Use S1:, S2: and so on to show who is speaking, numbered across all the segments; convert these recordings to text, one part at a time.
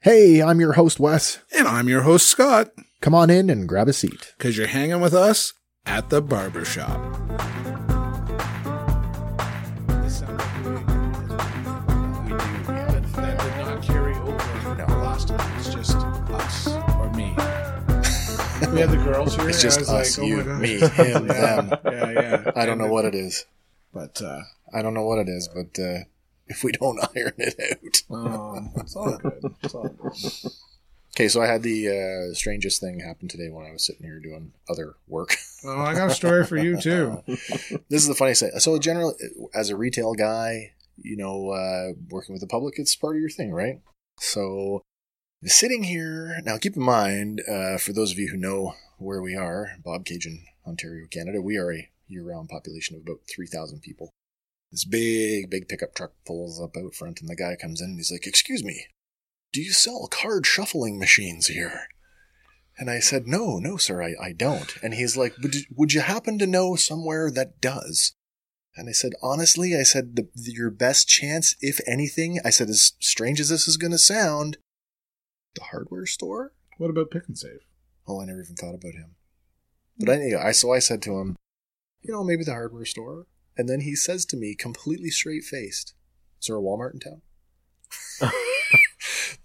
S1: Hey, I'm your host, Wes.
S2: And I'm your host, Scott,
S1: Come on in and grab a seat.
S2: because you're hanging with us at the barbershop.
S3: we do, but that did not carry over no. last time. It's just us or me. We had the girls here.
S4: It's
S3: and I
S4: just
S3: was
S4: us,
S3: like, oh
S4: you,
S3: my God.
S4: me, him, them.
S3: Yeah, yeah.
S4: I don't know what it is.
S3: But uh,
S4: I don't know what it is, but uh, if we don't iron it out.
S3: um, it's all good. It's all good.
S4: Okay, so I had the uh, strangest thing happen today when I was sitting here doing other work.
S3: Oh, I got a story for you too.
S4: this is the funniest thing. So, generally, as a retail guy, you know, uh, working with the public, it's part of your thing, right? So, sitting here now, keep in mind, uh, for those of you who know where we are, Bob Cajun, Ontario, Canada, we are a year-round population of about three thousand people. This big, big pickup truck pulls up out front, and the guy comes in and he's like, "Excuse me, do you sell card shuffling machines here?" And I said, no, no, sir, I, I don't. And he's like, would you, would you happen to know somewhere that does? And I said, honestly, I said, the, your best chance, if anything, I said, as strange as this is going to sound, the hardware store?
S3: What about pick and save?
S4: Oh, I never even thought about him. But I, I, so I said to him, you know, maybe the hardware store. And then he says to me, completely straight faced, is there a Walmart in town?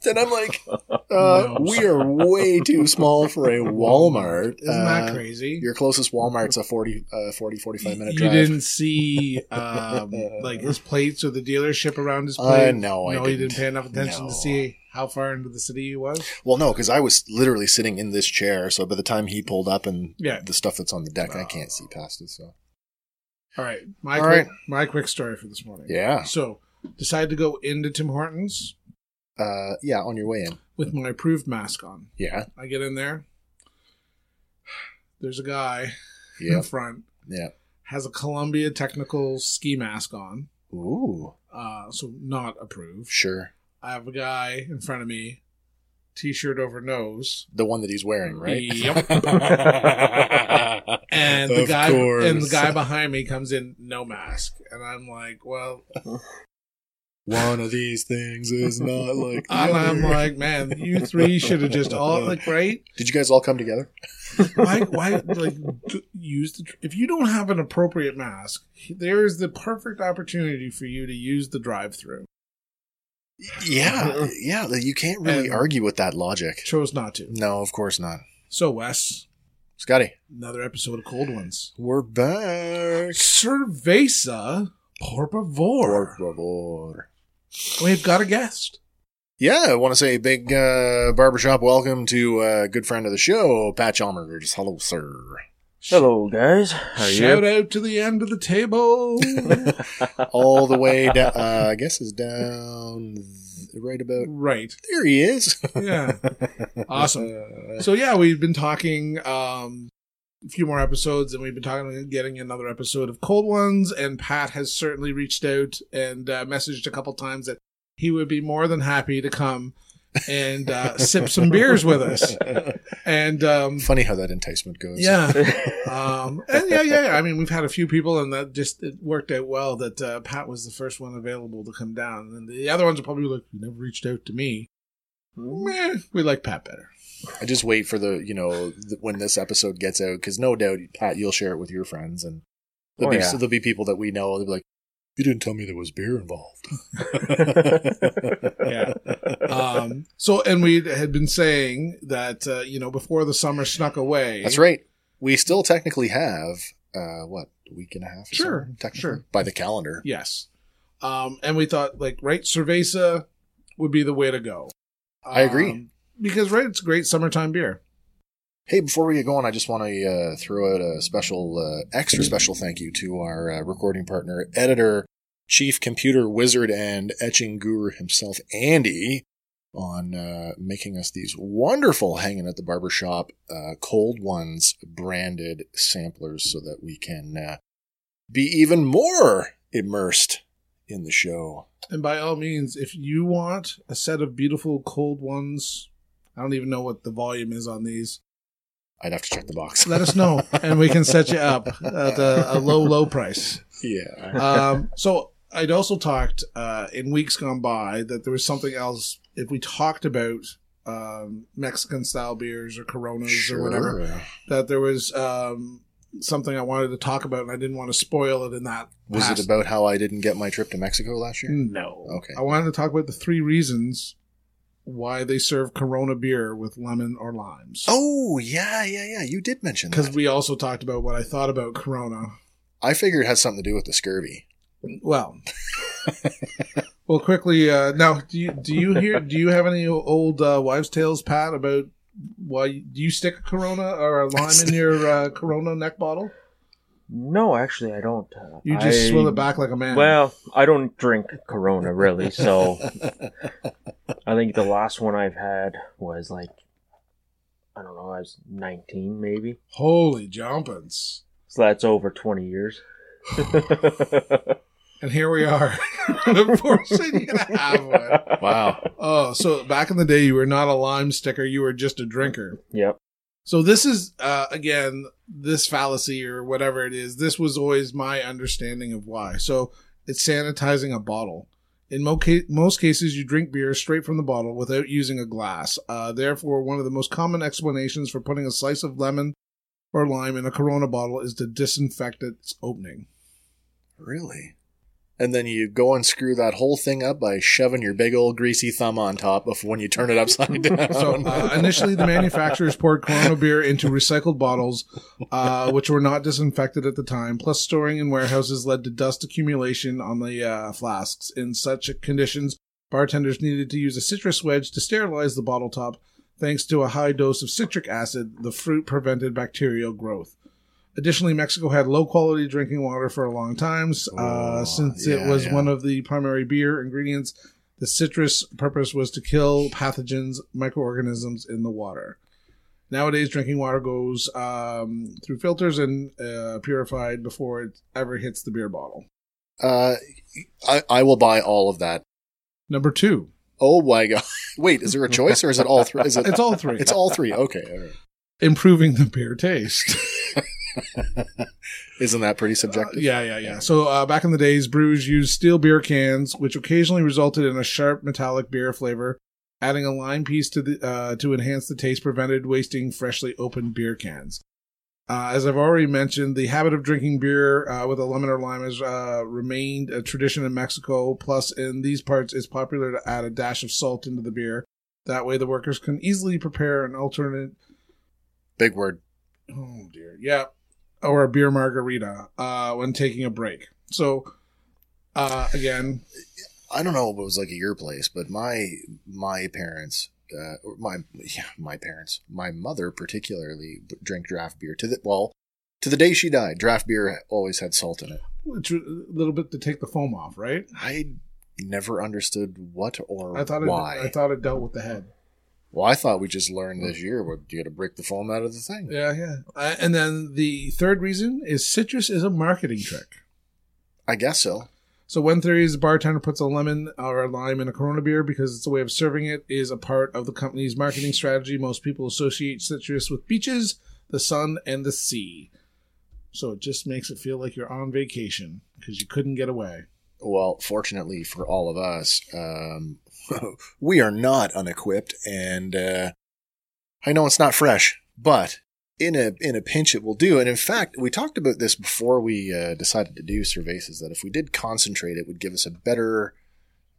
S4: then I'm like, uh,
S3: No.
S4: we are way too small for a Walmart.
S3: Isn't
S4: Uh,
S3: that crazy?
S4: Your closest Walmart's a 40, uh, 40 45 minute
S3: you
S4: drive.
S3: didn't see um, like his plates or the dealership around his plate.
S4: Uh, no, I
S3: no, you didn't
S4: didn't.
S3: pay enough attention
S4: No.
S3: to see how far into the city he was.
S4: Well, no, because I was literally sitting in this chair. So by the time he pulled up and
S3: Yeah.
S4: the stuff that's on the deck, I can't see past it. So
S3: All right, my
S4: All
S3: quick,
S4: right.
S3: my quick story for this morning.
S4: yeah,
S3: So, decided to go into Tim Hortons
S4: uh, yeah, on your way in,
S3: with my approved mask on.
S4: yeah,
S3: I get in there. There's a guy
S4: yeah,
S3: in front
S4: yeah.
S3: has a Columbia Technical ski mask on,
S4: Ooh,
S3: uh, so not approved.
S4: sure.
S3: I have a guy in front of me, t-shirt over nose.
S4: The one that he's wearing, right?
S3: Yep. And the
S4: Of
S3: guy
S4: course.
S3: and the guy behind me comes in no mask, and I'm like, well,
S4: One of these things is not like. the
S3: and I'm
S4: other.
S3: like, man, you three should have just all like, right?
S4: Did you guys all come together?
S3: why why like d- use the if you don't have an appropriate mask there is the perfect opportunity for you to use the drive through
S4: Yeah, yeah. You can't really
S3: And-
S4: argue with that logic.
S3: chose not to
S4: No, of course not.
S3: so wes
S4: Scotty,
S3: another episode of cold ones
S4: we're back.
S3: cerveza por favor
S4: Por favor.
S3: we've got a guest
S4: Yeah, I want to say a big uh, barbershop welcome to uh, good friend of the show, Pat Chalmers. Hello, sir.
S5: Hello, guys. How are
S3: shout
S5: you?
S3: out to the end of the table
S4: All the way down, uh, I guess is down th- right about
S3: right
S4: there. He is.
S3: yeah awesome so yeah we've been talking um a few more episodes and we've been talking about getting another episode of cold ones and pat has certainly reached out and uh, messaged a couple times that he would be more than happy to come and uh, sip some beers with us and um
S4: Funny how that enticement goes.
S3: yeah um and yeah yeah yeah. i mean we've had a few people and that just it worked out well that uh, pat was the first one available to come down and the other ones are probably like you never reached out to me
S4: Hmm.
S3: Meh, we like pat better
S4: I just wait for the you know th- when this episode gets out because no doubt Pat you'll share it with your friends and there'll, be,
S5: Oh, yeah.
S4: there'll be people that we know they'll be like you didn't tell me there was beer involved.
S3: Yeah. um, so, and we had been saying that uh, you know before the summer snuck away.
S4: That's right. We still technically have uh, what a week and a half. Or
S3: Sure,
S4: something, technically,
S3: sure.
S4: By the calendar,
S3: Yes, um, and we thought like right, cerveza would be the way to go.
S4: I agree.
S3: Um, because right, it's a great summertime beer.
S4: Hey, before we get going, I just want to uh, throw out a special, uh, extra special thank you to our uh, recording partner, editor, chief computer wizard, and etching guru himself, Andy, on uh, making us these wonderful hanging at the barbershop uh, cold ones branded samplers so that we can uh, be even more immersed in the show.
S3: And by all means, if you want a set of beautiful cold ones, I don't even know what the volume is on these.
S4: I'd have to check the box.
S3: Let us know, and we can set you up at a, a low, low price.
S4: yeah.
S3: Um, so I'd also talked uh, in weeks gone by that there was something else. If we talked about um, Mexican style beers or Coronas or whatever, that there was um, something I wanted to talk about, and I didn't want to spoil it in that.
S4: Was
S3: past-
S4: it about how I didn't get my trip to Mexico last year?
S3: No.
S4: Okay.
S3: I wanted to talk about the three reasons why they serve Corona beer with lemon or limes.
S4: Oh yeah, yeah, yeah. You did mention
S3: Because
S4: that.
S3: we also talked about what I thought about Corona.
S4: I figured it had something to do with the scurvy.
S3: Well, well, quickly uh, now. Do you do you hear? Do you have any old uh, wives' tales, Pat, about why do you stick a Corona or a lime in your uh, Corona neck bottle?
S5: No, actually, I don't. Uh,
S3: You just
S5: I-
S3: swill it back like a man.
S5: Well, I don't drink Corona really, so I think the last one I've had was like I don't know, I was 19 maybe.
S3: holy jumpins!
S5: So that's over 20 years.
S3: And here we are. Forcing you to have one.
S4: Wow.
S3: Oh, so back in the day, you were not a lime sticker; you were just a drinker.
S5: Yep.
S3: So this is uh, again this fallacy or whatever it is. This was always my understanding of why. So it's sanitizing a bottle. In mo- ca- most cases, you drink beer straight from the bottle without using a glass. Uh, therefore, one of the most common explanations for putting a slice of lemon or lime in a Corona bottle is to disinfect its opening.
S4: Really? And then you go and screw that whole thing up by shoving your big old greasy thumb on top of when you turn it upside down.
S3: So uh, initially, the manufacturers poured Corona beer into recycled bottles, uh, which were not disinfected at the time. Plus, storing in warehouses led to dust accumulation on the uh, flasks. In such conditions, bartenders needed to use a citrus wedge to sterilize the bottle top. Thanks to a high dose of citric acid, the fruit prevented bacterial growth. Additionally, Mexico had low quality drinking water for a long time. uh,
S4: Oh,
S3: since it
S4: yeah,
S3: was
S4: yeah.
S3: one of the primary beer ingredients, the citrus purpose was to kill pathogens, microorganisms in the water. Nowadays, drinking water goes um, through filters and uh, purified before it ever hits the beer bottle.
S4: Uh, I, I will buy all of that.
S3: Number two,
S4: Oh my god! Wait, is there a choice or is it all three? Is it?
S3: it's all three.
S4: It's all three. Okay. all right.
S3: improving the beer taste.
S4: Isn't that pretty subjective?
S3: Uh, yeah, yeah, yeah. So uh, back in the days, brews used steel beer cans, which occasionally resulted in a sharp metallic beer flavor. Adding a lime piece to the uh, to enhance the taste prevented wasting freshly opened beer cans. Uh, as I've already mentioned, the habit of drinking beer uh, with a lemon or lime has uh, remained a tradition in Mexico. Plus, in these parts, it's popular to add a dash of salt into the beer. That way, the workers can easily prepare an alternate
S4: Big word.
S3: Oh dear. Yeah. Or a beer margarita uh, when taking a break. So uh, again,
S4: I don't know if it was like at your place, but my my parents, uh, or my yeah, my parents, my mother particularly drank draft beer to the well to the day she died. Draft beer always had salt in it.
S3: which a little bit to take the foam off, right?
S4: I never understood what or
S3: I thought it,
S4: why.
S3: I thought it dealt with the head.
S4: well, I thought we just learned this year. What you got to break the foam out of the thing?
S3: Yeah, yeah. Uh, and then the third reason is citrus is a marketing trick.
S4: I guess so.
S3: So one theory is the bartender puts a lemon or a lime in a Corona beer because it's a way of serving it is a part of the company's marketing strategy. Most people associate citrus with beaches, the sun, and the sea. So it just makes it feel like you're on vacation because you couldn't get away.
S4: Well, fortunately for all of us, um, we are not unequipped, and uh, I know it's not fresh, but in a in a pinch, it will do. And in fact, we talked about this before we uh, decided to do cervezas that if we did concentrate, it would give us a better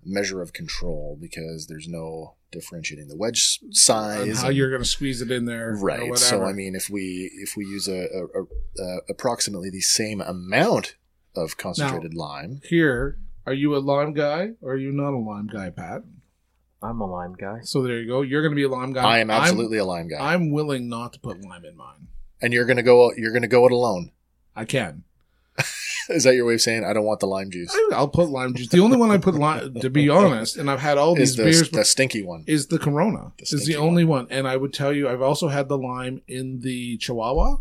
S4: measure of control because there's no differentiating the wedge s- size.
S3: And how
S4: and-
S3: you're going to squeeze it in there, Or
S4: right?
S3: whatever.
S4: So I mean, if we if we use a, a, a, a approximately the same amount of concentrated lime,
S3: here, are you a lime guy or are you not a lime guy, Pat?
S5: I'm a lime guy.
S3: So there you go. You're going to be a lime guy.
S4: I am absolutely a lime guy.
S3: I'm, I'm willing not to put lime in mine.
S4: and you're gonna go you're gonna go it alone.
S3: I can.
S4: Is that your way of saying I don't want the lime juice?
S3: I- I'll put lime juice. The only one I put lime, to be honest, and I've had all
S4: Is
S3: these
S4: the,
S3: beers,
S4: the stinky one?
S3: is the Corona.
S4: The
S3: is the
S4: stinky
S3: only one. And I would tell you, I've also had the lime in the Chihuahua,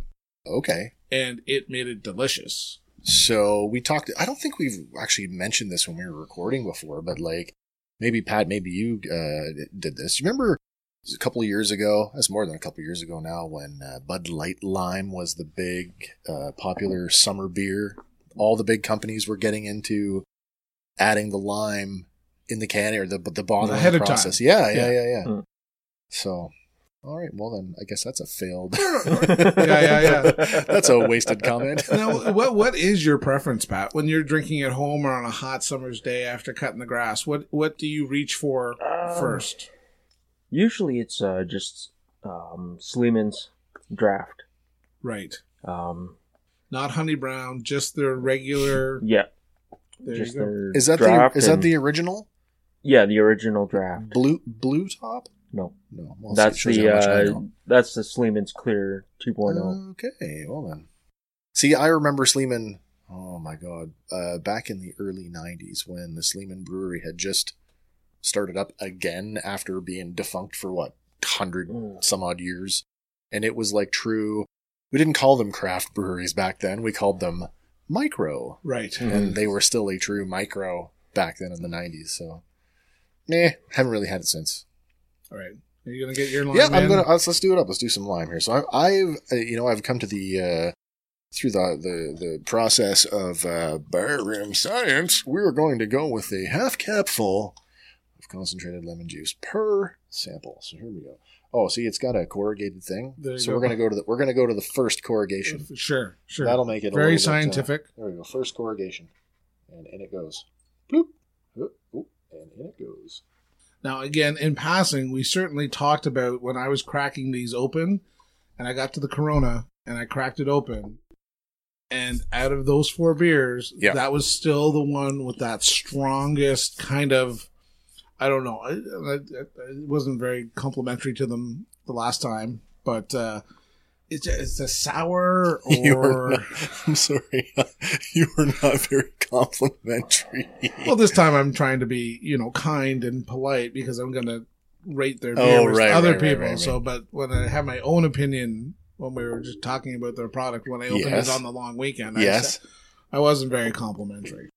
S4: Okay.
S3: and it made it delicious.
S4: So we talked. I don't think we've actually mentioned this when we were recording before, but like maybe Pat, maybe you uh, did this. You remember it was a couple of years ago? That's more than a couple of years ago now. When uh, Bud Light Lime was the big uh, popular summer beer, all the big companies were getting into adding the lime in the can or the the bottom
S3: Ahead
S4: of
S3: of
S4: the
S3: time.
S4: process. Yeah, yeah,
S3: Yeah. Hmm.
S4: yeah, yeah.
S5: Mm.
S4: So, all right. Well, then I guess that's a failed.
S3: yeah,
S5: yeah.
S4: that's a wasted comment.
S3: now, what what is your preference, Pat? When you're drinking at home or on a hot summer's day after cutting the grass, what what do you reach for
S5: Um,
S3: first?
S5: Usually it's uh, just um, Sleeman's draft.
S3: Right,
S5: Um,
S3: not honey brown, just their regular.
S5: yeah,
S3: There
S5: just
S3: you go.
S5: their
S4: Is that
S5: draft
S4: the is that
S5: and-
S4: the original
S5: yeah the original draft?
S4: blue blue top?
S5: No,
S4: No, well, see, it
S5: that's
S4: shows you
S5: the
S4: how much I
S5: uh,
S4: know.
S5: that's the Sleeman's Clear oh. 2.0.
S4: Okay, well then. See, I remember Sleeman. Oh my God! Uh, back in the early '90s, when the Sleeman Brewery had just started up again after being defunct for what hundred
S5: Mm.
S4: some odd years, and it was like true. We didn't call them craft breweries back then; we called them micro,
S3: Right.
S5: Hmm.
S4: and they were still a true micro back then in the '90s. So, eh, haven't really had it since.
S3: All right. Are you gonna get your line?
S4: Yeah, I'm
S3: in?
S4: gonna uh, let's, let's do it up. Let's do some lime here. So I, I've uh, you know I've come to the uh, through the, the the process of uh, barroom science. We are going to go with a half capful of concentrated lemon juice per sample. So here we go. Oh, see, it's got a corrugated thing.
S3: There you
S4: So
S3: go.
S4: we're gonna go to the we're gonna go to the first corrugation.
S3: Sure, sure.
S4: That'll make it a
S3: very
S4: little bit, uh,
S3: scientific.
S4: there we go. First corrugation, and in it goes. Bloop. Oop, oop, and in it goes.
S3: Now, again, in passing, we certainly talked about when I was cracking these open and I got to the Corona and I cracked it open. And out of those four beers,
S4: Yeah.
S3: that was still the one with that strongest kind of, I don't know, I- I- I- it wasn't very complimentary to them the last time, but uh, it's, a, it's a sour
S4: You are
S3: or.
S4: not- I'm sorry, you were not very complimentary.
S3: well, this time I'm trying to be, you know, kind and polite because I'm going to rate their
S4: Oh,
S3: beer with
S4: right, right,
S3: other
S4: right,
S3: people.
S4: right, right.
S3: So, but when I have my own opinion, when we were just talking about their product, when I opened
S4: Yes.
S3: it on the long weekend, I,
S4: yes.
S3: said- I wasn't very complimentary.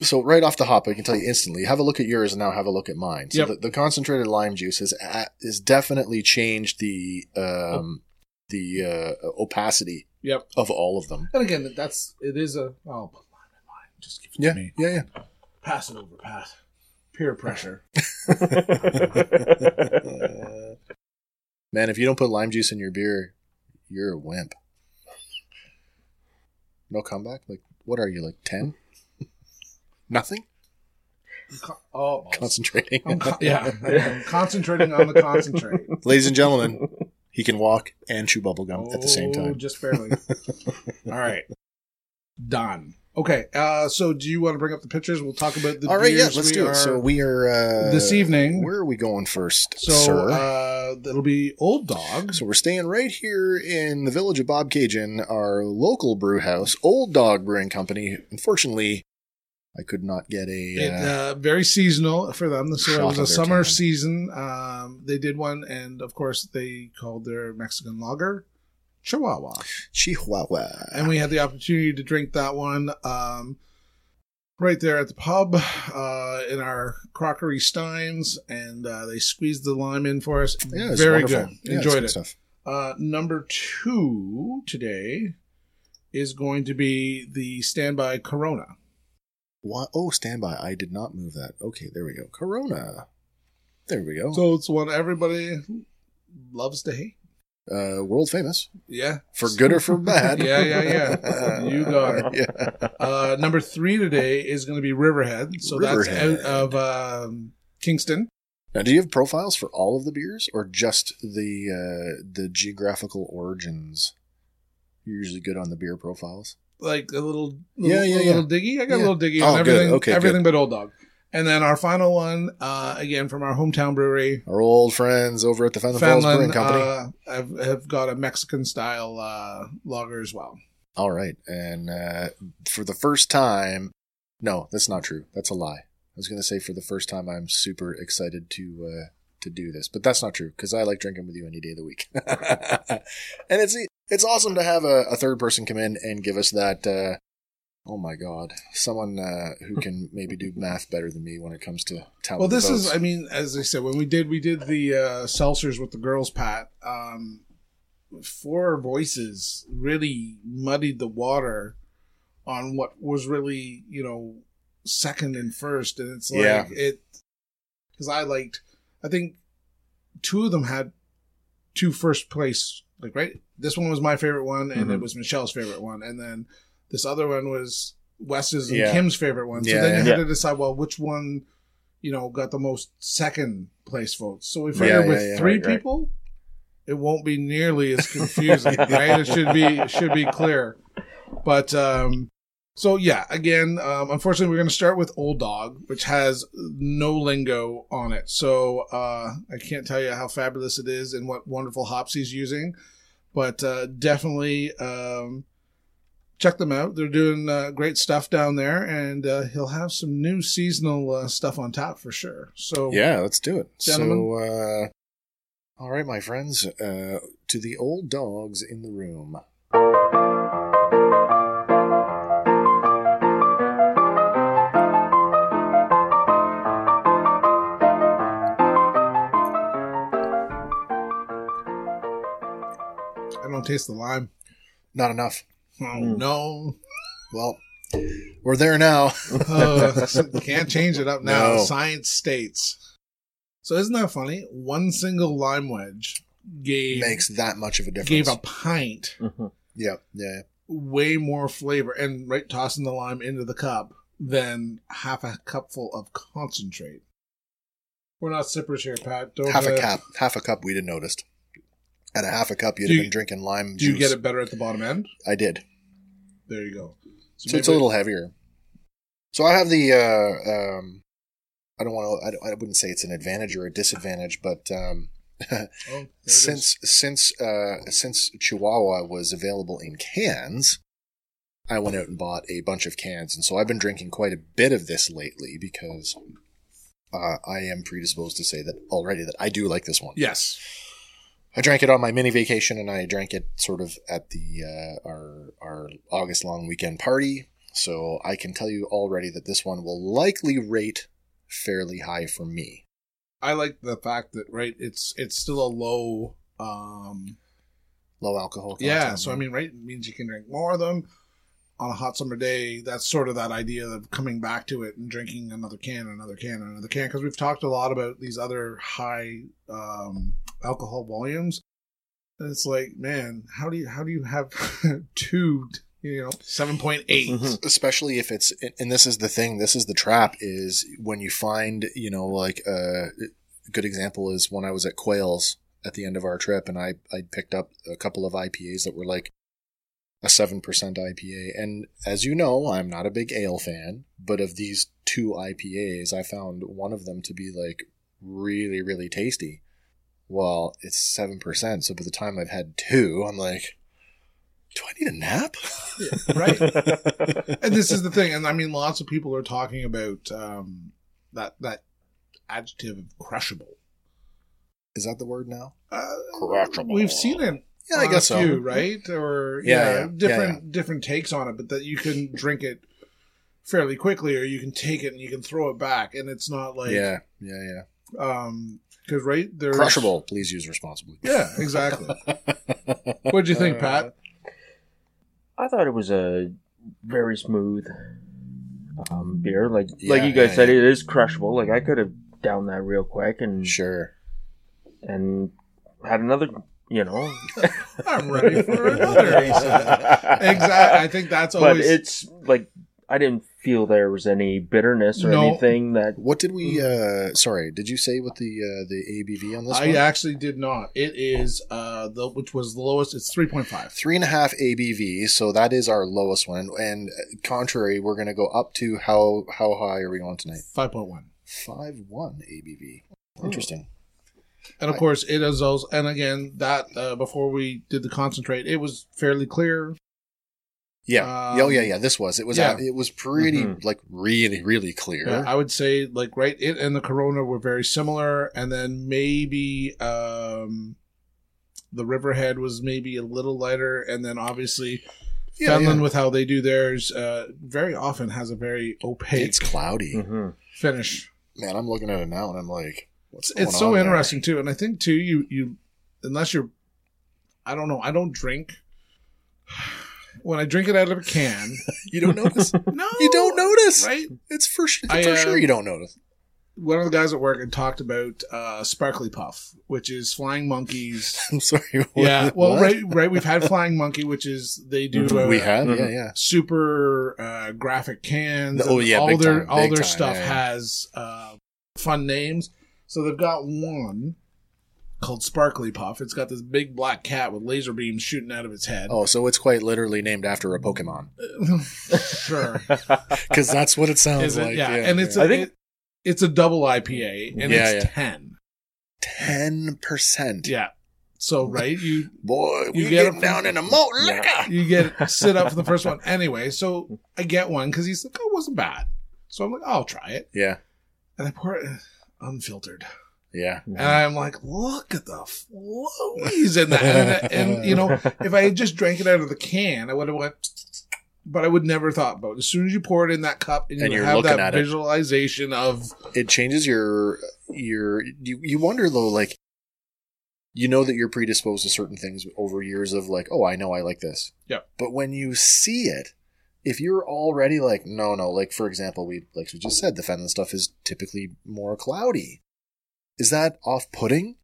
S4: So right off the hop, I can tell you instantly. Have a look at yours, and now have a look at mine. So
S3: Yep.
S4: the, the concentrated lime juice has a- has definitely changed the um, the uh, opacity
S3: Yep.
S4: of all of them.
S3: And again, that's it is a oh, put mine in mine. Just give it to me.
S4: yeah, yeah.
S3: Pass it over, Pat. Peer pressure.
S4: Uh, man, if you don't put lime juice in your beer, you're a wimp. No comeback. Like, what are you like ten? Nothing.
S3: Con- Oh,
S4: Concentrating.
S3: I'm con- yeah, I'm concentrating on the concentrate
S4: Ladies and gentlemen, he can walk and chew bubblegum at the same
S3: Oh,
S4: time.
S3: just barely. All right. Done. Okay. Uh, so do you want to bring up the pictures? We'll talk about the
S4: All right, yeah,
S3: beers
S4: let's
S3: we
S4: do
S3: are
S4: it. So we are uh,
S3: this evening.
S4: Where are we going first,
S3: so
S4: sir?
S3: uh, it'll be Old Dog.
S4: so we're staying right here in the village of Bob Cajun, our local brew house, Old Dog Brewing Company. Unfortunately, I could not get a.
S3: It,
S4: Uh,
S3: uh, very seasonal for them. So it
S4: Shot
S3: was
S4: of
S3: a
S4: their
S3: summer
S4: can.
S3: season. Um, they did one, and of course they called their Mexican lager Chihuahua.
S4: Chihuahua.
S3: and we had the opportunity to drink that one um, right there at the pub uh, in our crockery steins, and uh, they squeezed the lime in for us.
S4: Yeah, it's
S3: Very
S4: wonderful.
S3: good.
S4: Yeah, it's
S3: Enjoyed
S4: good
S3: it.
S4: Stuff.
S3: Uh, number two today is going to be the standby Corona.
S4: Why- Oh, standby. I did not move that. Okay, there we go. Corona. There we go.
S3: So it's one everybody loves to hate.
S4: uh, world famous
S3: Yeah.
S4: for good or for bad.
S3: Yeah, yeah, yeah. You got it.
S4: Yeah.
S3: Uh, number three today is going to be Riverhead. So
S4: Riverhead.
S3: that's out of um, Kingston.
S4: Now, do you have profiles for all of the beers or just the uh, the geographical origins? You're usually good on the beer profiles.
S3: like a little,
S4: Yeah,
S3: little,
S4: yeah,
S3: a
S4: yeah.
S3: little diggy. I got
S4: Yeah.
S3: a little diggy
S4: Oh,
S3: on
S4: good.
S3: everything,
S4: Okay,
S3: everything but old dog. And then our final one, uh, again from our hometown brewery,
S4: Our old friends over at the Fenland Falls Brewing
S3: Fenland,
S4: Company.
S3: uh, have, have got a Mexican style uh, lager as well.
S4: all right, and uh, for the first time, no, that's not true. That's a lie. I was going to say for the first time, I'm super excited to uh, to do this, but that's not true because I like drinking with you any day of the week, and it's it's awesome to have a, a third person come in and give us that. Uh, oh my god, someone uh, who can maybe do math better than me when it comes to talent.
S3: Well, this is, I mean, as I said, when we did, we did the uh, seltzers with the girls, Pat. Um, four voices really muddied the water on what was really, you know, second and first, and it's like
S4: Yeah.
S3: it because I liked. I think two of them had two first place. Like right, this one was my favorite one, and it
S4: Mm-hmm.
S5: Mhm.
S3: was Michelle's favorite one, and then this other one was Wes's and
S4: Yeah.
S3: Kim's favorite one. So
S4: Yeah,
S3: then you
S4: yeah.
S3: had
S5: Yeah.
S3: to decide well which one you know got the most second place votes. So we
S4: Right.
S3: figured
S4: Yeah,
S3: with
S4: yeah, yeah,
S3: three
S5: right, right.
S3: people, it won't be nearly as confusing, right? It should be it should be clear. But um so yeah, again, um unfortunately we're gonna start with Old Dog, which has no lingo on it. So uh I can't tell you how fabulous it is and what wonderful hops he's using. But uh definitely um check them out. They're doing uh, great stuff down there and uh he'll have some new seasonal uh, stuff on top for sure. So
S4: Yeah, let's do it.
S3: Gentlemen.
S4: So, uh, all right, my friends, uh, to the old dogs in the room.
S3: I don't taste the lime.
S4: Not enough.
S3: Oh
S5: Mm.
S3: no!
S4: Well, we're there now.
S3: Uh, can't change it up now.
S4: No.
S3: Science states. So isn't that funny? One single lime wedge gave
S4: Makes that much of a difference.
S3: gave a pint
S5: Mhm.
S4: Yeah, yeah.
S3: way more flavor, and right tossing the lime into the cup than half a cupful of concentrate. We're not sippers here, Pat. Don't
S4: Half a
S3: uh,
S4: cup. Half a cup. We'd have noticed. At a half a cup, you'd
S3: Do
S4: have
S3: you-
S4: been drinking lime
S3: Do
S4: juice.
S3: you get it better at the bottom end?
S4: I did.
S3: There you go.
S4: So it's a
S3: maybe-
S4: little heavier. So I have the. Uh, um, I don't want to. I, don't- I wouldn't say it's an advantage or a disadvantage, but um,
S3: Oh, there it is.
S4: since since uh, since Chihuahua was available in cans, I went out and bought a bunch of cans, and so I've been drinking quite a bit of this lately because uh, I am predisposed to say that already that I do like this one.
S3: yes,
S4: I drank it on my mini vacation, and I drank it sort of at the uh, our our August long weekend party. So I can tell you already that this one will likely rate fairly high for me.
S3: I like the fact that right. It's it's still a low. um
S4: Low alcohol.
S3: Yeah,
S4: content.
S3: so I mean, right it means you can drink more of them on a hot summer day. That's sort of that idea of coming back to it and drinking another can, another can, another can. Because we've talked a lot about these other high um, alcohol volumes, and it's like, man, how do you how do you have two? You know, seven point eight.
S5: Mhm.
S4: especially if it's and this is the thing this is the trap is when you find you know like uh, a good example is when i was at quails at the end of our trip and i i picked up a couple of ipas that were like a 7% ipa and as you know i'm not a big ale fan but of these two ipas i found one of them to be like really really tasty well it's 7% so by the time i've had two i'm like do i need a nap
S3: right. and this is the thing, and I mean, lots of people are talking about um, that that adjective of crushable.
S4: is that the word now
S3: Uh,
S4: Crushable.
S3: We've seen it
S4: Yeah, I
S3: on
S4: guess
S3: a few,
S4: so.
S3: right? Or
S4: Yeah,
S3: yeah,
S4: yeah, yeah,
S3: different different takes on it, but that you can drink it fairly quickly, or you can take it and you can throw it back, and it's not like
S4: yeah, yeah, yeah.
S3: um because right there's
S4: Crushable. Please use responsibly.
S3: Yeah, exactly. What'd you think, Pat?
S5: I thought it was a very smooth um, beer. Like
S4: Yeah,
S5: like you guys
S4: yeah,
S5: said,
S4: yeah.
S5: it is crushable. Like I could have downed that real quick and
S4: Sure.
S5: and had another. You know,
S3: I'm ready for another. he said. exactly. I think that's
S5: but
S3: always
S5: it's like I didn't feel there was any bitterness or
S3: No.
S5: anything that
S4: What did we? uh Sorry, did you say what the uh the ABV on this
S3: I
S4: one?
S3: actually did not. It is uh the which was the lowest. It's three point five.
S4: Three and a half ABV, so that is our lowest one. And uh, contrary, we're going to go up to how how high are we going tonight?
S3: Five point one.
S4: Five one ABV.
S3: Oh.
S4: Interesting.
S3: And of course, it is also, and again, that uh, before we did the concentrate, it was fairly clear.
S4: Yeah.
S3: Um,
S4: oh yeah, yeah. This was it was
S3: yeah. Mm-hmm.
S4: at- it was pretty
S5: Mhm.
S4: like really really clear.
S3: Yeah, I would say like right it and the Corona were very similar, and then maybe um the Riverhead was maybe a little lighter, and then obviously
S4: Yeah,
S3: Fenland
S4: yeah.
S3: with how they do theirs uh very often has a very opaque
S4: It's cloudy.
S3: Mm.
S5: Mhm.
S3: finish.
S4: Man, I'm looking at it now and I'm like, what's
S3: It's,
S4: going
S3: it's so
S4: on there?
S3: interesting too, and I think too you you unless you're I don't know I don't drink when I drink it out of a can.
S4: You don't notice.
S3: no,
S4: you don't notice.
S3: right?
S4: It's for sure.
S3: I,
S4: for
S3: uh,
S4: sure, you don't notice.
S3: One of the guys at work had talked about uh, Sparkly Puff, which is flying monkeys.
S4: I'm sorry. what-
S3: yeah, well,
S4: what? Mm-hmm.
S3: right, right. We've had flying monkey, which is they do.
S5: Mhm.
S3: Uh,
S4: We have.
S5: Mhm.
S4: Yeah, yeah.
S3: super uh, graphic cans.
S4: Oh,
S3: and
S4: yeah,
S3: all
S4: big
S3: their
S4: time,
S3: all
S4: big
S3: their
S4: time,
S3: stuff
S4: yeah, yeah.
S3: has uh, fun names. So they've got one called Sparkly Puff. It's got this big black cat with laser beams shooting out of its head.
S4: Oh, so it's quite literally named after a Pokemon
S3: sure,
S4: because that's what it sounds
S3: Is it?
S4: like.
S3: yeah. and it's
S5: I
S3: a,
S5: think-
S3: it- it's a double IPA, and
S4: Yeah,
S3: it's
S4: yeah.
S3: ten.
S4: ten percent.
S3: Yeah. So right, you
S4: Boy,
S3: You
S4: we
S3: get
S4: get
S3: it
S4: getting
S3: from-
S4: down in a malt
S5: Yeah.
S4: liquor.
S3: you get sit up for the first one anyway. So I get one because he's like, oh, it wasn't bad. So I'm like, "Oh, I'll try it,
S4: Yeah,
S3: and I pour it unfiltered.
S4: yeah.
S3: And I'm like, look at the floaties in that. And, and, you know, if I had just drank it out of the can, I would have went, but I would never thought about it. As soon as you pour it in that cup and you
S4: And you're
S3: have
S4: looking at
S3: that
S4: it.
S3: visualization of,
S4: It changes your your. You, you wonder though, like you know that you're predisposed to certain things over years of like, oh, I know I like this.
S3: Yeah.
S4: But when you see it, if you're already like, no, no, like for example, we like we just said, the Fenland stuff is typically more cloudy. Is that off-putting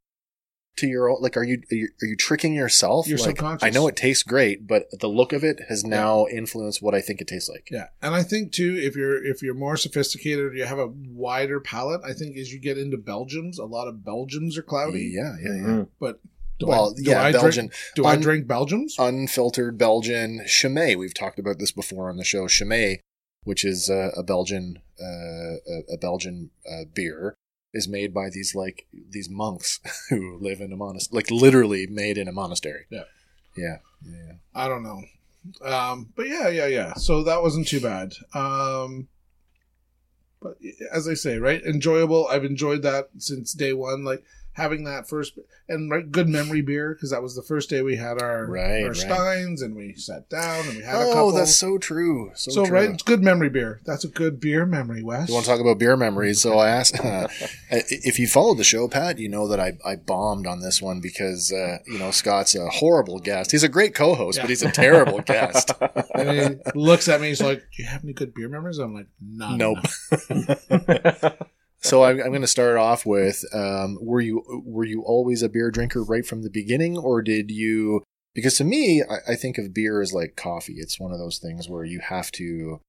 S4: to your own? Like, are you are you, are you tricking yourself?
S3: You're
S4: like,
S3: subconscious.
S4: I know it tastes great, but the look of it has now influenced what I think it tastes like.
S3: yeah. And I think too, if you're, if you're more sophisticated or you have a wider palate, I think as you get into Belgiums, a lot of Belgiums are cloudy.
S4: Yeah, yeah, yeah.
S5: Mhm.
S3: Mm. Do
S4: well,
S3: I, do
S4: yeah,
S3: I
S4: Belgian,
S3: Drink, do I
S4: Un-
S3: drink Belgiums?
S4: unfiltered Belgian Chimay. We've talked about this before on the show. Chimay, which is uh, a Belgian, uh, a, a Belgian uh, beer, is made by these like these monks who live in a monastery, like literally made in a monastery.
S3: Yeah.
S4: yeah, yeah.
S3: I don't know. Um, but yeah, yeah, yeah. So that wasn't too bad. Um, but as I say, right, enjoyable. I've enjoyed that since day one. Like having that first and right, good memory beer because that was the first day we had our
S4: Right,
S3: our
S4: right.
S3: steins and we sat down and we had a couple.
S4: Oh, that's so true. So,
S3: so
S4: true.
S3: right, it's good memory beer. That's a good beer memory, Wes.
S4: You want to talk about beer memories? So I asked uh, if you followed the show, Pat. You know that I, I bombed on this one because uh, you know Scott's a horrible guest. He's a great co-host,
S3: Yeah.
S4: but he's a terrible guest.
S3: and he looks at me. He's like, "Do you have any good beer memories?" I'm like, "None."
S4: Nope. So I'm, I'm going to start off with: um, Were you were you always a beer drinker right from the beginning, or did you? Because to me, I, I think of beer as like coffee. It's one of those things where you have to you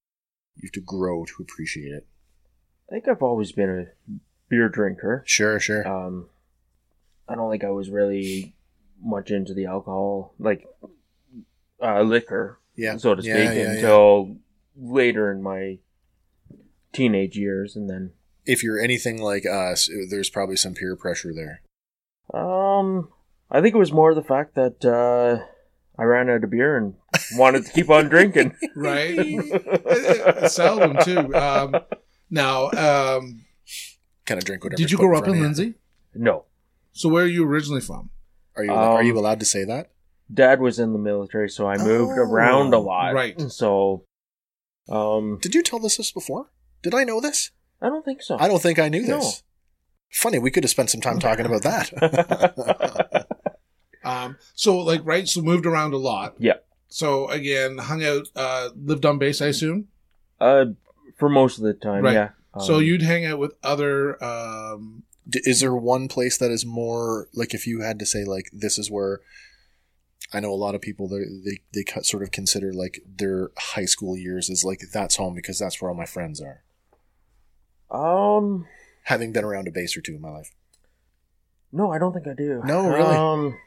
S4: have to grow to appreciate it.
S5: I think I've always been a beer drinker.
S4: Sure, sure.
S5: Um, I don't think I was really much into the alcohol, like uh, liquor,
S4: yeah.
S5: so to speak,
S4: Yeah, yeah, yeah.
S5: until later in my teenage years, and then
S4: If you're anything like us, uh, there's probably some peer pressure there.
S5: um, I think it was more the fact that uh, I ran out of beer and wanted to keep on drinking.
S3: Right? Seldom too. Um, now, um,
S4: Kind of drink whatever.
S3: did you
S4: put
S3: grow up
S4: front
S3: in
S4: of you.
S3: Lindsay?
S5: No,
S3: So where are you originally from?
S4: Are you are
S5: Um,
S4: you allowed to say that?
S5: dad was in the military, so I moved
S4: Oh,
S5: around a lot.
S3: right.
S5: So, um,
S4: Did you tell this this before? Did I know this?
S5: I don't think so.
S4: I don't think I knew
S5: Oh. No.
S4: this. Funny, we could have spent some time talking about that.
S3: Um, so like right, so moved around a lot.
S5: Yeah.
S3: So again, hung out, uh, lived on base, I assume.
S5: Uh, for most of the time,
S3: Right.
S5: yeah.
S3: so
S5: Um,
S3: you'd hang out with other. Um,
S4: D- is there one place that is more like if you had to say like this is where I know a lot of people they they they cut- sort of consider like their high school years as like that's home because that's where all my friends are.
S5: Um,
S4: Having been around a base or two in my life,
S5: no, I don't think I do.
S4: No, really?
S5: Um,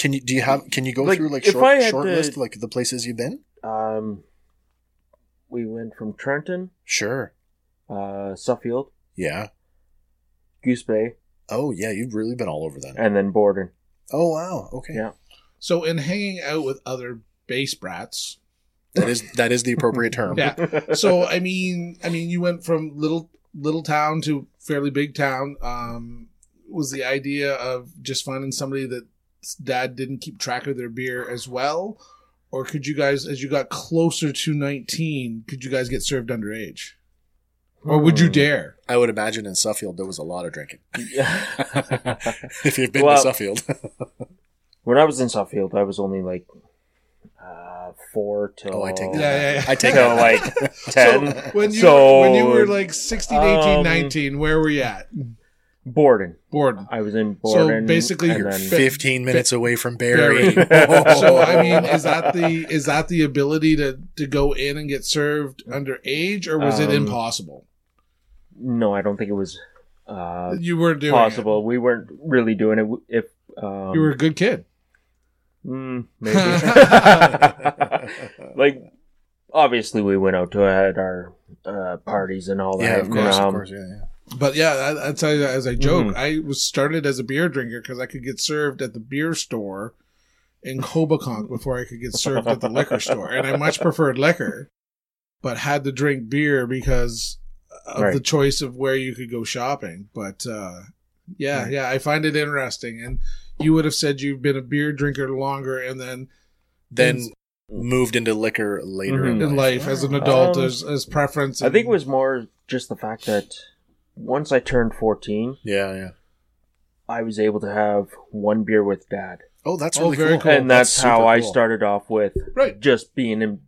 S4: can you do you have can you go
S5: Like,
S4: through like
S5: if I
S4: short
S5: had
S4: short
S5: to-
S4: list like the places you've been?
S5: um, we went from Trenton,
S4: Sure.
S5: uh, Suffield,
S4: Yeah.
S5: Goose Bay,
S4: Oh yeah, you've really been all over then.
S5: and then Borden.
S4: Oh wow. Okay.
S5: Yeah.
S3: so in hanging out with other base brats.
S4: That is that is the appropriate term.
S3: Yeah. So I mean, I mean, you went from little little town to fairly big town. Um, was the idea of just finding somebody that dad didn't keep track of their beer as well, or could you guys, as you got closer to nineteen, could you guys get served underage, or would you
S5: Hmm.
S3: dare?
S4: I would imagine in Suffield there was a lot of drinking. if you've been
S5: Well-
S4: to Suffield.
S5: when I was in Suffield, I was only like uh, four till
S4: Oh, I take that.
S3: Yeah, yeah, yeah.
S4: I take
S5: till
S4: that.
S5: like ten.
S3: So when you
S5: So-
S3: when you were like 16, 18,
S5: Um,
S3: 19, where were you at?
S5: Borden.
S3: Borden.
S5: I was in
S3: So
S5: Borden.
S3: basically
S5: and
S3: you're
S5: then-
S3: fit.
S4: 15 minutes away from Barry.
S5: Barry.
S4: Oh.
S3: So I mean, is that the is that the ability to to go in and get served underage, or was it
S5: Um,
S3: impossible?
S5: no, I don't think it was uh,
S3: You weren't doing it.
S5: possible. We weren't really doing it. If um,
S3: You were a good kid.
S5: mm, maybe like obviously we went out to had our uh, parties and all that.
S4: yeah, of course, of
S5: Um,
S4: course. Yeah, yeah.
S3: But yeah, I, that's how- as
S5: Mhm.
S3: I joke, I was started as a beer drinker because I could get served at the beer store in Cobaconk before I could get served at the liquor store, and I much preferred liquor, but had to drink beer because of the
S5: Right.
S3: choice of where you could go shopping. But uh, yeah, yeah, I find it interesting. And you would have said you've been a beer drinker longer, and then
S4: Then Mm-hmm. moved into liquor later
S5: Mhm.
S3: in
S4: in life.
S3: life as an adult,
S5: Um,
S3: as as preference.
S5: I think it
S3: and-
S5: was more just the fact that once I turned fourteen,
S4: Yeah, yeah.
S5: I was able to have one beer with dad,
S4: Oh, that's
S3: Oh,
S4: really
S3: very
S4: cool.
S3: cool.
S5: and that's,
S4: super
S5: how I
S4: cool.
S5: started off with
S3: right.
S5: just being in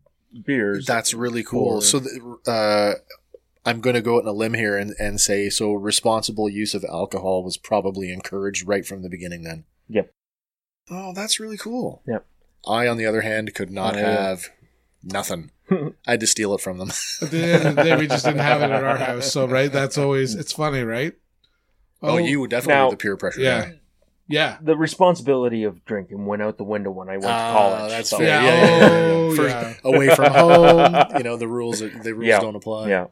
S5: beers.
S4: That's really cool.
S5: Or-
S4: So, th- uh, I'm going to go out on a limb here and, and say so responsible use of alcohol was probably encouraged right from the beginning then.
S5: Yep.
S4: Oh, that's really cool.
S5: Yep.
S4: I, on the other hand, could not
S5: Oh, yeah.
S4: have nothing. I had to steal it from them.
S3: At the end of the day, we just didn't have it at our house. So, right, that's always it's funny, right?
S4: Oh, you definitely
S5: now-
S4: were the peer pressure.
S3: yeah,
S4: guy.
S3: yeah.
S5: the responsibility of drinking went out the window when I went
S4: Ah,
S5: to college.
S4: that's
S5: so-
S4: fair.
S3: Yeah,
S4: Yeah, yeah, yeah, yeah.
S3: oh,
S4: First-
S3: yeah.
S4: Away from home, you know the rules. Are, the rules
S5: Yeah.
S4: don't apply.
S5: Yeah.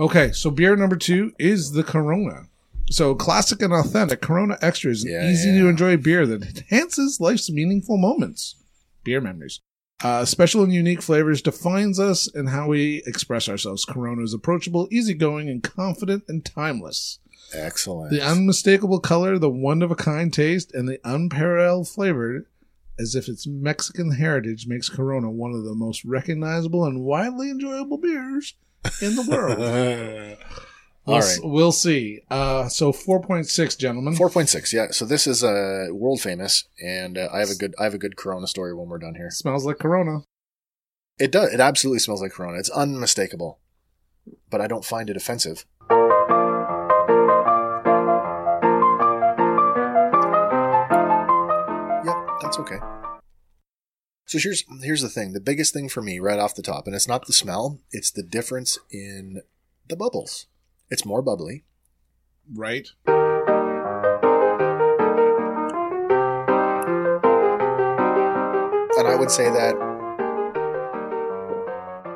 S3: Okay, so beer number two is the Corona. So, classic and authentic Corona Extra is an
S4: Yeah,
S3: easy
S4: yeah.
S3: to enjoy beer that enhances life's meaningful moments. Beer memories. Uh, special and unique flavors defines us and how we express ourselves. Corona is approachable, easygoing, and confident and timeless.
S4: Excellent.
S3: The unmistakable color, the one of a kind taste, and the unparalleled flavor, as if its Mexican heritage makes Corona one of the most recognizable and widely enjoyable beers in the world.
S4: All
S3: we'll,
S4: right.
S3: we'll see. Uh, so 4.6, gentlemen.
S4: Four point six, yeah. So this is uh, world famous, and uh, I have a good I have a good Corona story when we're done here.
S3: Smells like Corona.
S4: It does. It absolutely smells like Corona. It's unmistakable, but I don't find it offensive. Yep, that's okay. So here's here's the thing. The biggest thing for me right off the top, and it's not the smell; it's the difference in the bubbles. It's more bubbly.
S3: Right?
S4: And I would say that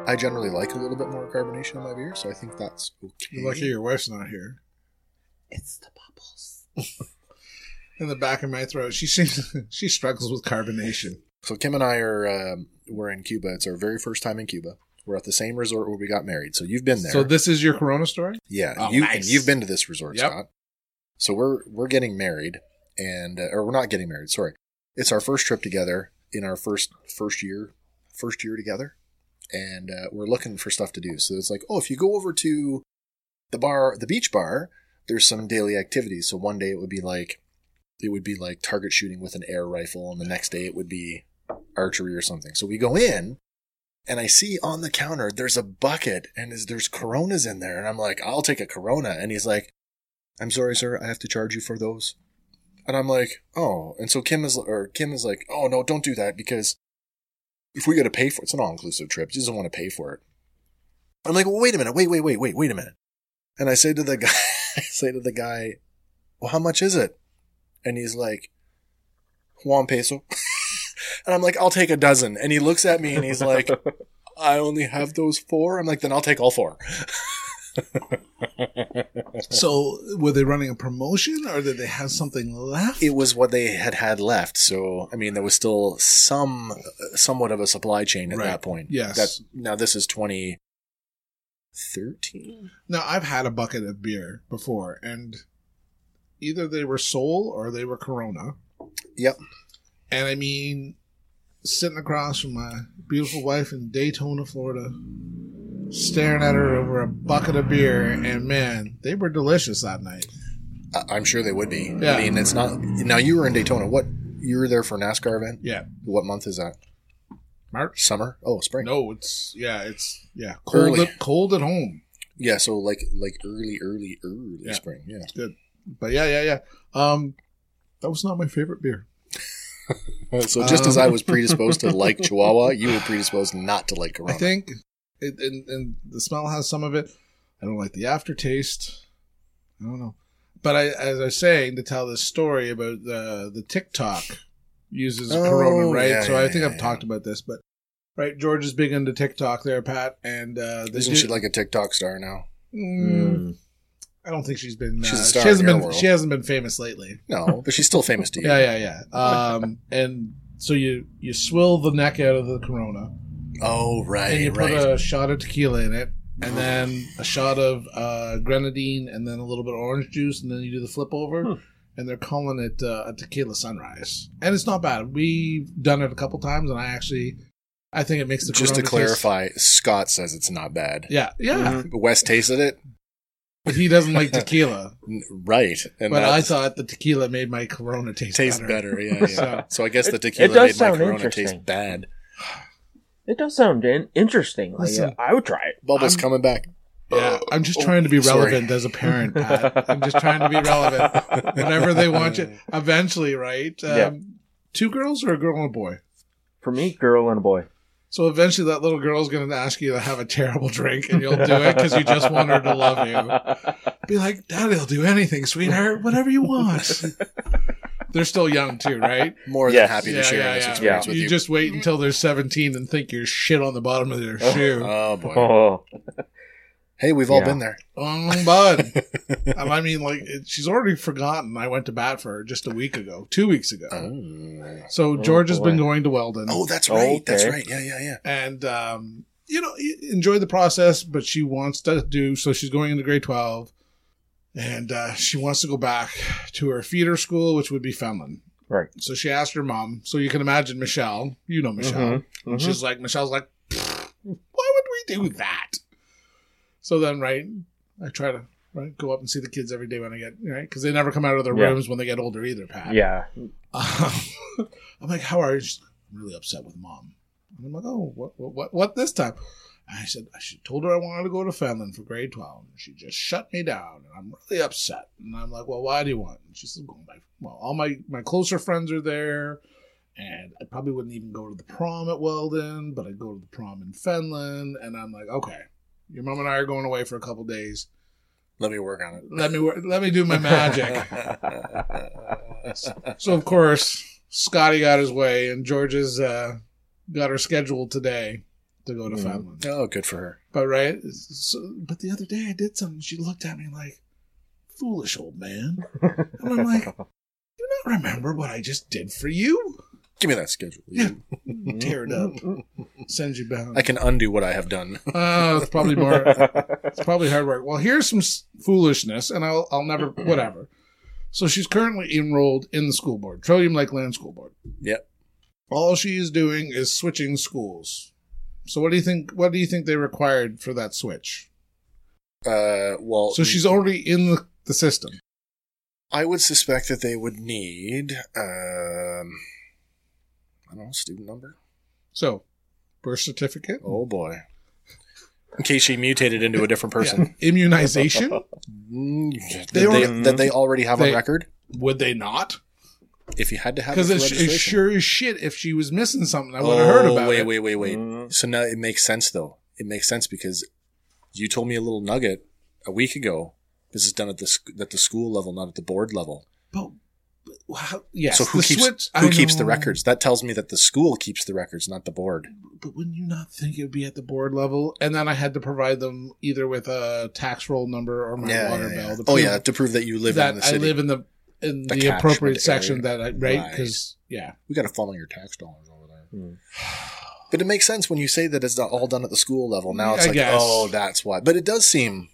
S4: I generally like a little bit more carbonation in my beer, so I think that's okay.
S3: You're lucky your wife's not here. It's the bubbles. in the back of my throat. She seems, she struggles with carbonation.
S4: So Kim and I are um, we're in Cuba. It's our very first time in Cuba. We're at the same resort where we got married. So you've been there.
S3: So this is your Corona story?
S4: yeah,
S3: Oh,
S4: you
S3: nice.
S4: and you've been to this resort,
S3: Yep.
S4: Scott. So we're we're getting married, and uh, or we're not getting married. Sorry, it's our first trip together in our first first year first year together, and uh, we're looking for stuff to do. So it's like, oh, if you go over to the bar, the beach bar, there's some daily activities. So one day it would be like it would be like target shooting with an air rifle, and the next day it would be archery or something. So we go in, and I see on the counter there's a bucket, and is- there's Coronas in there, and I'm like, I'll take a Corona, and he's like, I'm sorry, sir, I have to charge you for those. And I'm like, oh, and so Kim is or Kim is like, oh no, don't do that because if we got to pay for it, it's an all inclusive trip. She doesn't want to pay for it. I'm like, well, wait a minute, wait, wait, wait, wait, wait a minute. And I say to the guy, I say to the guy, well, how much is it? And he's like, Juan peso. and I'm like, I'll take a dozen. And he looks at me and he's like, I only have those four. I'm like, then I'll take all four.
S3: So were they running a promotion or did they have something left?
S4: It was what they had had left. So, I mean, there was still some, somewhat of a supply chain at
S3: Right.
S4: that point.
S3: Yes.
S4: That, now this is 2013.
S3: now I've had a bucket of beer before and either they were Sol or they were Corona.
S4: Yep.
S3: And I mean sitting across from my beautiful wife in Daytona, Florida, staring at her over a bucket of beer and man, they were delicious that night.
S4: I- I'm sure they would be.
S3: Yeah.
S4: I mean, it's not. Now you were in Daytona. What you were there for a NASCAR event?
S3: Yeah.
S4: What month is that?
S3: March.
S4: Summer? Oh, spring.
S3: No, it's yeah, it's yeah, cold,
S4: Early.
S3: at, cold at home.
S4: Yeah, so like like early, early, early
S3: Yeah.
S4: spring. Yeah.
S3: But yeah, yeah, yeah. Um, that was not my favorite beer.
S4: So just as
S3: Um.
S4: I was predisposed to like Chihuahua, you were predisposed not to like Corona.
S3: I think, it, and and the smell has some of it. I don't like the aftertaste. I don't know. But I, as I was saying, to tell this story about the the TikTok uses
S4: Oh,
S3: Corona, right?
S4: yeah,
S3: so
S4: yeah,
S3: I think
S4: yeah,
S3: I've
S4: yeah.
S3: talked about this, but right, George is big into TikTok there, Pat, and uh, they
S4: Isn't
S3: do-
S4: she like a TikTok star now?
S3: Mm, I don't think she's been.
S4: She's a
S3: uh,
S4: star
S3: she hasn't
S4: in your
S3: been.
S4: world.
S3: She hasn't been famous lately.
S4: No, but she's still famous to you.
S3: Yeah, yeah, yeah. Um, and so you you swill the neck out of the Corona,
S4: Oh right,
S3: and you
S4: right.
S3: put a shot of tequila in it, and then a shot of uh, grenadine, and then a little bit of orange juice, and then you do the flip over.
S5: Hmm.
S3: And they're calling it uh, a tequila sunrise, and it's not bad. We've done it a couple times, and I actually, I think it makes the
S4: just to
S3: Corona taste-
S4: clarify, Scott says it's not bad.
S3: Yeah, yeah.
S5: Mhm.
S4: But Wes tasted it,
S3: But he doesn't like tequila,
S4: N- right? Mm-hmm. And
S3: but
S4: that
S3: I thought the tequila made my Corona taste
S4: tastes better. Yeah, yeah.
S3: So-
S4: So, I guess the
S5: It- it
S4: tequila
S5: does
S4: made my
S5: sound
S4: Corona
S5: interesting.
S4: taste bad.
S5: It does sound in- interesting. Like,
S3: Listen.
S5: uh, I would try it.
S4: Bubbles
S3: I'm-
S4: coming back.
S3: Yeah, I'm just
S4: Oh,
S3: trying to be
S4: sorry.
S3: relevant as a parent. Pat. I'm just trying to be relevant. Whenever they want you, eventually, right? Um,
S5: Yeah.
S3: Two girls or a girl and a boy.
S5: For me, girl and a boy.
S3: So eventually, that little girl's going to ask you to have a terrible drink, and you'll do it because you just want her to love you. Be like, Daddy'll do anything, sweetheart, whatever you want. They're still young too, right?
S4: More
S5: Yes.
S4: than happy to share this
S5: yeah.
S4: experience with
S3: You,
S4: you.
S3: just wait until they're 17 and think you're shit on the bottom of their shoe.
S4: oh boy.
S5: Oh,
S4: Hey, we've all
S5: Yeah.
S4: been there.
S3: Oh, bud. And I mean, like, it, she's already forgotten. I went to bat for her just a week ago, two weeks ago.
S4: Oh,
S3: So
S5: Oh,
S3: George has been
S5: boy.
S3: going to Weldon,
S4: Oh, that's right. That's
S5: Okay.
S4: right. Yeah, yeah, yeah.
S3: and um, you know, e- enjoy the process. But she wants to do so. She's going into grade twelve, and uh, she wants to go back to her feeder school, which would be Fenland.
S5: Right.
S3: So she asked her mom. So you can imagine Michelle. You know Michelle.
S5: Mhm.
S3: She's like Michelle's like, "Pfft, why would we do that? So then, right, I try to right go up and see the kids every day when I get right because they never come out of their
S5: Yeah.
S3: rooms when they get older either. Pat.
S5: yeah.
S3: Um, I'm like, how are you? She's, I'm really upset with mom. And I'm like, oh, what, what, what, what this time? And I said, I should told her I wanted to go to Fenland for grade 12. And she just shut me down. And I'm really upset. And I'm like, well, why do you want? And she says, well, my, well all my, my closer friends are there. And I probably wouldn't even go to the prom at Weldon, but I'd go to the prom in Fenland. And I'm like, okay, your mom and I are going away for a couple days.
S4: Let me work on it.
S3: Let me, wor- let me do my magic. So of course, Scotty got his way, and George's uh, got her scheduled today to go to
S5: Mhm.
S3: Fenland.
S4: oh, good for her.
S3: But right, so, but the other day I did something. She looked at me like, "Foolish old man," and I'm like, "Do you not remember what I just did for you?"
S4: Give me that schedule.
S3: Yeah. Tear it up, send you back.
S4: I can undo what I have done.
S3: Oh, it's probably more. It's probably hard work. Well, here's some s- foolishness, and I'll I'll never whatever. So she's currently enrolled in the school board, Trillium Lakeland School Board.
S4: Yep.
S3: All she is doing is switching schools. So what do you think? What do you think they required for that switch?
S4: Uh, well,
S3: So she's already in the, the system.
S4: I would suspect that they would need, um, I don't know, student number.
S3: So birth certificate,
S4: Oh boy. In case she mutated into a different person,
S3: Yeah. immunization.
S4: Mm, that, they
S3: They
S5: were-
S4: that they already have
S3: They-
S4: on record.
S3: Would they not?
S4: If you had to have
S3: Because
S4: it for
S3: it's, it's
S4: registration.
S3: sure as shit if she was missing something, I would have heard
S4: Oh,
S3: about
S4: wait,
S3: it.
S4: Wait, wait, wait, So now it makes sense though. It makes sense because you told me a little nugget a week ago. This is done at the sc- at the school level, not at the board level.
S3: But, but how, yes.
S4: so who
S3: the
S4: keeps
S3: switch-
S4: who
S3: I
S4: keeps the
S3: know.
S4: records? That tells me that the school keeps the records, not the board.
S3: but wouldn't you not think it would be at the board level? And then I had to provide them either with a tax roll number or my water bill. to
S4: Oh
S3: prove
S4: yeah, to prove that you live
S3: that
S4: in the city.
S3: I live in the in
S4: The
S3: the,
S4: catchment
S3: appropriate
S4: area.
S3: section that I right
S4: Right.
S3: because yeah.
S4: we got to funnel your tax dollars over there.
S5: Hmm.
S4: But it makes sense when you say that it's not all done at the school level. Now it's
S3: I
S4: like,
S3: guess.
S4: oh, that's why. But it does seem.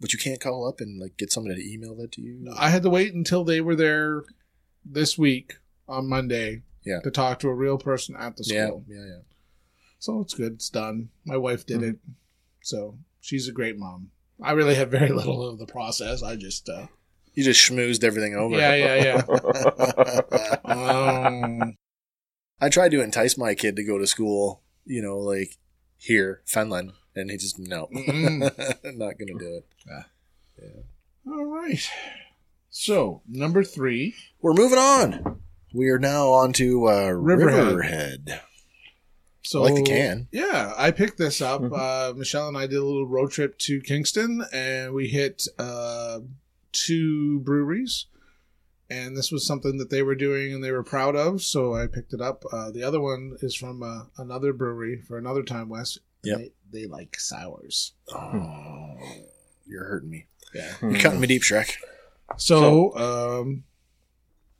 S4: But you can't call up and like get somebody to email that to you.
S3: I had to wait until they were there this week on Monday
S4: Yeah.
S3: to talk to a real person at the
S4: yeah,
S3: school.
S4: yeah, yeah.
S3: So it's good. It's done. My wife
S4: Hmm.
S3: did it. So she's a great mom. I really had very little of the process. I just uh,
S4: You just schmoozed everything over.
S3: Yeah, yeah, yeah. um,
S4: I tried to entice my kid to go to school you know, like here, Fenland. And he just, no,
S3: Mm-mm.
S4: not going to do it.
S3: All right. So number three.
S4: We're moving on. We are now on to uh,
S3: Riverhead.
S4: Riverhead.
S3: So
S4: I like the can. Mm-hmm.
S3: Yeah, I picked this up.
S5: Mhm.
S3: Uh, Michelle and I did a little road trip to Kingston, and we hit uh, two breweries. And this was something that they were doing and they were proud of, so I picked it up. Uh, the other one is from uh, another brewery for another time west.
S4: Yep.
S3: They, they like sours.
S4: Oh, you're hurting me.
S3: Yeah.
S4: You're cutting me deep, Shrek.
S3: So, um,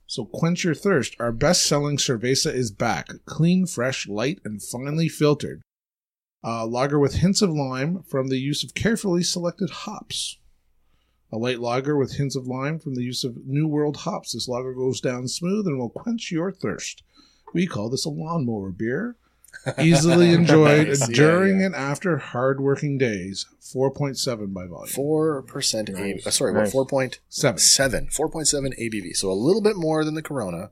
S3: so quench your thirst. Our best-selling cerveza is back, clean, fresh, light, and finely filtered. Uh, lager with hints of lime from the use of carefully selected hops. A light lager with hints of lime from the use of New World hops. This lager goes down smooth and will quench your thirst. We call this a lawnmower beer. Easily enjoyed
S4: Nice, yeah,
S3: during
S4: yeah.
S3: and after hard working days. 4.7 by volume.
S4: Four percent.
S5: Nice.
S4: Uh, sorry, what
S5: Nice.
S4: four point
S3: 7.
S4: seven, four point seven ABV. So a little bit more than the Corona,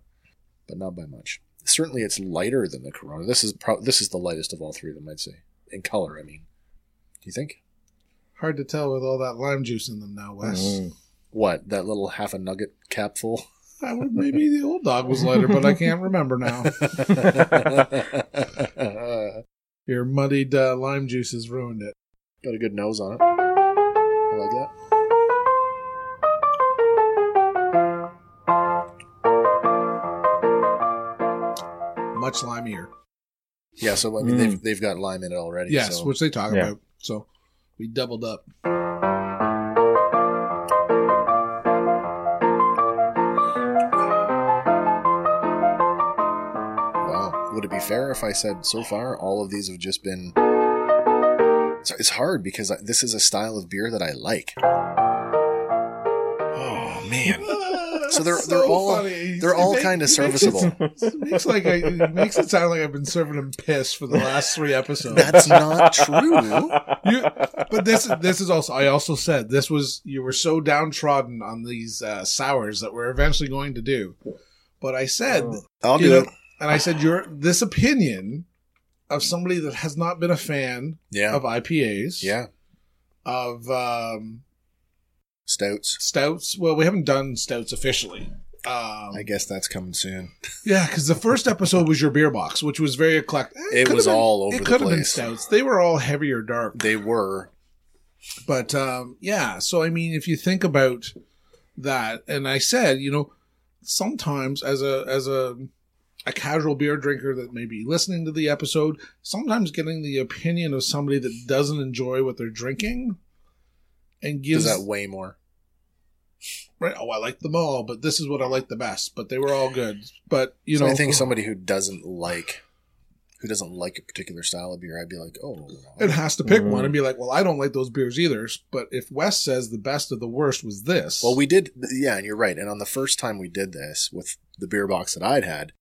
S4: but not by much. Certainly, it's lighter than the Corona. This is pro- this is the lightest of all three of them, I'd say, in color. I mean, do you think
S3: Hard to tell with all that lime juice in them now, Wes.
S4: Mm-hmm.
S5: Mm.
S4: what that little half a nugget capful?
S3: I would, maybe the old dog was lighter, but I can't remember now.
S4: Got
S3: Your muddied uh, lime juice has ruined it.
S4: a good nose on it. I like that.
S3: Much limier.
S4: Yeah, so I mean,
S5: Mm.
S4: they've, they've got lime in it already.
S3: Yes,
S4: so-
S3: which they talk
S5: Yeah.
S3: about. So we doubled up.
S4: Wow. Would it be fair if I said so far all of these have just been. So it's hard because I, this is a style of beer that I like. Oh man.
S3: Ah,
S4: So they're- they're all- They're all kind of serviceable.
S3: It makes like I, it makes it sound like I've been serving him piss for the last three episodes.
S4: That's not true.
S3: You, but this this is also I also said this was you were so downtrodden on these uh, sours that we're eventually going to do. But I said
S4: I'll
S3: You
S4: do
S3: know-
S4: it.
S3: and I said, "Your this opinion of somebody that has not been a fan
S4: Yeah.
S3: of IPAs,
S4: Yeah.
S3: of um,
S4: Stouts.
S3: stouts. Well, we haven't done stouts officially. Um,
S4: I guess that's coming soon.
S3: yeah, because the first episode was your beer box, which was very eclectic. Eh,
S4: It
S3: could've
S4: was
S3: been-
S4: all over
S3: It
S4: the
S3: could have been
S4: place.
S3: stouts. They were all heavy or dark,
S4: They were.
S3: but um, yeah. So I mean, if you think about that, and I said, you know, sometimes as a as a a casual beer drinker that may be listening to the episode, sometimes getting the opinion of somebody that doesn't enjoy what they're drinking and gives
S4: Does that way more?
S3: right, oh, I like them all, but this is what I like the best. But they were all good. But you
S4: So
S3: know, uh,
S4: I think somebody who doesn't like, who doesn't like a particular style of beer, I'd be like, oh,
S3: it has to pick
S5: Mhm.
S3: one and be like, well, I don't like those beers either. But if Wes says the best of the worst was this,
S4: Well, we did, yeah, and you're right. And on the first time we did this with the beer box that I'd had,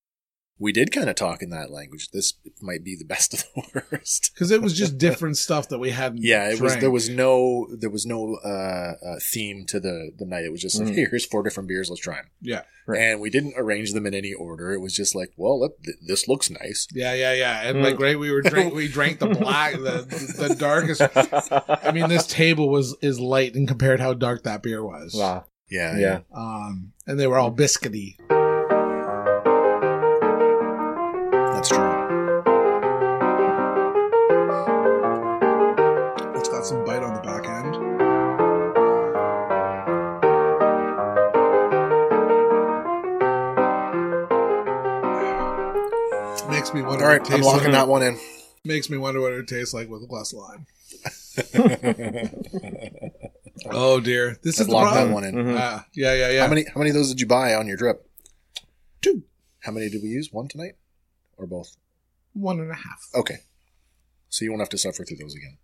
S4: we did kind of talk in that language. This might be the best of the worst.
S3: because it was just different stuff that we hadn't.
S4: Yeah, it was.
S3: drank.
S4: There was no, there was no uh, uh, theme to the the night. It was just like,
S5: Mm.
S4: hey, here's four different beers. Let's try them.
S3: Mm-hmm. Yeah.
S5: Right.
S4: And we didn't arrange them in any order. It was just like, well, let, th- this looks nice.
S3: Yeah, yeah, yeah. And
S5: Mm.
S3: like, right, we were drink, we drank the black, the the darkest. I mean, this table was is light and compared how dark that beer was.
S5: Wow.
S4: Yeah,
S5: Yeah.
S3: Um, and they were all biscuity.
S4: that's true.
S3: It's got some bite on the back end. Makes me wonder.
S4: All
S3: what
S4: right,
S3: it
S4: I'm
S3: tastes
S4: locking
S3: like.
S4: that one in.
S3: Makes me wonder what it tastes like with less lime. oh dear, this
S4: I've
S3: is the
S4: locked that
S3: problem.
S4: one in.
S5: Mhm.
S3: Ah, yeah, yeah, yeah.
S4: How many? How many of those did you buy on your trip?
S3: Two.
S4: How many did we use? One tonight, or both?
S3: One and a half.
S4: Okay. So you won't have to suffer through those again.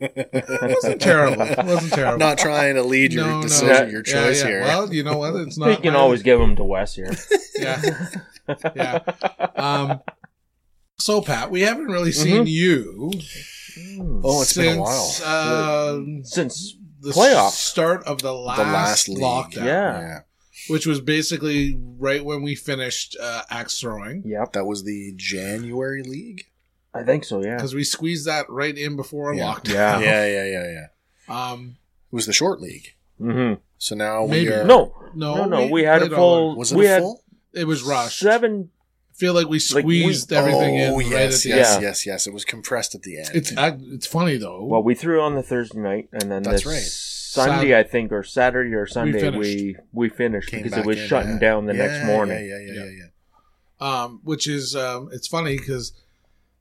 S3: It wasn't terrible. It wasn't terrible.
S4: Not trying to lead your decision, your
S3: Yeah,
S4: choice
S3: yeah.
S4: here.
S3: Well, you know what? It's not.
S5: You can
S3: my-
S5: always give them to Wes here.
S3: Yeah, yeah. Um, so Pat, we haven't really
S5: Mm-hmm.
S3: seen you.
S5: Mm.
S4: oh, it's been a while.
S3: since, Um,
S5: Since
S3: the
S5: Playoff.
S3: s- start of the last,
S4: league.
S3: lockdown,
S5: Yeah.
S3: which was basically right when we finished uh, axe throwing.
S5: yep.
S4: that was the January league.
S5: I think so. Yeah.
S3: because we squeezed that right in before
S4: Yeah.
S3: lockdown.
S5: Yeah.
S4: Yeah, yeah, yeah, yeah.
S3: Um,
S4: It was the short league.
S5: Mm-hmm.
S4: So now
S3: Maybe.
S4: we are.
S5: No,
S3: no,
S5: no, no. We had a
S3: played all
S5: full.
S3: of
S4: Was it
S5: we
S4: a
S5: had
S4: full?
S3: it. It was rushed.
S5: Seven.
S3: I feel like we
S5: Like, we-
S3: squeezed everything in
S4: oh,
S3: right at
S4: yes,
S3: the
S4: yes,
S5: end.
S4: yes, yes. It was compressed at the end.
S3: It's I, it's funny though.
S5: Well, we threw on the Thursday night, and then
S4: That's
S5: this
S4: right.
S5: Sunday, I think, or Saturday or Sunday, we
S3: finished.
S5: we, finished
S4: Came
S5: because it
S4: back
S5: was
S4: in,
S5: shutting
S4: yeah.
S5: down the
S4: Yeah,
S5: next morning.
S4: Yeah, yeah, yeah, yeah, yeah.
S3: um, which is um, it's funny because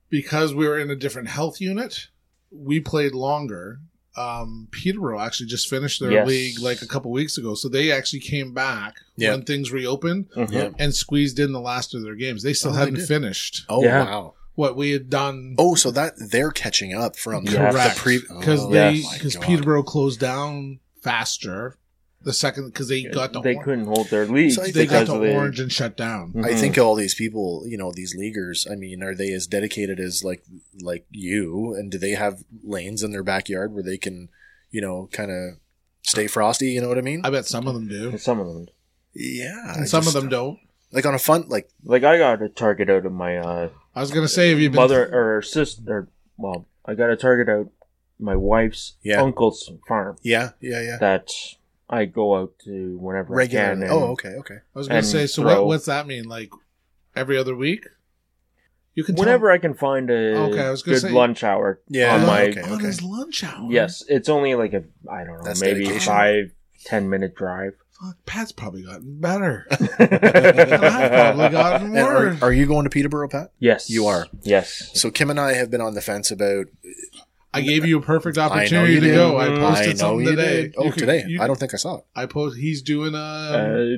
S3: because we were in a different health unit, we played longer. Um, Peterborough actually just finished their
S5: Yes.
S3: league like a couple weeks ago, so they actually came back
S4: Yeah.
S3: when things reopened
S5: Mhm.
S4: Yeah.
S3: and squeezed in the last of their games. They still
S4: Oh, they
S3: hadn't
S4: did.
S3: finished
S4: Oh
S5: Yeah.
S4: wow.
S3: what we had done
S4: Oh, so that they're catching up from
S5: Yeah.
S4: the
S3: Correct.
S4: pre
S3: because
S4: oh,
S3: they
S4: my
S3: because
S4: God.
S3: Peterborough closed down faster the second because they got the
S5: they
S3: or-
S5: couldn't hold their league
S4: So I think
S3: they got
S5: because
S3: the
S5: of the
S3: orange and shut down.
S5: Mhm.
S4: I think all these people, you know, these leaguers. I mean, are they as dedicated as like like you? And do they have lanes in their backyard where they can, you know, kind of stay frosty? You know what I mean?
S3: I bet some of them do,
S5: some of them.
S4: yeah. I
S3: and some
S4: just-
S3: of them don't.
S4: like on a fun like
S5: Like I got a target out of my uh,
S3: I was gonna say, have you been
S5: mother or sister. Well, I got a target out my wife's
S4: Yeah.
S5: uncle's farm
S4: yeah yeah yeah
S5: that I go out to whenever I can.
S4: regular.
S5: and-
S4: Oh okay okay.
S3: I was gonna
S5: and
S3: say, so
S5: throw.
S3: what, what's that mean? Like every other week? You can
S5: whenever I can find a
S3: Okay, I was gonna
S5: good
S3: say-
S5: lunch hour.
S4: Yeah,
S5: on my
S4: okay.
S3: tell on his Oh, lunch hour.
S5: yes, it's only like a I don't know
S4: That's
S5: maybe
S4: dedication.
S5: five ten minute drive.
S3: Fuck, Pat's probably gotten better. And I've probably
S5: yes,
S3: gotten
S4: And
S3: worse.
S4: are, are you going to Peterborough, Pat?
S5: you
S4: are.
S5: Yes,
S4: So Kim and I have been on the fence about.
S3: I gave you a perfect opportunity
S4: you
S3: to
S4: did.
S3: go. I
S5: Mm.
S3: posted
S4: I know
S3: something
S4: you
S3: today.
S4: did. Oh,
S3: You could-
S4: today.
S3: you-
S4: I don't think I saw it.
S3: I post. He's doing a
S5: uh,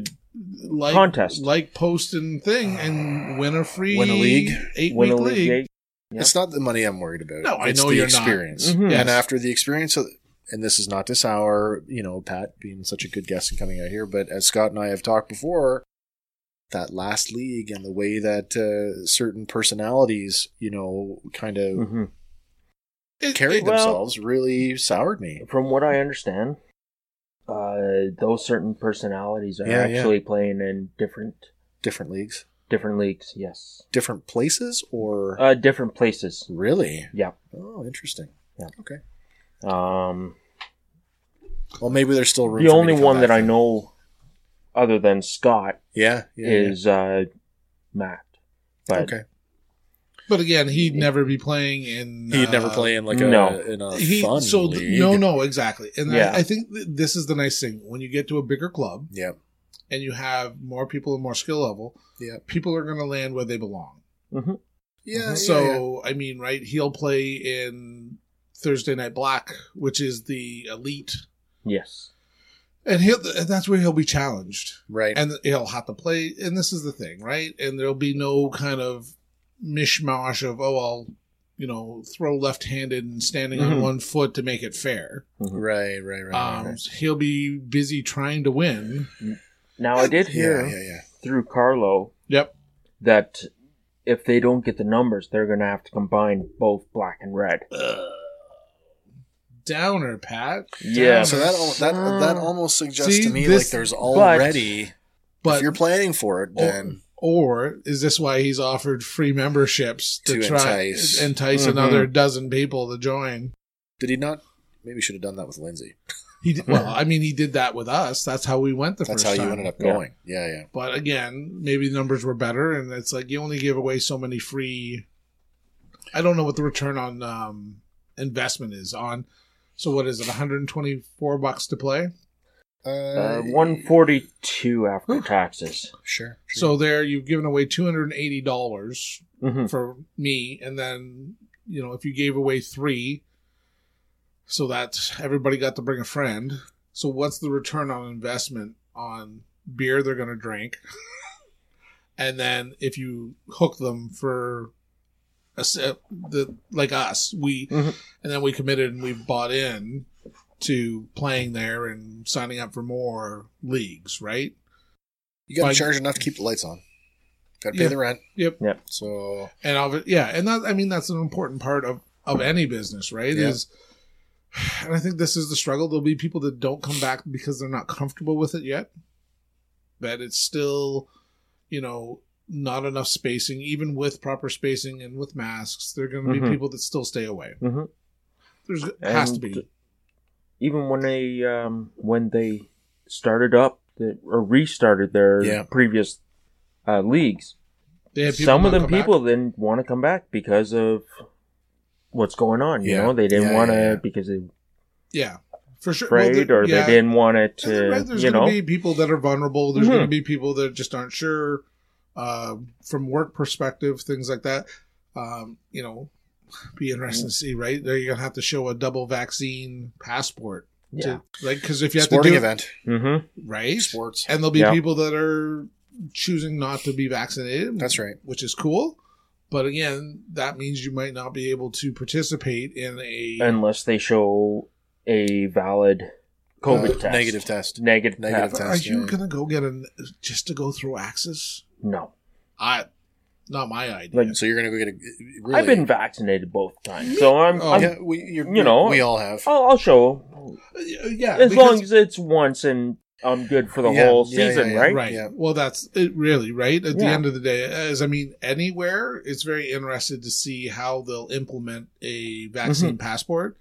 S3: like
S5: contest.
S3: like posting thing, and win a free
S4: Win a league.
S3: eight
S5: win a
S3: week league.
S5: league. eight. Yeah.
S4: It's not the money I'm worried about.
S3: No, I
S4: it's
S3: know
S4: the
S3: you're not.
S4: experience.
S5: Mhm.
S3: Yes.
S4: And after the experience, of, and this is not this hour, you know, Pat being such a good guest and coming out here, but as Scott and I have talked before, that last league and the way that uh, certain personalities, you know, kind of
S5: Mhm.
S3: It-
S4: carried
S3: it-
S5: Well-
S4: themselves really soured me.
S5: From what I understand, uh, those certain personalities are
S4: Yeah, yeah.
S5: actually playing in different
S4: Different leagues,
S5: different leagues. Yes,
S4: different places, or
S5: uh, different places.
S4: really?
S5: Yeah.
S4: Oh, interesting.
S5: Um,
S4: Well, maybe there's still room.
S5: the
S4: for me to
S5: only
S4: come
S5: one
S4: back
S5: that I
S4: then.
S5: know, other than Scott,
S4: Yeah, yeah, yeah.
S5: is uh, Matt. But
S4: okay.
S3: but again, he'd never be playing in.
S4: He'd never
S3: uh,
S4: play in like a
S5: No.
S4: in a
S3: he
S4: fun
S3: so th-
S4: league.
S3: no no exactly and I-
S5: Yeah.
S3: I, think th- this is the nice thing when you get to a bigger club
S4: Yeah,
S3: and you have more people and more skill level
S4: Yeah. Uh,
S3: people are going to land where they belong
S4: yeah. yeah,
S3: Uh-huh. so i mean right he'll play in thursday night black which is the elite
S5: yes,
S3: and he'll and that's where he'll be challenged
S4: right.
S3: and he'll have to play and this is the thing right and there'll be no kind of mishmash of oh i'll you know throw left-handed and standing on
S4: Mm-hmm.
S5: Mhm.
S3: one foot to make it fair
S4: right, right, right, right.
S3: um,
S4: right.
S3: he'll be busy trying to win.
S5: Now Oh, I did hear
S4: yeah, yeah, yeah.
S5: through Carlo
S3: Yep.
S5: that if they don't get the numbers, they're going to have to combine both black and red.
S3: Uh, Downer, Pat.
S5: Yeah.
S4: So that al- that that almost suggests
S3: Uh, See,
S4: to me
S3: this-
S4: like there's
S3: but-
S4: already. if
S3: But
S4: you're planning for it,
S3: or,
S4: then
S3: or is this why he's offered free memberships to,
S4: To
S3: try
S4: entice. Mm-hmm.
S3: entice, another dozen people to join?
S4: did he not? Maybe should have done that with Lindsay.
S3: He did, well, I mean, he did that with us. That's how we went the
S4: Mm-hmm. That's how
S3: first time.
S4: you ended up
S5: Yeah.
S4: going. Yeah, yeah.
S3: But again, maybe the numbers were better, and it's like you only give away so many free. I don't know what the return on um, investment is on. So what is it? One hundred and twenty-four bucks to play.
S5: Uh, 142 after taxes.
S4: Sure. sure.
S3: So there, you've given away two hundred and eighty dollars
S5: hmm
S3: for me, and then you know if you gave away three, so that everybody got to bring a friend. So what's the return on investment on beer they're going to drink, and then if you hook them for a se- the like us, we
S5: Mhm.
S3: and then we committed and we bought in to playing there and signing up for more leagues, right?
S4: you got
S3: by-
S4: to charge enough to keep the lights on. Got to pay
S3: Yeah.
S4: the rent.
S3: Yep.
S5: Yep.
S4: So
S3: and of it, yeah, and that I mean that's an important part of of any business, right?
S4: Yeah.
S3: Is and I think this is the struggle. There'll be people that don't come back because they're not comfortable with it yet. That it's still, you know, not enough spacing, even with proper spacing and with masks, there are going to be
S5: Mhm.
S3: people that still stay away.
S5: Mhm.
S3: There's has to
S5: And
S3: be.
S5: Even when they um, when they started up the, or restarted their
S4: Yeah.
S5: previous uh, leagues,
S3: They had people
S5: some of
S3: not
S5: them
S3: come back.
S5: people didn't want to come back because of what's going on. You
S4: Yeah.
S5: know, they didn't
S4: Yeah,
S5: want to
S4: yeah, yeah.
S5: because they were
S3: yeah, for sure. Well,
S5: afraid
S3: the-
S5: or
S3: yeah.
S5: they didn't want it
S3: And
S5: to.
S3: then, right, there's
S5: you
S3: going
S5: know,
S3: to be people that are vulnerable. There's going to
S5: Mhm.
S3: be people that just aren't sure um, from work perspective, things like that. Um, you know, be interesting
S5: Mm-hmm.
S3: to see, right? They're going to have to show a double vaccine passport,
S5: yeah.
S3: to, like because if you have
S4: Sporting
S3: to do
S4: event,
S5: Mm-hmm.
S3: right,
S4: sports.
S3: and there'll be
S5: Yeah.
S3: people that are choosing not to be vaccinated.
S4: That's right.
S3: which is cool. But again, that means you might not be able to participate in a
S5: Unless they show a valid COVID
S4: Uh,
S5: test,
S4: Negative test.
S5: negative,
S4: Negative
S5: test.
S3: But Are
S4: test,
S3: you
S4: yeah.
S3: gonna go get an just to go through access?
S5: No,
S3: I, not my idea.
S5: Like,
S4: So you're going to go get a. Really,
S5: I've been vaccinated both times, so I'm.
S3: Oh,
S5: I'm
S4: Yeah, we, you're,
S5: you know,
S4: we all have.
S5: I'll, I'll show
S3: Uh, yeah,
S5: as
S3: because-
S5: long as it's once and I'm good for the
S4: Yeah,
S5: whole
S4: yeah, yeah,
S5: season,
S4: yeah.
S5: right?
S3: right.
S4: Yeah.
S3: Well, that's it, really right. At the
S5: Yeah.
S3: end of the day, as I mean, anywhere, it's very interested to see how they'll implement a
S5: Mm-hmm.
S3: vaccine passport.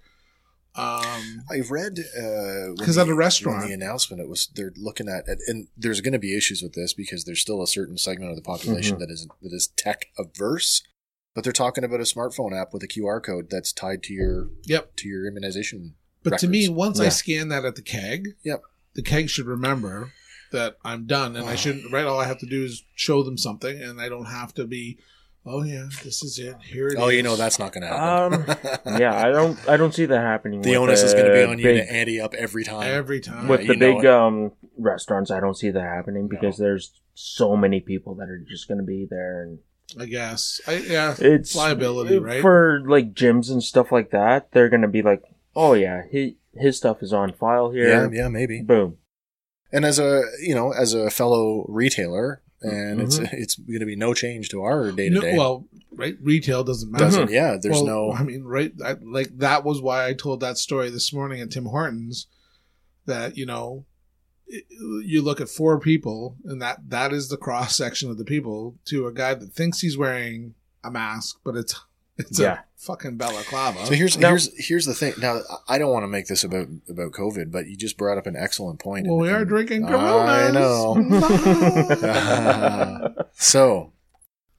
S3: Um,
S4: I read uh, when
S3: 'Cause
S4: the-
S3: at a restaurant-
S4: when the announcement it was they're looking at, at and there's going to be issues with this because there's still a certain segment of the
S3: Mm-hmm.
S4: population that isn't that is tech averse, but they're talking about a smartphone app with a QR code that's tied to your
S3: yep.
S4: to your immunization.
S3: But to me,
S4: records.
S3: once I
S5: Yeah.
S3: scan that at the keg,
S4: Yep.
S3: the keg should remember that I'm done, and I shouldn't. Right, all I have to do is show them something, and I don't have to be. Oh yeah, this is it. Here it is.
S4: Oh, you know that's not going to
S5: Um,
S4: happen.
S5: yeah, I don't. I don't see that happening.
S4: the
S5: with
S4: onus is
S5: the
S4: going to be on you
S5: big-
S4: to ante up every time.
S3: every time.
S5: with
S4: Yeah,
S5: the
S4: you know
S5: big
S4: it.
S5: um, restaurants, I don't see that happening because there's so many people that are just going to be there, and
S3: I guess. I, yeah.
S5: it's
S3: Liability, right?
S5: for like gyms and stuff like that. They're going to be like, "Oh yeah, he, his stuff is on file
S4: yeah,
S5: here."
S4: yeah, maybe.
S5: Boom.
S4: And as a you know, as a fellow retailer, and it's it's going to be no change to our day to
S3: Mm-hmm. No,
S4: day.
S3: well, right. Retail doesn't matter.
S4: Doesn't yeah? There's
S3: Well,
S4: no
S3: I mean, right? I, like that was why I told that story this morning at Tim Hortons. That you know, it- you look at four people, and that that is the cross section of the people to a guy that thinks he's wearing a mask, but it's it's
S5: Yeah.
S3: a fucking balaclava.
S4: So here's
S5: Now-
S4: here's here's the thing. Now I don't want to make this about about COVID, but you just brought up an excellent point.
S3: well, we are
S4: And-
S3: drinking
S4: I
S3: Coronas.
S4: know. So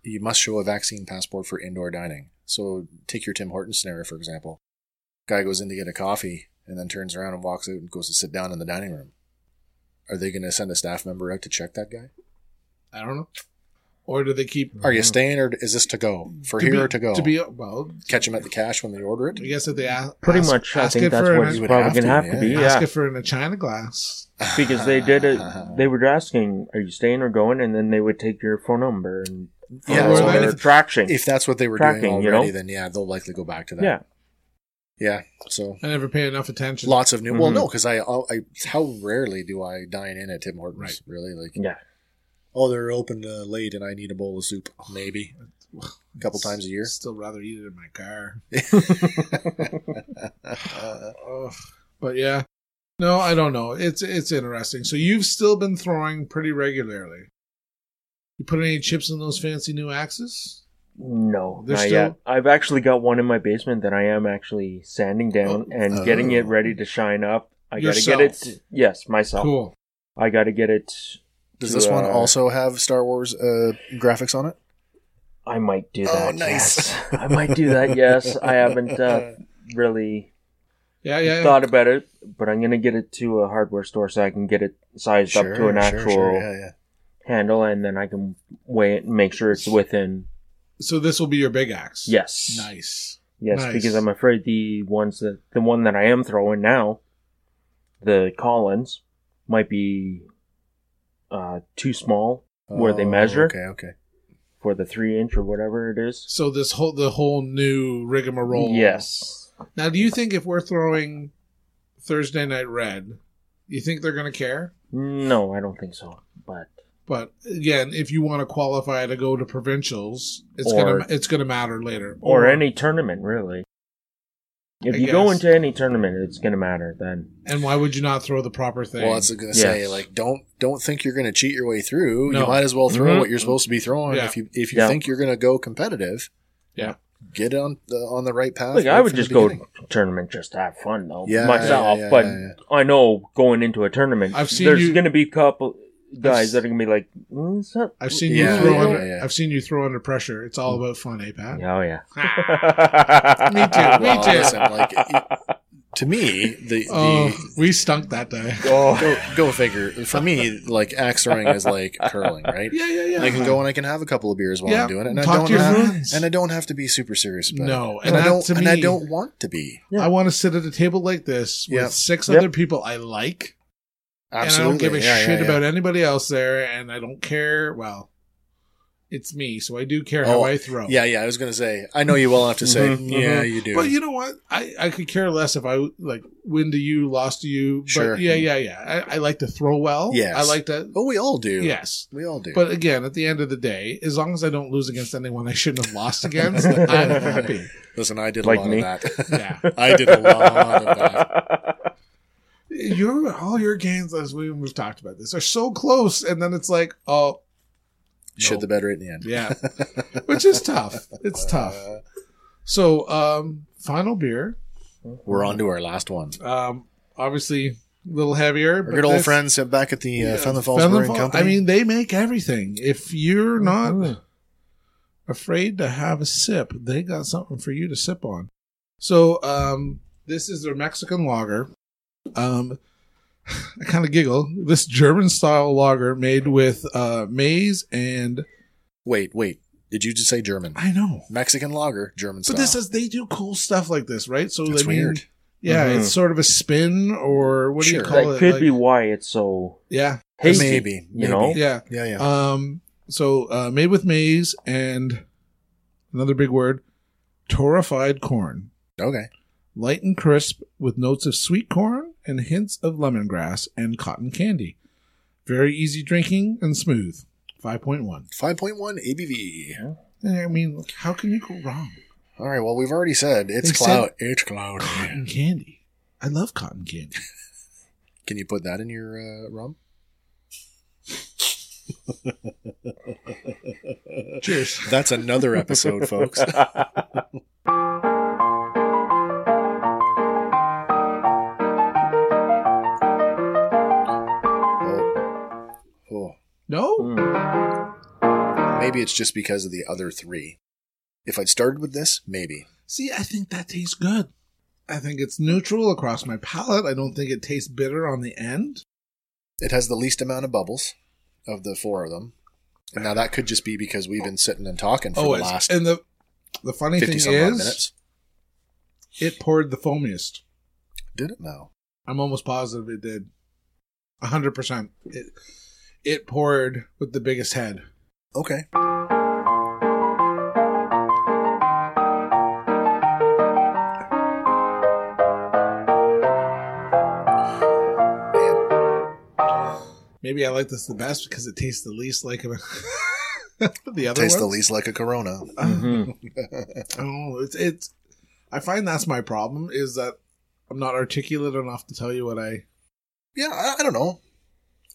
S4: you must show a vaccine passport for indoor dining. So take your Tim Hortons scenario for example. Guy goes in to get a coffee and then turns around and walks out and goes to sit down in the dining room. Are they going to send a staff member out to check that guy?
S3: I don't know. Or do they keep
S4: Are you
S5: Mm.
S4: staying or is this to go for
S3: Mm-hmm. to
S4: here
S3: be,
S4: or to go?
S3: To be well,
S4: catch them at the cash when they order it.
S3: I guess if they ask
S5: Pretty
S3: ask-
S5: much, I
S3: ask
S5: think
S3: it
S5: that's
S3: for
S5: what
S3: an-
S5: it's
S4: You would
S5: probably
S4: have
S5: going to
S4: to,
S5: have to be.
S4: yeah.
S5: Yeah.
S3: ask it for in a china glass.
S5: because they did it. They were asking, "Are you staying or going?" And then they would take your phone number and
S4: Yeah,
S5: or
S3: Or
S4: that's
S3: they-
S4: what I-
S5: their traction.
S4: if that's what they were
S5: Tracking,
S4: doing already,
S5: you know?
S4: then yeah, they'll likely go back to that.
S5: yeah,
S4: yeah. So
S3: I never pay enough attention.
S4: lots of new. Well,
S5: Mhm.
S4: no, because I, I, how rarely do I dine in at Tim Hortons?
S3: Right.
S4: Really, like
S5: yeah.
S4: oh, they're open uh, late, and I need a bowl of soup, maybe a couple times a year.
S3: Still rather eat it in my car. Ugh. But yeah, no, I don't know. It's it's interesting. So you've still been throwing pretty regularly. You put any chips in those fancy new axes?
S5: No,
S3: They're
S5: not
S3: still-
S5: yet. I've actually got one in my basement that I am actually sanding down
S3: Oh.
S5: and
S4: Oh.
S5: getting it ready to shine up. I gotta get
S3: Yourself.
S5: it. Yes, myself.
S3: Cool.
S5: I gotta get it.
S4: Does
S5: to,
S4: this one
S5: uh,
S4: also have Star Wars uh, graphics on it?
S5: I might do
S4: Oh,
S5: that.
S4: nice.
S5: yes. I might do that. Yes, I haven't uh, really
S3: Yeah, yeah. yeah.
S5: thought about it, but I'm gonna get it to a hardware store so I can get it sized up to an actual
S4: yeah, yeah.
S5: handle, and then I can weigh it and make sure it's within.
S3: so this will be your big axe.
S5: Yes.
S3: Nice.
S5: Yes,
S3: Nice.
S5: because I'm afraid the ones that the one that I am throwing now, the Collins, might be uh, too small Where they
S4: Oh,
S5: measure?
S4: Okay, okay.
S5: for the three inch or whatever it is.
S3: So this whole the whole new rigmarole.
S5: Yes,
S3: Now, do you think if we're throwing Thursday Night Red, you think they're going to care?
S5: no, I don't think so. But
S3: But again, if you want to qualify to go to provincials, it's
S5: Or-
S3: gonna it's gonna matter later.
S5: or, any tournament really. If
S3: I
S5: you go
S3: guess.
S5: into any tournament, it's gonna matter then.
S3: And why would you not throw the proper thing?
S4: Well, that's what I'm gonna say
S5: Yes.
S4: like don't don't think you're gonna cheat your way through. You
S3: No.
S4: might as well throw
S5: Mhm.
S4: what you're supposed to be throwing.
S3: Yeah.
S4: If you if you
S5: Yeah.
S4: think you're gonna go competitive,
S3: Yeah.
S4: get on the on the right path.
S5: Like I
S4: right
S5: would
S4: from the
S5: just go
S4: beginning.
S5: tournament just to have fun though
S4: Yeah,
S5: myself,
S4: yeah, yeah,
S5: but
S4: yeah,
S5: I know going into a tournament,
S3: I've seen
S5: there's
S3: you-
S5: gonna be a couple
S3: I've-
S5: guys that are gonna be like, "Mm, is that-
S3: I've seen
S4: Yeah,
S3: you throw
S4: yeah,
S3: under.
S4: yeah, yeah.
S3: I've seen you throw under pressure. It's all about fun, eh, Pat?
S5: oh yeah,
S3: Me too.
S4: Well,
S3: Me too.
S4: listen, like it- to me the, the
S3: Oh, we stunk that day.
S5: Oh,
S4: go go figure. For me, like axe throwing is like curling, right?
S3: Yeah, yeah, yeah.
S4: I can go and I can have a couple of beers while
S3: Yeah,
S4: I'm doing it, and I
S3: talk
S4: don't
S3: to your
S4: have,
S3: friends.
S4: and I don't have to be super serious about it.
S3: No,
S4: And,
S3: and,
S4: I
S3: that,
S4: don't,
S3: to
S4: and
S3: me,
S4: I don't want to be.
S3: I want to sit at a table like this with
S4: Yeah.
S3: six
S5: Yep.
S3: other people I like,
S4: Absolutely,
S3: and I don't give a
S4: Yeah, yeah,
S3: shit
S4: yeah.
S3: about anybody else there, and I don't care. Well, it's me, so I do care how
S4: Oh,
S3: I throw.
S4: Yeah, yeah. I was gonna say. I know you well enough to say.
S5: Mhm,
S4: Yeah, you do.
S3: But you know what? I, I could care less if I like win to you, lost to you.
S4: Sure.
S3: But yeah, yeah, yeah. I, I like to throw well.
S4: Yes. Oh,
S3: I like to.
S4: but we all do.
S3: Yes.
S4: we all do.
S3: But again, at the end of the day, as long as I don't lose against anyone I shouldn't have lost against, I'm happy.
S4: listen, I did a
S5: Like
S4: lot of
S5: me.
S4: that.
S3: Yeah.
S4: I did a lot of that.
S3: Your all your games, as we, we've talked about this, are so close, and then it's like, oh,
S4: Shit the bed right in the end.
S3: yeah, which is tough. It's tough.
S4: Uh,
S3: So, um, final beer,
S4: we're on to our last one.
S3: um, obviously a little heavier.
S4: Our
S3: but
S4: good old
S3: this-
S4: friends back at the uh, Fenland Falls
S3: Fenland
S4: Brewing
S3: Falls-
S4: Company.
S3: I mean, they make everything. If you're
S5: Oh,
S3: not afraid to have a sip, they got something for you to sip on. So, um, this is their Mexican lager. Um, I kind of giggle. This German style lager made with uh, maize and
S4: wait, wait. Did you just say German?
S3: I know,
S4: Mexican lager, German
S3: but
S4: style.
S3: this is they do cool stuff like this, right? So
S4: That's
S3: I mean,
S4: weird.
S3: Yeah,
S5: Mhm.
S3: it's sort of a spin or what do
S4: Sure.
S3: you call
S5: that
S3: it?
S5: could
S3: Like-
S5: be why it's so
S3: yeah,
S5: hazy.
S4: maybe, Uh,
S5: you know?
S4: maybe.
S3: yeah.
S4: Yeah, yeah.
S3: Um, so uh, made with maize and another big word, torrefied corn,
S4: okay.
S3: light and crisp with notes of sweet corn and hints of lemongrass and cotton candy. Very easy drinking and smooth. Five point one.
S4: 5.1 ABV.
S3: I mean, how can you go wrong?
S4: E. All right. Well, we've already said it's
S3: They
S4: cloud. it's cloud.
S3: Cotton candy. I love cotton candy.
S4: Can you put that in your uh, rum?
S3: Cheers.
S4: That's another episode, folks. oh. Oh.
S3: No.
S5: Mm.
S4: Maybe it's just because of the other three. If I'd started with this, maybe.
S3: See, I think that tastes good. I think it's neutral across my palate. I don't think it tastes bitter on the end.
S4: It has the least amount of bubbles of the four of them. And now that could just be because we've been sitting and talking for
S3: oh,
S4: the
S3: it's-
S4: last
S3: and the the funny thing
S4: 50 some odd
S3: is,
S4: minutes.
S3: it poured the foamiest.
S4: Did it now?
S3: I'm almost positive it did. hundred percent. It it poured with the biggest head.
S4: Okay. Man,
S3: Maybe I like this the best because it tastes the least like a, the other
S4: tastes the
S3: ones.
S4: least like a Corona.
S3: Mm-hmm.
S5: Mhm.
S3: Oh, it's it's. I find that's my problem is that I'm not articulate enough to tell you what I.
S4: Yeah, I, I don't know.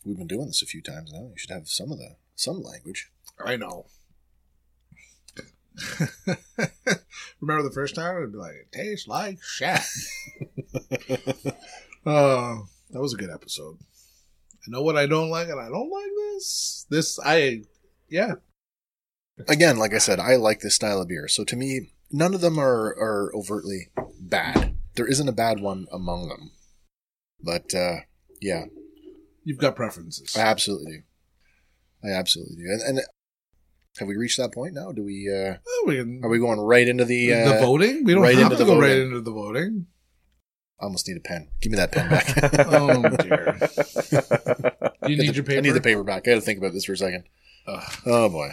S4: We've been doing this a few times now. You should have some of the some language.
S3: I know. Remember the first time? I'd be like, it tastes like shit. Oh, that was a good episode. I know what I don't like, and I don't like this. This, I, yeah.
S4: Again, like I said, I like this style of beer. So to me, none of them are are overtly bad. There isn't a bad one among them. But uh, yeah,
S3: You've got preferences.
S4: I absolutely do. I absolutely do. And, and have we reached that point now? Do we? Uh,
S3: Oh, we can,
S4: are we going right into the? Uh,
S3: the voting? We don't
S4: right
S3: have
S4: into
S3: to
S4: the
S3: go right
S4: voting.
S3: into the voting.
S4: I almost need a pen. Give me that pen back.
S3: Oh, dear. Do you
S4: Get
S3: need
S4: the-
S3: your paper?
S4: I need the paper back. I got to think about this for a second.
S3: Ugh,
S4: Oh boy,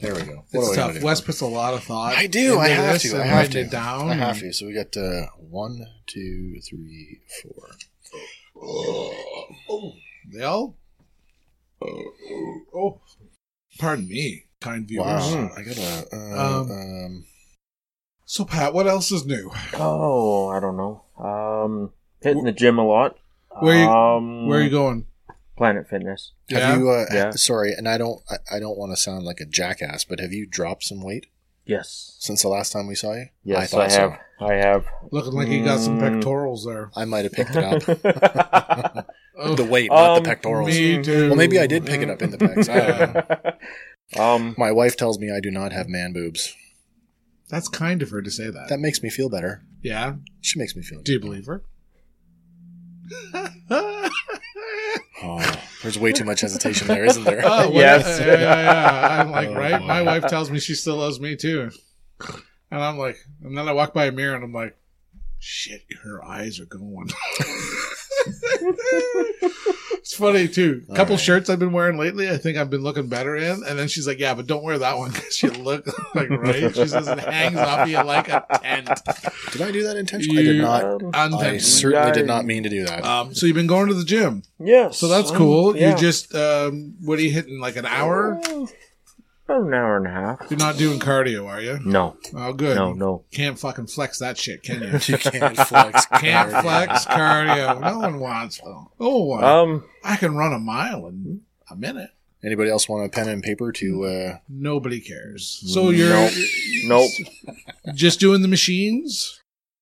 S4: there we go. What
S3: it's
S4: am I gonna
S3: tough.
S4: do?
S3: Wes puts a lot of thought.
S4: I do. I
S3: into
S4: have
S3: this
S4: to. I
S3: and
S4: have
S3: writing
S4: to.
S3: It down.
S4: I have to. So we got uh, one, two, three, four.
S3: Oh, they all. Oh, pardon me, kind viewers.
S4: Wow. I got a. Uh,
S3: Um,
S4: um,
S3: So, Pat, what else is new?
S5: Oh, I don't know. Um, hitting the gym a lot.
S3: Where you-
S4: Hmm.
S5: um,
S3: Where are you going?
S5: Planet Fitness.
S3: Yeah?
S4: Have you? Uh,
S5: Yeah.
S4: Sorry, and I don't. I, I don't want to sound like a jackass, but have you dropped some weight
S5: Yes.
S4: since the last time we saw you?
S5: Yes, I, have. I have.
S3: Looking like you got some
S4: Hmm.
S5: Mm.
S3: pectorals there.
S4: I might have picked it up.
S3: Oh,
S4: the weight, not
S5: Um,
S4: the pectorals. Hmm.
S3: Me too.
S4: Well, maybe I did pick it up in the pecs. I don't know.
S5: um,
S4: My wife tells me I do not have man boobs.
S3: That's kind of her to say that.
S4: That makes me feel better.
S3: yeah.
S4: She makes me feel. Good.
S3: Do you believe her?
S4: Oh, there's way too much hesitation there, isn't there?
S3: Oh, well,
S5: Yes.
S3: Yeah, yeah, yeah. I'm
S4: Oh,
S3: like, right? My wife tells me she still loves me too. And I'm like, and then I walk by a mirror and I'm like, shit, her eyes are going. it's funny too. A
S4: All
S3: couple
S4: right.
S3: shirts I've been wearing lately, I think I've been looking better in. And then she's like, yeah, but don't wear that one because you look like, right? She says it hangs off you like a tent.
S4: Did I do that intentionally? I did
S3: You- Uh,
S4: not.
S5: um,
S4: I
S3: Untent.
S4: certainly
S5: I-
S4: did not mean to do that.
S3: Um, so you've been going to the gym.
S5: yes.
S3: So that's
S5: um,
S3: cool.
S5: yeah.
S3: You're just, um, what are you hitting? Like an hour?
S5: About an hour and a half.
S3: You're not doing cardio, are you?
S5: No,
S3: Oh, good.
S5: no, no.
S3: Can't fucking flex that shit, can you?
S4: you can't flex.
S3: Can't
S4: Cardio.
S3: flex cardio. No one wants. Oh, uh,
S5: Um,
S3: I can run a mile in a minute.
S4: Anybody else want a pen and paper to? Uh,
S3: Nobody cares. So you're
S5: Nope. nope.
S3: just doing the machines.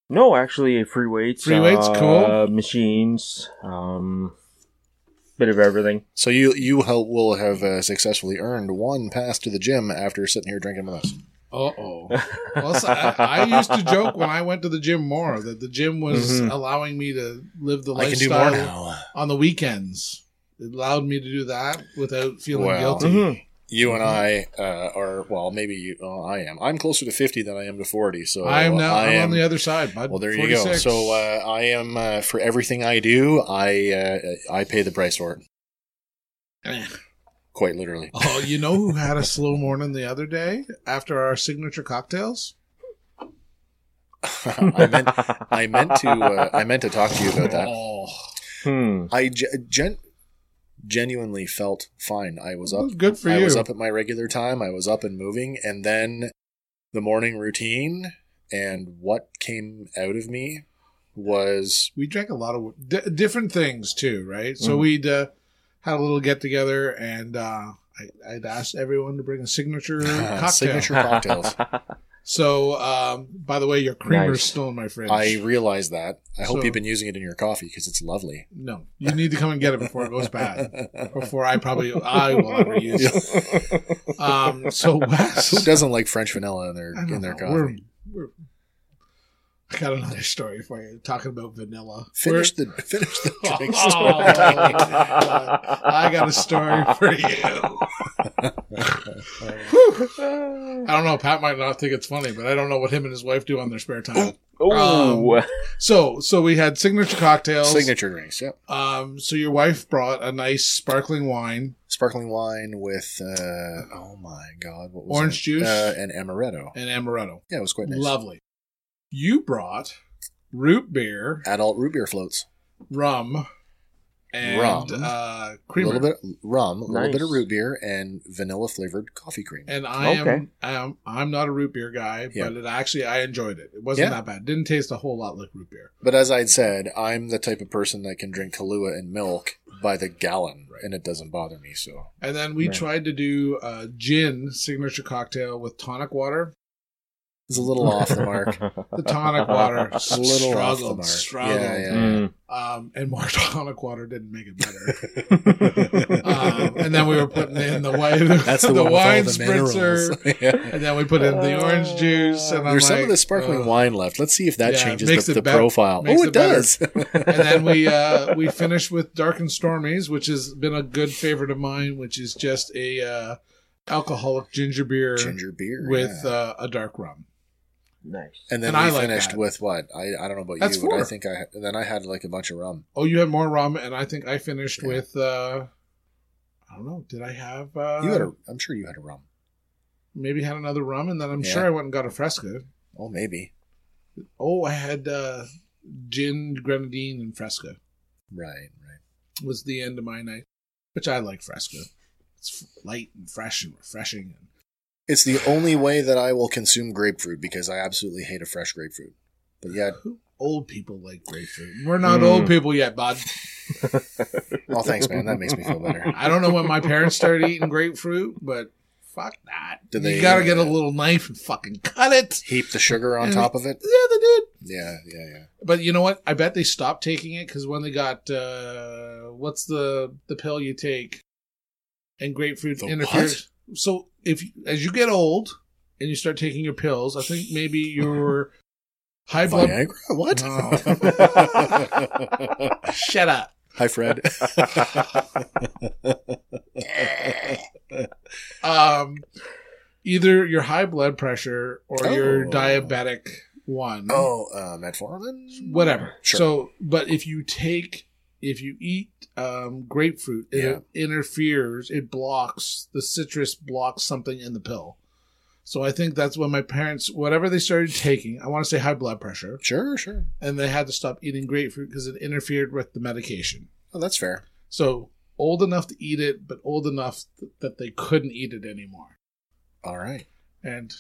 S5: No, actually, free weights.
S3: Free weights,
S5: uh, Machines, um, bit of everything.
S4: so you you help, will have uh, successfully earned one pass to the gym after sitting here drinking with us.
S3: Uh oh. Plus, I, I used to joke when I went to the gym more that the gym was
S5: Mhm.
S3: allowing me to live the
S4: Mm-hmm. I can do more
S3: lifestyle
S4: now.
S3: on the weekends. It allowed me to do that without feeling
S4: Wow.
S3: guilty.
S5: Mhm.
S4: You and I uh, are well. Maybe you, well, I am. I'm closer to fifty than I am to forty. So uh,
S3: I am now.
S4: I
S3: I'm
S4: am-
S3: on the other side, bud.
S4: Well, there you go.
S3: 46.
S4: So uh, I am uh, for everything I do. I uh, I pay the price for it, quite literally.
S3: Oh, you know who had a slow morning the other day after our signature cocktails?
S4: I meant I meant to uh, I meant to talk to you about that.
S3: Oh,
S5: Hmm.
S4: I ge- gen- genuinely felt fine. I was up.
S3: good for
S4: I
S3: you.
S4: was up at my regular time. I was up and moving, and then the morning routine and what came out of me was
S3: We drank a lot of d- different things too, right? So
S4: Mm-hmm.
S5: Mhm.
S3: we'd uh, had a little get together, and uh, I, I'd asked everyone to bring a signature
S4: Mm,
S3: cocktail.
S4: signature cocktails.
S3: So, um, by the way, your creamer's
S5: Nice.
S3: still in my fridge.
S4: I realize that. I hope
S3: So-
S4: you've been using it in your coffee because it's lovely.
S3: no, you need to come and get it before it goes bad. Before I probably I will ever use it. Um, so Wes,
S4: Who doesn't like French vanilla in their
S3: I don't
S4: in their
S3: know.
S4: coffee?
S3: We're, we're, I got another story for you talking about vanilla.
S4: finish the finish the
S3: We're-
S4: drink
S3: Oh,
S4: story.
S3: God. I got a story for you. Oh. I don't know. Pat might not think it's funny, but I don't know what him and his wife do on their spare time.
S5: oh,
S3: So, so we had signature cocktails.
S4: Signature drinks. Yep.
S3: Um, so your wife brought a nice sparkling wine.
S4: Sparkling wine with uh, oh my god, what was
S3: Orange
S4: it?
S3: juice?
S4: uh, and amaretto.
S3: and amaretto.
S4: Yeah, it was quite nice.
S3: Lovely. You brought root beer,
S4: Adult root beer floats.
S3: rum, and
S4: Rum.
S3: Uh,
S4: A
S3: creamer.
S4: little bit rum, a little
S5: Nice.
S4: bit of root beer, and vanilla flavored coffee cream.
S3: And I
S5: Okay.
S3: am I'm, I'm not a root beer guy,
S4: Yeah.
S3: but it actually I enjoyed it. It wasn't
S4: Yeah.
S3: that bad. didn't taste a whole lot like root beer.
S4: But as I'd said, I'm the type of person that can drink Kahlua and milk by the gallon, and it doesn't bother me. So
S3: And then we
S5: Right.
S3: tried to do a gin signature cocktail with tonic water.
S4: it's a little off the
S3: Um,
S4: mark.
S3: The tonic water
S4: A little
S3: struggled,
S4: off the mark.
S3: struggled.
S4: Yeah, yeah.
S5: Mm.
S3: Um, and more tonic water didn't make it better. um, and then we were putting in the wine,
S4: That's the,
S3: the
S4: one
S3: wine
S4: with all the
S3: spritzer,
S4: minerals. yeah.
S3: and then we put in the orange juice. And I'm
S4: There's some
S3: like, uh,
S4: of the sparkling
S3: "Ugh."
S4: wine left. Let's see if that
S3: Yeah,
S4: changes
S3: makes
S4: the,
S3: it
S4: the
S3: better.
S4: profile.
S3: Makes
S4: oh,
S3: it
S4: it
S3: better.
S4: does.
S3: and then we uh, we finish with Dark and Stormies, which has been a good favorite of mine, which is just a uh, alcoholic ginger beer
S4: Ginger beer
S3: with
S4: yeah.
S3: uh, a dark rum.
S5: nice.
S4: and then
S3: and I
S4: we
S3: like
S4: finished
S3: that.
S4: with what? I, I don't know about
S3: That's
S4: you, but
S3: four.
S4: I think I then I had like a bunch of rum.
S3: Oh, you had more rum, and I think I finished
S4: Yeah.
S3: with uh, I don't know. Did I have uh,
S4: you had a, I'm sure you had a rum.
S3: maybe had another rum, and then I'm
S4: Yeah.
S3: sure I went and got a Fresca.
S4: Oh, maybe
S3: Oh, I had uh, gin, grenadine, and Fresca.
S4: right, right.
S3: was the end of my night, which I like Fresca. It's f- light and fresh and refreshing.
S4: It's the only way that I will consume grapefruit because I absolutely hate a fresh grapefruit. But yeah,
S3: Old people like grapefruit. We're not
S5: Mm.
S3: old people yet, bud.
S4: oh thanks, man. That makes me feel better.
S3: I don't know when my parents started eating grapefruit, but fuck that.
S4: Did
S3: you
S4: they,
S3: gotta get a
S4: uh,
S3: little knife and fucking cut it.
S4: Heap the sugar on
S3: And-
S4: top of it.
S3: Yeah, they did.
S4: Yeah, yeah, yeah.
S3: But you know what? I bet they stopped taking it because when they got uh, what's the the pill you take, and grapefruit
S4: The
S3: interferes. So if as you get old and you start taking your pills, I think maybe your high blood.
S4: Viagra? What? eh?
S3: Shut up.
S4: Hi, Fred.
S3: Um, either your high blood pressure or your
S4: Oh.
S3: diabetic one.
S4: oh, uh, metformin.
S3: whatever.
S4: Sure.
S3: So, but if you take, if you eat um, grapefruit, it
S4: Yeah.
S3: interferes. It blocks the citrus blocks something in the pill. So I think that's when my parents, whatever they started taking, I want to say high blood pressure,
S4: Sure, sure.
S3: and they had to stop eating grapefruit because it interfered with the medication.
S4: Oh, that's fair.
S3: So old enough to eat it, but old enough th- that they couldn't eat it anymore.
S4: All right.
S3: And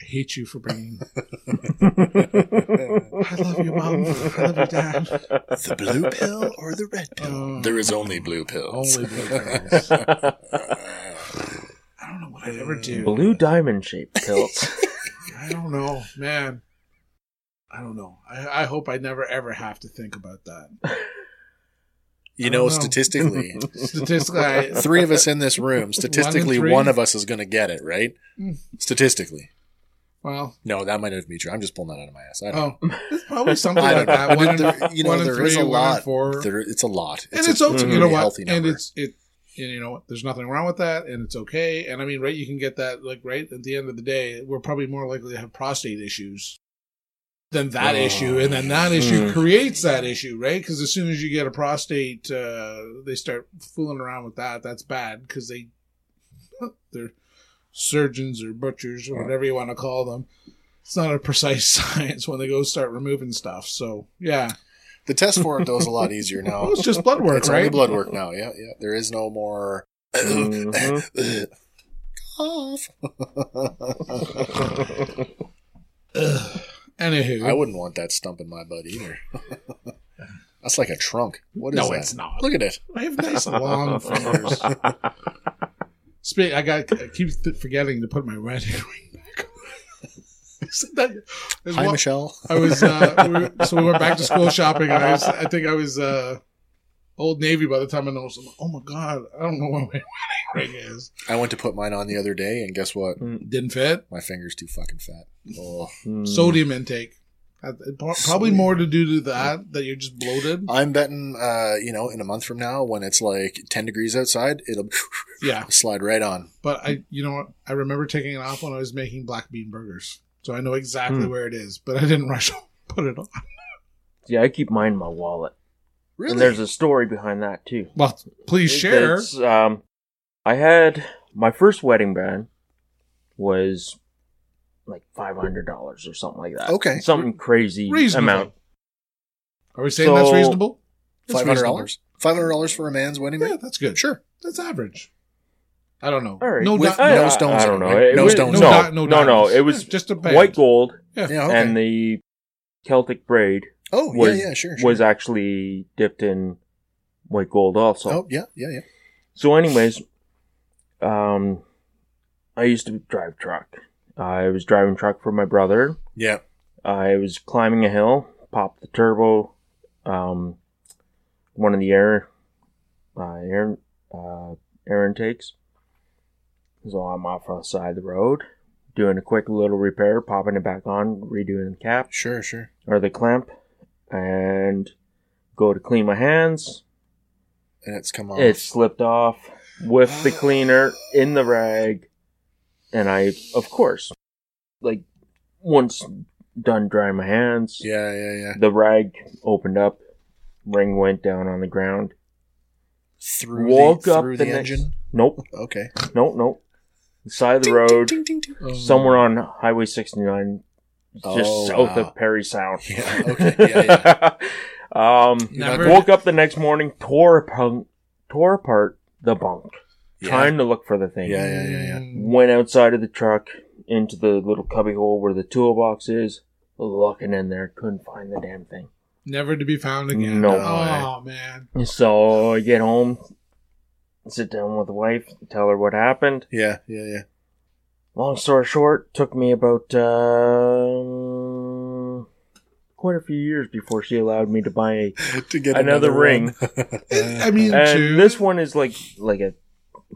S3: I hate you for bringing.
S5: I
S3: love you, Mom. I love you, Dad.
S4: The blue pill or the red pill?
S3: Oh.
S4: there is Uh, only blue pills.
S3: Only blue pills. I don't know what I'd ever do.
S5: Blue diamond shaped pills.
S3: I don't know, man. I don't know. I, I hope I never ever have to think about that.
S4: you
S3: I don't know.
S4: know, statistically,
S3: Statistically, I,
S4: three of us in this room, statistically,
S3: One
S4: one,
S3: in three?
S4: of us is going to get it, right?
S3: Mm.
S4: Statistically.
S3: well,
S4: No, that might not be true. I'm just pulling that out of my ass. I don't know.
S3: oh, it's probably something
S4: I
S3: like
S4: don't
S3: that.
S4: know.
S3: Uh, One in,
S4: There- you know,
S3: one in
S4: there
S3: three,
S4: is a
S3: one in
S4: lot.
S3: four,
S4: There, it's a lot.
S3: and it's
S4: a
S3: okay. You know
S4: really
S3: what?
S4: healthy
S3: And
S4: number.
S3: it's it. and You know what? There's nothing wrong with that, and it's okay. And I mean, right? You can get that. Like, right at the end of the day, we're probably more likely to have prostate issues than that
S4: Oh. mm.
S3: issue, and then that issue
S5: Hmm.
S3: creates that issue, right? Because as soon as you get a prostate, uh, they start fooling around with that. That's bad because they they're surgeons or butchers or whatever you want to call them. It's not a precise science when they go start removing stuff. So yeah,
S4: the test for it, though, is a lot easier now.
S3: well, it's just blood work,
S4: it's
S3: right?
S4: only blood work now. Yeah, yeah. There is no more
S5: Mhm.
S4: cough.
S3: Ugh. Anywho,
S4: I wouldn't want that stump in my butt either. That's like a trunk. What is
S3: No,
S4: that?
S3: it's not.
S4: Look at it.
S3: I have nice long fingers. Speak. I got. I keep th- forgetting to put my wedding ring back. on. So that- there's
S4: Hi,
S3: one-
S4: Michelle.
S3: I was. Uh, we were- so we went back to school shopping. And I was. I think I was. Uh, Old Navy by the time I noticed. I'm like, oh my god! I don't know where my wedding ring is.
S4: I went to put mine on the other day, and guess what?
S3: Didn't fit.
S4: My finger's too fucking fat. Oh.
S3: Hmm.
S5: Mm.
S3: Sodium intake. Uh, it pro- Probably
S4: Sodium.
S3: more to do to that that you're just bloated.
S4: I'm betting, uh, you know, in a month from now, when it's like 10 degrees outside, it'll
S3: Yeah,
S4: slide right on.
S3: but I. You know what? I remember taking it off when I was making black bean burgers, so I know exactly
S5: Hmm.
S3: where it is. But I didn't rush to put it on.
S5: Yeah, I keep mine in my wallet.
S4: Really?
S5: And there's a story behind that too.
S3: Well, please share.
S5: That's, um, I had my first wedding band was like five hundred dollars or something like that.
S4: Okay.
S5: something crazy
S3: Reasonable.
S5: amount.
S3: Are we saying
S5: So-
S3: that's reasonable? It's
S4: $500? $500 for a man's wedding
S3: reasonable. Yeah,
S4: ring?
S3: that's good.
S4: Sure.
S3: That's average. I don't know.
S5: All right.
S3: No,
S4: With-
S3: di-
S5: I-
S4: no
S5: I-
S4: stones
S5: I
S4: in
S5: don't
S4: it,
S5: know.
S4: right?
S5: It
S4: No
S5: was-
S4: stones
S5: No,
S4: in
S3: di-
S5: no, no, It was
S3: Yeah, just a band.
S5: white gold,
S4: Yeah, okay.
S5: and the Celtic braid
S4: oh,
S5: was-
S4: yeah, yeah, sure. sure.
S5: was actually dipped in white gold also.
S4: oh, yeah, yeah, yeah.
S5: So, anyways, um, I used to drive truck. I was driving truck for my brother.
S4: Yeah.
S5: I was climbing a hill, popped the turbo, um, one of the air, uh, air, uh, air intakes. So I'm off on the side of the road, doing a quick little repair, popping it back on, redoing the cap
S4: Sure, sure.
S5: or the clamp, and go to clean my hands.
S4: And it's come off.
S5: It slipped off with the cleaner in the rag, and I, of course, like once done drying my hands,
S4: yeah, yeah, yeah.
S5: the rag opened up, ring went down on the ground.
S4: Through
S5: Woke
S4: the,
S5: up
S4: through
S5: the
S4: the,
S5: next-
S4: engine.
S5: Nope,
S4: Okay.
S5: nope, nope. Side of the
S4: Ting,
S5: road,
S4: ting, ting, ting, ting.
S3: Oh.
S5: somewhere on Highway 69, just
S4: Oh,
S5: south
S4: wow.
S5: of Perry Sound.
S4: Yeah, okay. Yeah, yeah.
S5: um,
S3: Never-
S5: woke up the next morning, tore apart, tore apart the bunk.
S4: Yeah.
S5: trying to look for the
S3: Oh,
S5: thing.
S4: Yeah, yeah, yeah, yeah.
S5: Went outside of the truck into the little cubbyhole where the toolbox is. Looking in there, couldn't find the damn thing.
S3: Never to be found again.
S5: No.
S3: Oh, man.
S5: So I get home, sit down with the wife, tell her what happened.
S4: Yeah, yeah, yeah.
S5: Long story short, took me about um quite a few years before she allowed me to buy a
S4: To get
S5: Another ring.
S3: I mean,
S5: and
S3: two.
S5: this one is like like a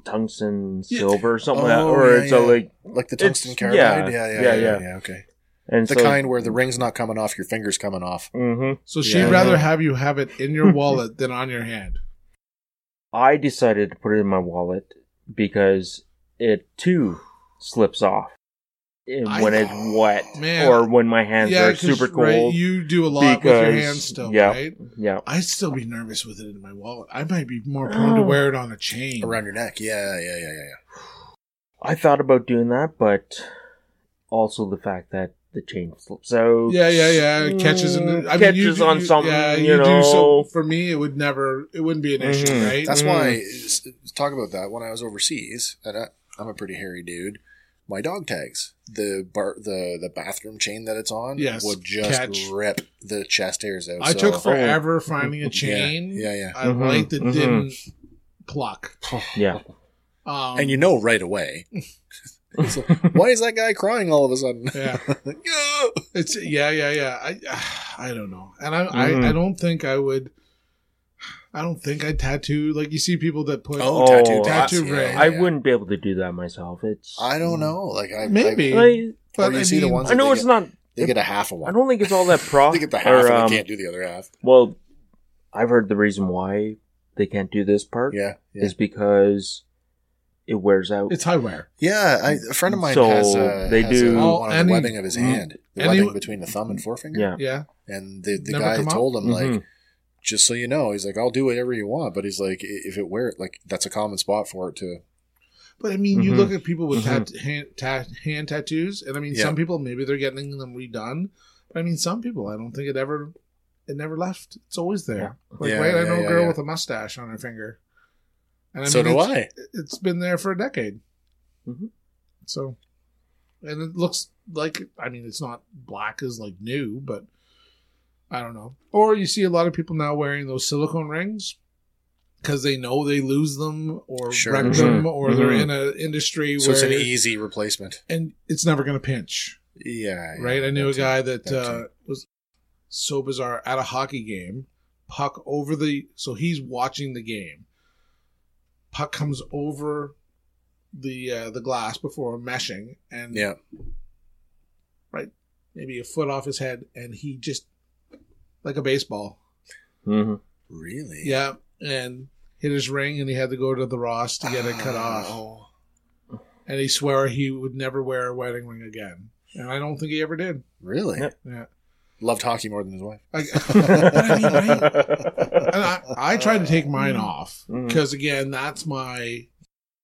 S5: tungsten
S3: Yeah.
S5: silver or something like that,
S4: Oh,
S5: or
S4: yeah,
S5: it's a
S4: yeah.
S5: like
S4: like the
S5: It's-
S4: tungsten
S5: yeah,
S4: carbide. Yeah yeah yeah,
S5: yeah,
S4: yeah, yeah,
S5: yeah.
S4: Okay,
S5: and
S4: the
S5: so,
S4: kind where the ring's not coming off, your fingers coming off.
S5: hmm
S3: so she'd
S4: Yeah.
S3: rather have you have it in your wallet than on your hand.
S5: I decided to put it in my wallet because it too slips off in-
S3: I-
S5: when it's wet
S3: Man.
S5: or when my hands are
S3: 'cause,
S5: super
S3: right,
S5: cold.
S3: you do a lot with your
S5: because-
S3: hands still,
S5: yeah.
S3: right?
S5: yeah,
S3: I'd still be nervous with it in my wallet. I might be more prone to
S5: Oh.
S3: wear it on a chain.
S4: Around your neck, yeah, yeah, yeah, yeah, yeah.
S5: I thought about doing that, but also the fact that the chain slips out.
S3: Yeah, yeah, yeah. It catches in the,
S5: Mm,
S3: I mean, you
S5: catches
S3: do-
S5: on
S3: you-
S5: something, you know.
S3: for me, it would never. It wouldn't be an issue,
S5: Mhm.
S3: right?
S4: That's why s- talk about that. When I was overseas, and I, I'm a pretty hairy dude, my dog tags the bar the the bathroom chain that it's on
S3: Yes,
S4: would just
S3: catch.
S4: rip the chest hairs out.
S3: I
S4: So-
S3: took forever finding a chain.
S4: Yeah, yeah.
S3: I
S5: Mhm,
S3: liked it
S5: mhm.
S3: didn't pluck.
S5: yeah.
S3: Um,
S4: and you know right away. It's like, why is that guy crying all of a sudden?
S3: yeah,
S4: Yeah.
S3: it's yeah, yeah, yeah. I I don't know, and I
S5: Mhm.
S3: I, I don't think I would. I don't think I tattoo like you see people that put.
S4: Oh,
S5: Oh,
S4: tattoo,
S3: tattoo
S4: dots, yeah,
S3: ring.
S4: yeah,
S5: I
S4: yeah.
S5: wouldn't be able to do that myself. It's
S4: I don't know. Like I
S3: Maybe.
S4: I,
S5: I,
S3: but
S4: or you see the
S3: mean,
S4: ones
S5: I know it's not.
S4: they get a half of one.
S5: I don't think it's all that pro.
S4: they get the half,
S5: or,
S4: and
S5: um,
S4: they can't do the other half.
S5: Well, I've heard the reason why they can't do this part
S4: Yeah, yeah.
S5: is because it wears out.
S3: It's high wear.
S4: Yeah, I, a friend of mine
S5: So,
S4: has, a,
S5: they
S4: has
S5: do-
S4: a,
S3: Oh,
S4: one of
S3: any-
S4: the webbing of his hand, the
S3: any-
S4: webbing between the thumb and forefinger.
S5: yeah.
S3: Yeah,
S4: And the, the
S3: Never
S4: guy
S3: come up?
S4: told him, like,
S5: Mhm.
S4: just so you know, he's like, I'll do whatever you want. But he's like, i- if it wear it, like, that's a common spot for it to.
S3: but I mean, you
S4: Mm-hmm.
S5: Mhm.
S3: look at people with
S5: Mhm.
S3: tat- hand, tat- hand tattoos, and I mean,
S4: Yeah.
S3: some people maybe they're getting them redone, but I mean, some people I don't think it ever, it never left. It's always there. Like,
S4: Yeah,
S3: right? I
S4: yeah,
S3: know a
S4: yeah,
S3: girl
S4: yeah.
S3: with a mustache on her finger, and
S4: so do
S3: it's-
S4: I.
S3: it's been there for a decade.
S5: Mhm.
S3: So, and it looks like I mean, it's not black as like new, but I don't know. Or you see a lot of people now wearing those silicone rings because they know they lose them or
S4: Sure.
S3: wreck
S5: Mhm.
S3: them, or they're
S5: Mhm.
S3: in an industry
S4: So
S3: where
S4: it's an e- easy replacement.
S3: and it's never going to pinch,
S4: Yeah. yeah,
S3: right? I knew a
S4: that's it.
S3: guy that
S4: that
S3: uh, was so bizarre at a hockey game. Puck over the so he's watching the game. Puck comes over the uh, the glass before meshing and
S4: Yeah.
S3: maybe a foot off his head, and he just like a baseball,
S5: Mhm.
S4: Really?
S3: yeah, and hit his ring, and he had to go to the Ross to get it cut off.
S4: Oh.
S3: And he swore he would never wear a wedding ring again, and I don't think he ever did.
S4: Really?
S5: Yep.
S3: Yeah.
S4: Loved hockey more than his wife.
S3: Like, I mean, right? and I, I tried to take
S4: Mm-hmm.
S3: mine off
S5: Mhm.
S3: because again, that's my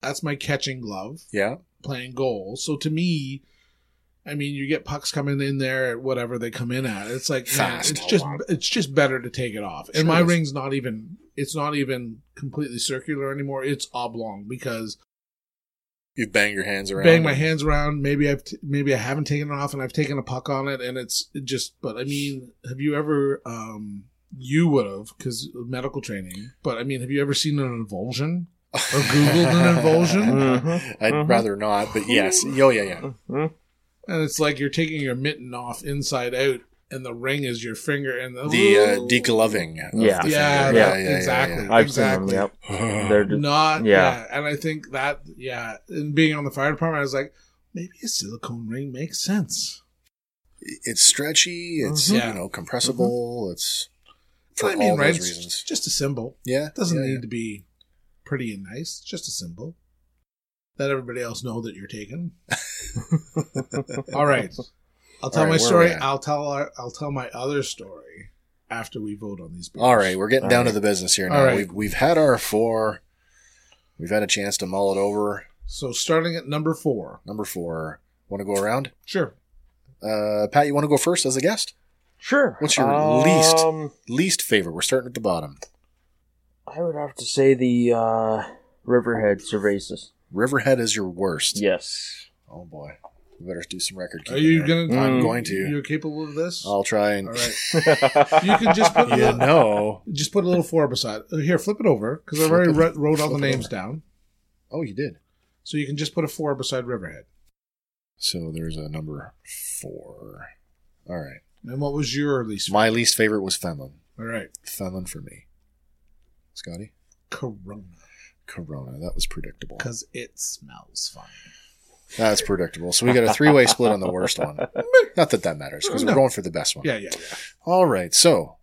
S3: that's my catching glove
S4: Yeah.
S3: playing goal. So to me, I mean, you get pucks coming in there at whatever they come in at. It's like man,
S4: Fast.
S3: it's just it's just better to take it off. and
S4: Sure
S3: my
S4: it is.
S3: ring's not even it's not even completely circular anymore. It's oblong because
S4: You bang your hands around.
S3: bang my hands around. Maybe I've t- maybe I haven't taken it off and I've taken a puck on it and it's it just. But I mean, have you ever? um you would have because medical training. But I mean, have you ever seen an avulsion?
S4: or
S3: Googled an avulsion?
S5: Mhm.
S4: I'd
S5: Mhm.
S4: rather not, but yes. Yo, yeah, yeah.
S5: Mhm.
S3: And it's like you're taking your mitten off inside out, and the ring is your finger. And the,
S4: The uh, degloving. of
S5: Yeah.
S4: the
S3: Oh. yeah,
S4: finger. Yeah,
S3: that-
S4: yeah, yeah,
S3: exactly,
S5: I've
S3: exactly.
S5: seen them.
S4: yeah.
S5: Yep. They're just,
S3: Not yeah.
S5: Yeah.
S3: and I think that yeah, and being on the fire department, I was like, maybe a silicone ring makes sense.
S4: it's stretchy. It's
S3: Mhm.
S4: you know compressible. It's for
S3: Mm-hmm. I mean,
S4: all
S3: right?
S4: those
S3: it's
S4: reasons.
S3: just a symbol.
S4: Yeah,
S3: It doesn't
S4: yeah,
S3: need
S4: yeah.
S3: to be pretty and nice. It's just a symbol. Let everybody else know that you're taken. All right. I'll tell
S4: All right,
S3: my
S4: where
S3: story.
S4: we at?
S3: I'll tell our, I'll tell my other story after we vote on these.
S4: All right, we're getting
S5: All
S4: down
S5: right.
S4: to the business here
S3: All
S4: now.
S3: right.
S4: We've we've had our four. We've had a chance to mull it over.
S3: So starting at number four.
S4: Number four. Want to go around?
S3: Sure.
S4: Uh, Pat, you want to go first as a guest?
S5: sure. Um,
S4: What's your least? Least favorite. We're starting at the bottom.
S5: I would have to say the uh, Riverhead Cervasis.
S4: Riverhead is your worst.
S5: Yes.
S4: Oh boy, we better do some record
S3: Are
S4: keeping.
S3: you
S4: here.
S3: gonna?
S5: Mm.
S4: I'm going to.
S3: You're capable of this.
S4: I'll try and.
S3: All right. You can just put a
S4: You
S3: little,
S4: know.
S3: just put a little four beside. uh, Here, flip it over because I have already
S4: Flip
S3: wrote, wrote all the
S4: Flip it
S3: names
S4: over.
S3: down.
S4: Oh, you did.
S3: So you can just put a four beside Riverhead.
S4: So there's a number four. All right.
S3: And what was your least?
S4: My least favorite was Fenlon.
S3: All right,
S4: Fenlon for me. Scotty?
S3: Corona,
S4: Corona. That was predictable.
S3: because it smells fine.
S4: That's predictable. So we got a three way split on the worst one. Not that that matters because
S3: No.
S4: we're going for the best one.
S3: Yeah, yeah, yeah.
S4: All right. So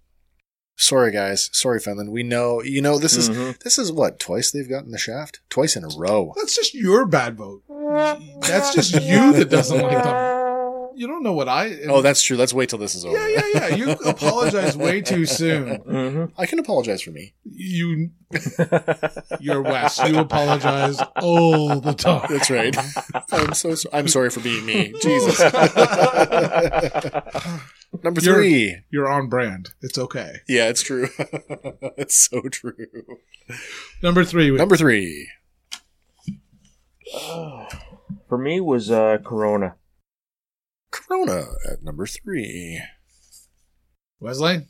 S4: sorry, guys. Sorry, Fenlon. We know, you know, this
S3: Mm.
S4: is.
S5: Mhm.
S4: This is what twice they've gotten the shaft, twice in a row.
S3: That's just your bad vote. That's just you that doesn't like them. You don't know what I.
S4: Oh, that's true. Let's wait till this is over.
S3: yeah, yeah, yeah. You apologize way too soon.
S5: Mhm.
S4: I can apologize for me.
S3: You, you're West. You apologize all the time.
S4: That's right. I'm so sorry. I'm sorry for being me. Jesus. Number
S3: You're-
S4: 3
S3: You're on brand. It's okay.
S4: Yeah, it's true. it's so true.
S3: Number three.
S4: Number three.
S5: For me was uh, Corona.
S4: Corona at number three.
S3: Wesley.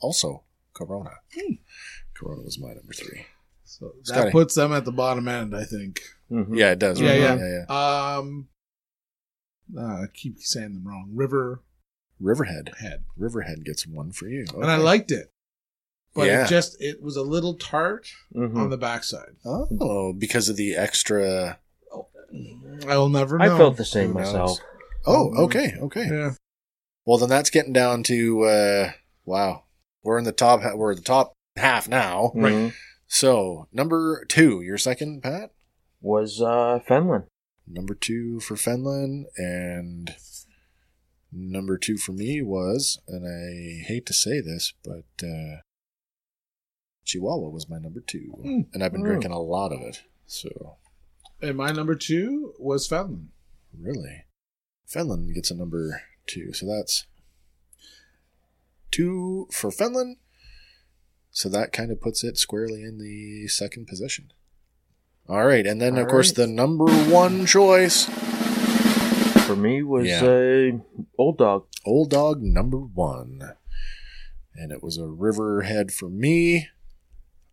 S4: Also, Corona. Corona was my number three.
S3: So that
S4: Scotty.
S3: puts them at the bottom end, I think.
S5: Mhm.
S4: Yeah, it does.
S3: Yeah,
S4: right?
S3: yeah.
S4: yeah,
S3: Um, uh, I keep saying them wrong. Riverhead,
S4: Riverhead. Riverhead gets one for you.
S3: and I
S4: Okay.
S3: liked it, but
S4: Yeah. Mm-hmm.
S3: it just it was a little tart
S5: Mhm.
S3: on the backside.
S4: Oh, because of the extra.
S3: I will never know.
S5: I felt the same
S4: Who knows?
S5: myself.
S4: Oh,
S3: Mhm.
S4: okay, okay.
S3: Yeah.
S4: Well, then that's getting down to uh, wow. We're in the top. We're the top half now.
S5: Right.
S4: So number two, your second, Pat.
S5: Was uh, Fenland.
S4: Number two for Fenlon, and number two for me was, and I hate to say this, but uh, Chihuahua was my number two,
S3: Mm.
S4: and I've been
S5: Mm.
S4: drinking a lot of it. So
S3: And my number two was Fallon.
S4: really, Fenlon gets a number two, so that's two for Fenlon. So that kind of puts it squarely in the second position. All right, and then of
S5: All
S4: course the
S5: right.
S4: number one choice,
S5: For me was
S4: Yeah.
S5: uh, Old Dog.
S4: Old Dog number one. And it was a Riverhead for me.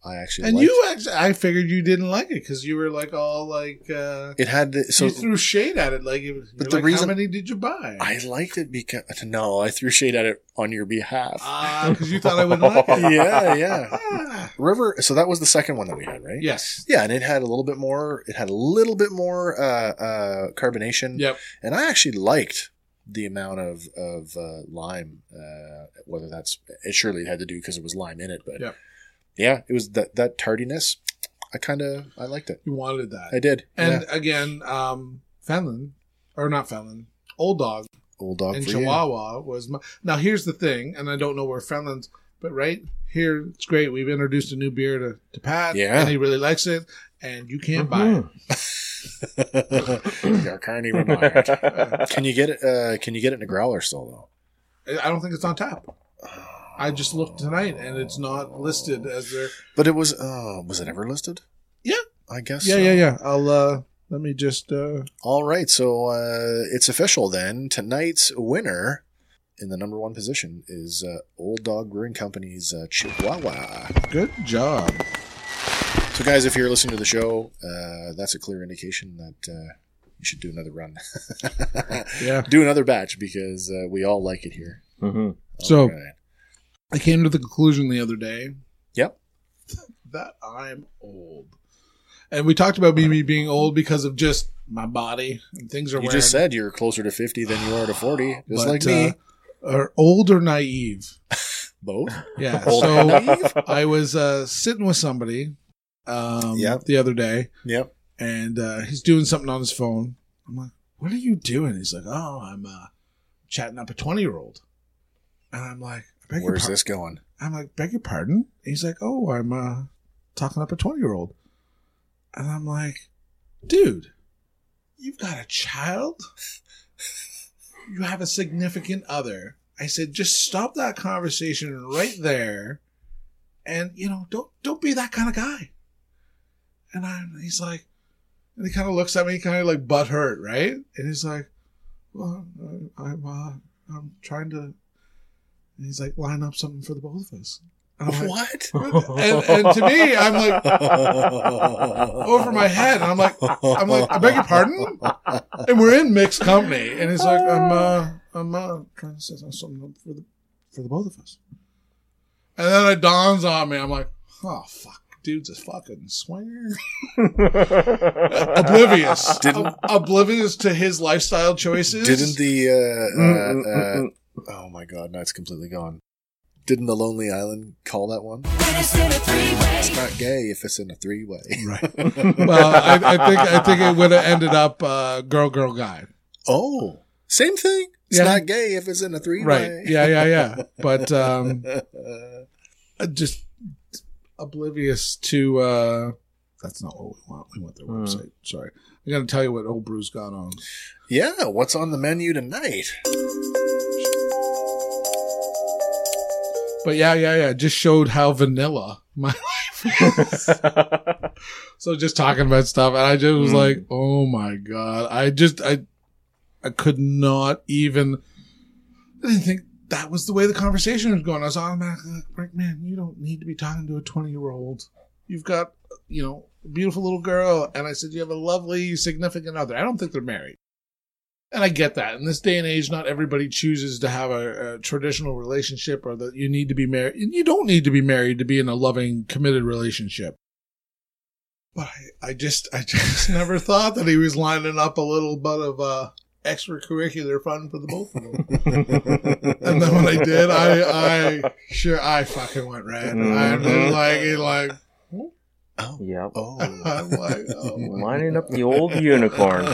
S4: I actually
S3: And
S4: liked-
S3: you, actually, I figured you didn't like it because you were like all like uh,
S4: It had the, so
S3: you threw shade at it. Like, it was-
S4: But
S3: you're
S4: the
S3: like,
S4: reason-
S3: how many did you buy?
S4: I liked it because no, I threw shade at it on your behalf.
S3: Ah. because you thought I wouldn't like it.
S4: yeah, yeah.
S3: Ah.
S4: River. So that was the second one that we had, right?
S3: Yes.
S4: Yeah, and it had a little bit more. It had a little bit more uh, uh, carbonation.
S3: Yep.
S4: And I actually liked the amount of of uh, lime. Uh, whether that's it surely it had to do because it was lime in it, but
S3: Yep.
S4: yeah, it was that that tardiness. I kind of I liked it.
S3: You wanted that.
S4: I did.
S3: And
S4: yeah.
S3: again, um, Fenlon, or not Fenlon, Old Dog
S4: old dog
S3: and
S4: for you.
S3: Chihuahua was my. Now, here's the thing, and I don't know where Fenlon's, but right here, it's great. We've introduced a new beer to, to Pat,
S4: Yeah.
S3: and he really likes it, and you can't buy it.
S5: Mhm.
S4: You're kindly reminded. Can you get it? Uh, can you get it in a growler still Uh,
S3: I- I don't think it's on tap.
S4: though?
S3: I just looked tonight, and it's not listed as there.
S4: But it was. Uh, was it ever listed?
S3: Yeah.
S4: I guess.
S3: Yeah,
S4: so.
S3: yeah, yeah. I'll, uh, let me just, uh,
S4: All right, so uh, it's official then. Tonight's winner in the number one position is uh, Old Dog Brewing Company's uh, Chihuahua.
S3: good job.
S4: So, guys, if you're listening to the show, uh, that's a clear indication that uh, you should do another run,
S3: Yeah.
S4: do another batch because uh, we all like it here. All
S5: Mhm.
S3: So-
S4: right.
S3: I came to the conclusion the other day.
S4: Yep.
S3: That I'm old. And we talked about me, me being old because of just my body and things are
S4: you
S3: wearing.
S4: just said you're closer to fifty than you are to forty, just
S3: but,
S4: like me.
S3: Uh, are old or naive.
S4: Both.
S3: Yeah.
S4: Old and
S3: so
S4: naive?
S3: I was uh, sitting with somebody um,
S4: Yep.
S3: the other day
S4: Yep.
S3: and uh, he's doing something on his phone. I'm like, what are you doing? He's like, oh, I'm uh, chatting up a 20 year old. And I'm like, I beg your
S4: Where's
S3: par-
S4: this going?
S3: I'm like, beg your pardon? He's like, oh, I'm uh, talking up a 20 year old. And I'm like, dude, you've got a child? You have a significant other. I said, just stop that conversation right there. And, you know, don't, don't be that kind of guy. And I'm, he's like, and he kind of looks at me, kind of like butt hurt, right? And he's like, well, I'm, uh, I'm trying to, and he's like, line up something for the both of us. And I'm like,
S4: What?
S3: and, and to me, I'm like over my head. And I'm like, I'm like, I beg your pardon. And we're in mixed company, and he's like, I'm, uh, I'm uh, trying to set something up for the for the both of us. And then it dawns on me. I'm like, oh fuck, dude's a fucking swinger, oblivious,
S4: Didn't-
S3: Ob- oblivious to his lifestyle choices.
S4: Didn't the uh,
S5: Mm,
S4: uh, uh,
S5: mm, mm,
S4: Oh my god, no, it's completely gone. Didn't the Lonely Island call that one? It's not gay if it's in a three way.
S5: mm.
S3: well, I, I think I think it would have ended up uh, girl, girl, guy.
S4: Oh, same thing. It's
S3: Yeah.
S4: not gay if it's in a three
S3: Right?
S4: way.
S3: Yeah, yeah, yeah. But um, uh, just oblivious to uh that's not what we want. We want their
S5: Hmm.
S3: website. Sorry. I'm gonna tell you what old Brew's got on.
S4: yeah, what's on the menu tonight?
S3: But yeah, yeah, yeah. Just showed how vanilla my so just talking about stuff and I just was
S5: Hmm.
S3: like, oh my god. I just I I could not even I didn't think that was the way the conversation was going. I was automatically like, "Rick, man, you don't need to be talking to a 20 year old. You've got, you know, a beautiful little girl. And I said, you have a lovely significant other. I don't think they're married. And I get that. In this day and age, not everybody chooses to have a, a traditional relationship or that you need to be married. You don't need to be married to be in a loving, committed relationship. But I, I just, I just never thought that he was lining up a little bit of uh, extracurricular fun for the both of them. And then when I did, I, I sure I fucking went red. I'm just like, he like,
S4: Oh,
S5: yep.
S4: oh.
S3: I'm like, oh my.
S5: Lining up the old unicorn.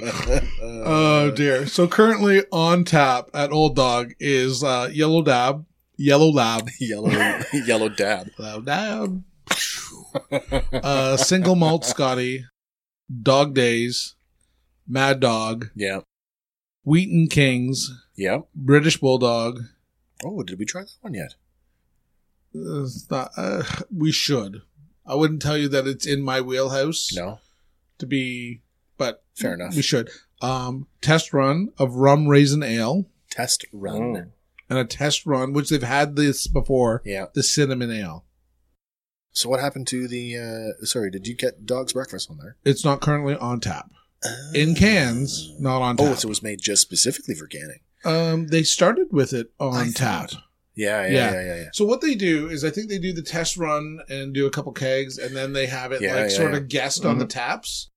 S3: Oh dear. So currently on tap at Old Dog is uh, Yellow Dab, Yellow Lab,
S4: yellow, yellow dab.
S3: Yellow Dab, uh, Single Malt Scotty, Dog Days, Mad Dog,
S4: Yeah,
S3: Wheaton Kings,
S4: yeah.
S3: British Bulldog.
S4: Oh, did we try that one yet?
S3: Uh, it's not, uh, we should. I wouldn't tell you that it's in my wheelhouse.
S4: No,
S3: to be, but
S4: fair enough.
S3: we should. Um, test run of rum raisin ale
S4: Test run.
S5: Mm.
S3: and a test run, which they've had this before,
S4: Yeah.
S3: the cinnamon ale.
S4: So what happened to the? uh Sorry, did you get dog's breakfast on there?
S3: It's not currently on tap Uh, in cans, not on tap.
S4: Oh, so it was made just specifically for canning.
S3: um, they started with it on
S4: I
S3: tap.
S4: thought. Yeah,
S3: Yeah.
S4: yeah, yeah, yeah. yeah,
S3: So what they do is, I think they do the test run and do a couple kegs, and then they have it
S4: Yeah,
S3: like
S4: yeah,
S3: sort
S4: yeah. Mm-hmm.
S3: of guessed on the taps,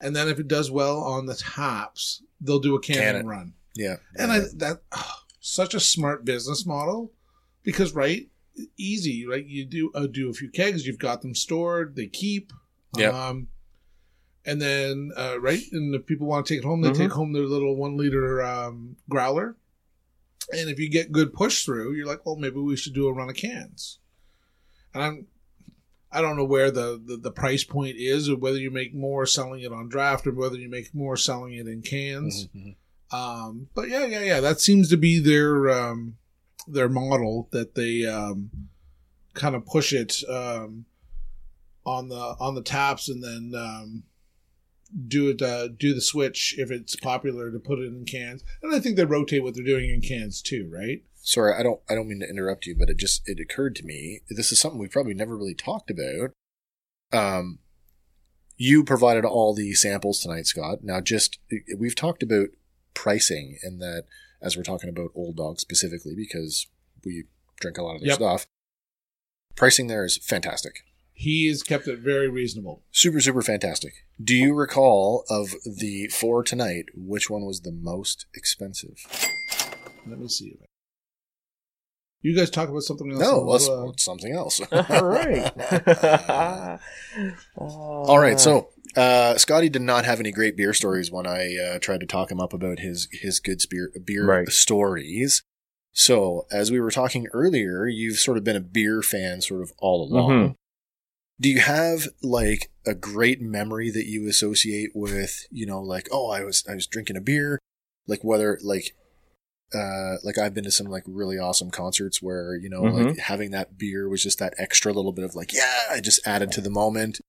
S3: and then if it does well on the taps, they'll do a
S4: Can
S3: can
S4: it.
S3: and run.
S4: yeah.
S3: And I that ah, such a smart business model because right, easy. Like you do uh, do a few kegs, you've got them stored, they keep.
S4: Yep.
S3: Um, and then uh, right, and if people want to take it home, they
S5: Mhm.
S3: take home their little one liter um, growler. And if you get good push through, you're like, well, maybe we should do a run of cans. And I'm, I don't know where the, the, the price point is, or whether you make more selling it on draft, or whether you make more selling it in cans.
S4: Mhm,
S3: Um, but yeah, yeah, yeah. That seems to be their um, their model that they um, kind of push it um, on the on the taps, and then um, do it uh, do the switch if it's popular to put it in cans. And I think they rotate what they're doing in cans too, right?
S4: Sorry, I don't. I don't mean to interrupt you, but it just it occurred to me. This is something we probably never really talked about. Um, you provided all the samples tonight, Scott. Now, just we've talked about pricing and that as we're talking about old dog specifically because we drink a lot of their
S3: Yep.
S4: stuff. Pricing there is fantastic.
S3: He has kept it very reasonable.
S4: Super, super fantastic. Do you recall of the four tonight, which one was the most expensive?
S3: Let me see. You guys talk about something else.
S4: no,
S3: I'll,
S4: let's
S3: uh,
S4: something else.
S5: Oh. All right. Oh.
S4: All right. So, uh, Scotty did not have any great beer stories when I uh, tried to talk him up about his his good beer beer
S5: Right.
S4: stories. So, as we were talking earlier, you've sort of been a beer fan sort of all along.
S5: Mhm.
S4: Do you have like a great memory that you associate with, you know, like, oh, I was I was drinking a beer, like whether like uh, like I've been to some like really awesome concerts where you know like
S5: Mhm.
S4: having that beer was just that extra little bit of like yeah, I just added to the moment,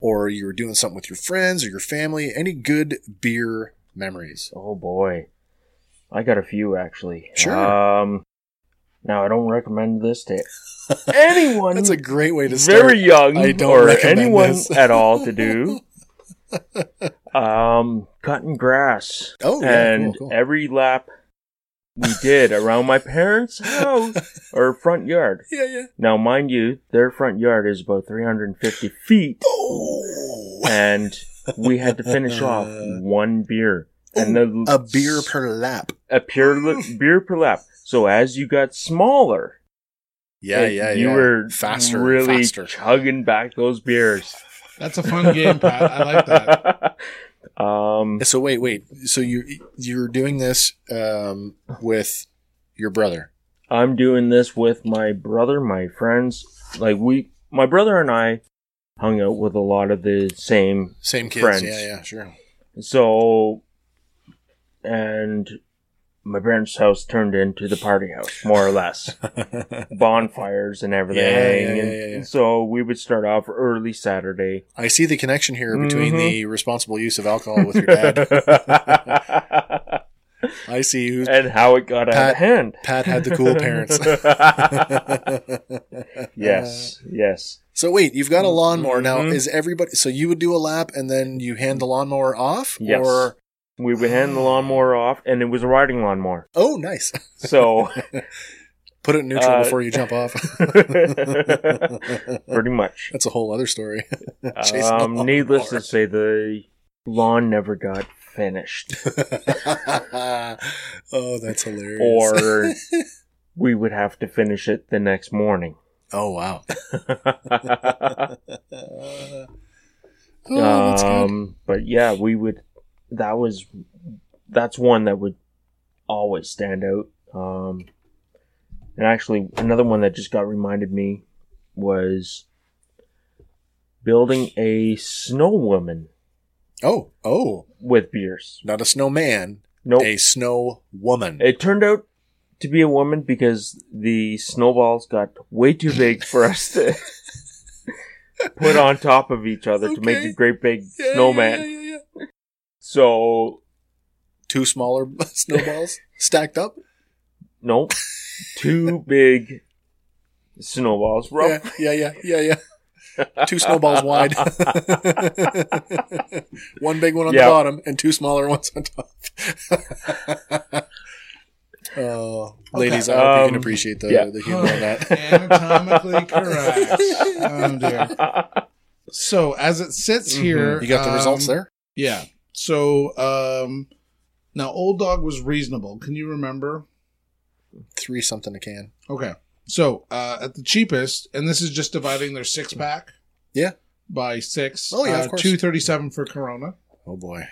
S4: or you were doing something with your friends or your family. Any good beer memories?
S5: Oh boy, I got a few actually.
S4: Sure.
S5: Um, now I don't recommend this to anyone.
S4: That's a great way to start.
S5: very young
S4: I don't
S5: or
S4: recommend
S5: anyone
S4: this.
S5: at all to do. um, cutting grass.
S4: Oh, yeah,
S5: and
S4: cool, cool.
S5: every lap we did around my parents' house or front yard.
S4: yeah, yeah.
S5: Now, mind you, their front yard is about 350 feet,
S4: Oh,
S5: and we had to finish off one beer. And the,
S4: a beer per lap.
S5: a pure li- beer per lap. So as you got smaller,
S4: Yeah,
S5: it-
S4: yeah,
S5: you
S4: yeah.
S5: were
S4: faster,
S5: really
S4: faster.
S5: chugging back those beers.
S3: That's a fun game, Pat. I like that.
S5: that. Um,
S4: So wait, wait. So you you're doing this um, with your brother?
S5: I'm doing this with my brother, my friends. Like we, my brother and I, hung out with a lot of the same.
S4: Same kids?
S5: Friends.
S4: Yeah, yeah, sure.
S5: So, and my parents' house turned into the party house, more or less. Bonfires and everything.
S4: yeah, yeah,
S5: and
S4: yeah, yeah.
S5: So we would start off early Saturday.
S4: I see the connection here between
S5: Mhm.
S4: the responsible use of alcohol with your dad. I see who's
S5: and how it got out
S4: Pat-
S5: of hand.
S4: Pat had the cool parents.
S5: yes, yes.
S4: So wait, you've got a lawnmower now.
S5: Mhm.
S4: Is everybody? So you would do a lap and then you hand the lawnmower off?
S5: Yes.
S4: Or
S5: We would hand the lawnmower off, and it was a riding lawnmower.
S4: oh, nice.
S5: So,
S4: Put it in neutral
S5: Uh,
S4: before you jump off.
S5: pretty much.
S4: That's a whole other story. Chasing a
S5: Um, needless
S4: lawnmower.
S5: to say, the lawn never got finished,
S4: oh, that's hilarious.
S5: or we would have to finish it the next morning.
S4: oh wow. oh, that's good.
S5: um, but yeah, we would. That was that's one that would always stand out. Um, and actually, another one that just got reminded me was building a snow woman
S4: Oh, oh,
S5: with beers.
S4: not a snowman,
S5: Nope.
S4: a snow woman.
S5: It turned out to be a woman because the snowballs got way too big for us to put on top of each other to make
S4: Okay.
S5: a great big
S4: Yeah,
S5: snowman.
S4: yeah, yeah, yeah, yeah.
S5: So
S4: Two smaller snowballs stacked up.
S5: Nope. Two big snowballs.
S4: Yeah,
S5: Rough.
S4: yeah, yeah, yeah, yeah. Two snowballs wide. one big one on
S5: Yeah.
S4: the bottom and two smaller ones on top. oh, ladies, I hope you can
S5: Um,
S4: appreciate the,
S5: yeah.
S4: the humor in that.
S3: Anatomically correct. Oh, dear. So as it sits
S5: Mhm.
S3: here,
S4: Mm-hmm. You got the
S3: um,
S4: results there?
S3: Yeah. So um, now, old dog was reasonable. Can you remember?
S4: Three something a can.
S3: Okay. So uh, at the cheapest, and this is just dividing their six pack.
S4: Yeah.
S3: By six. Uh,
S4: Oh, yeah, of course.
S3: Two thirty seven for Corona.
S4: Oh boy.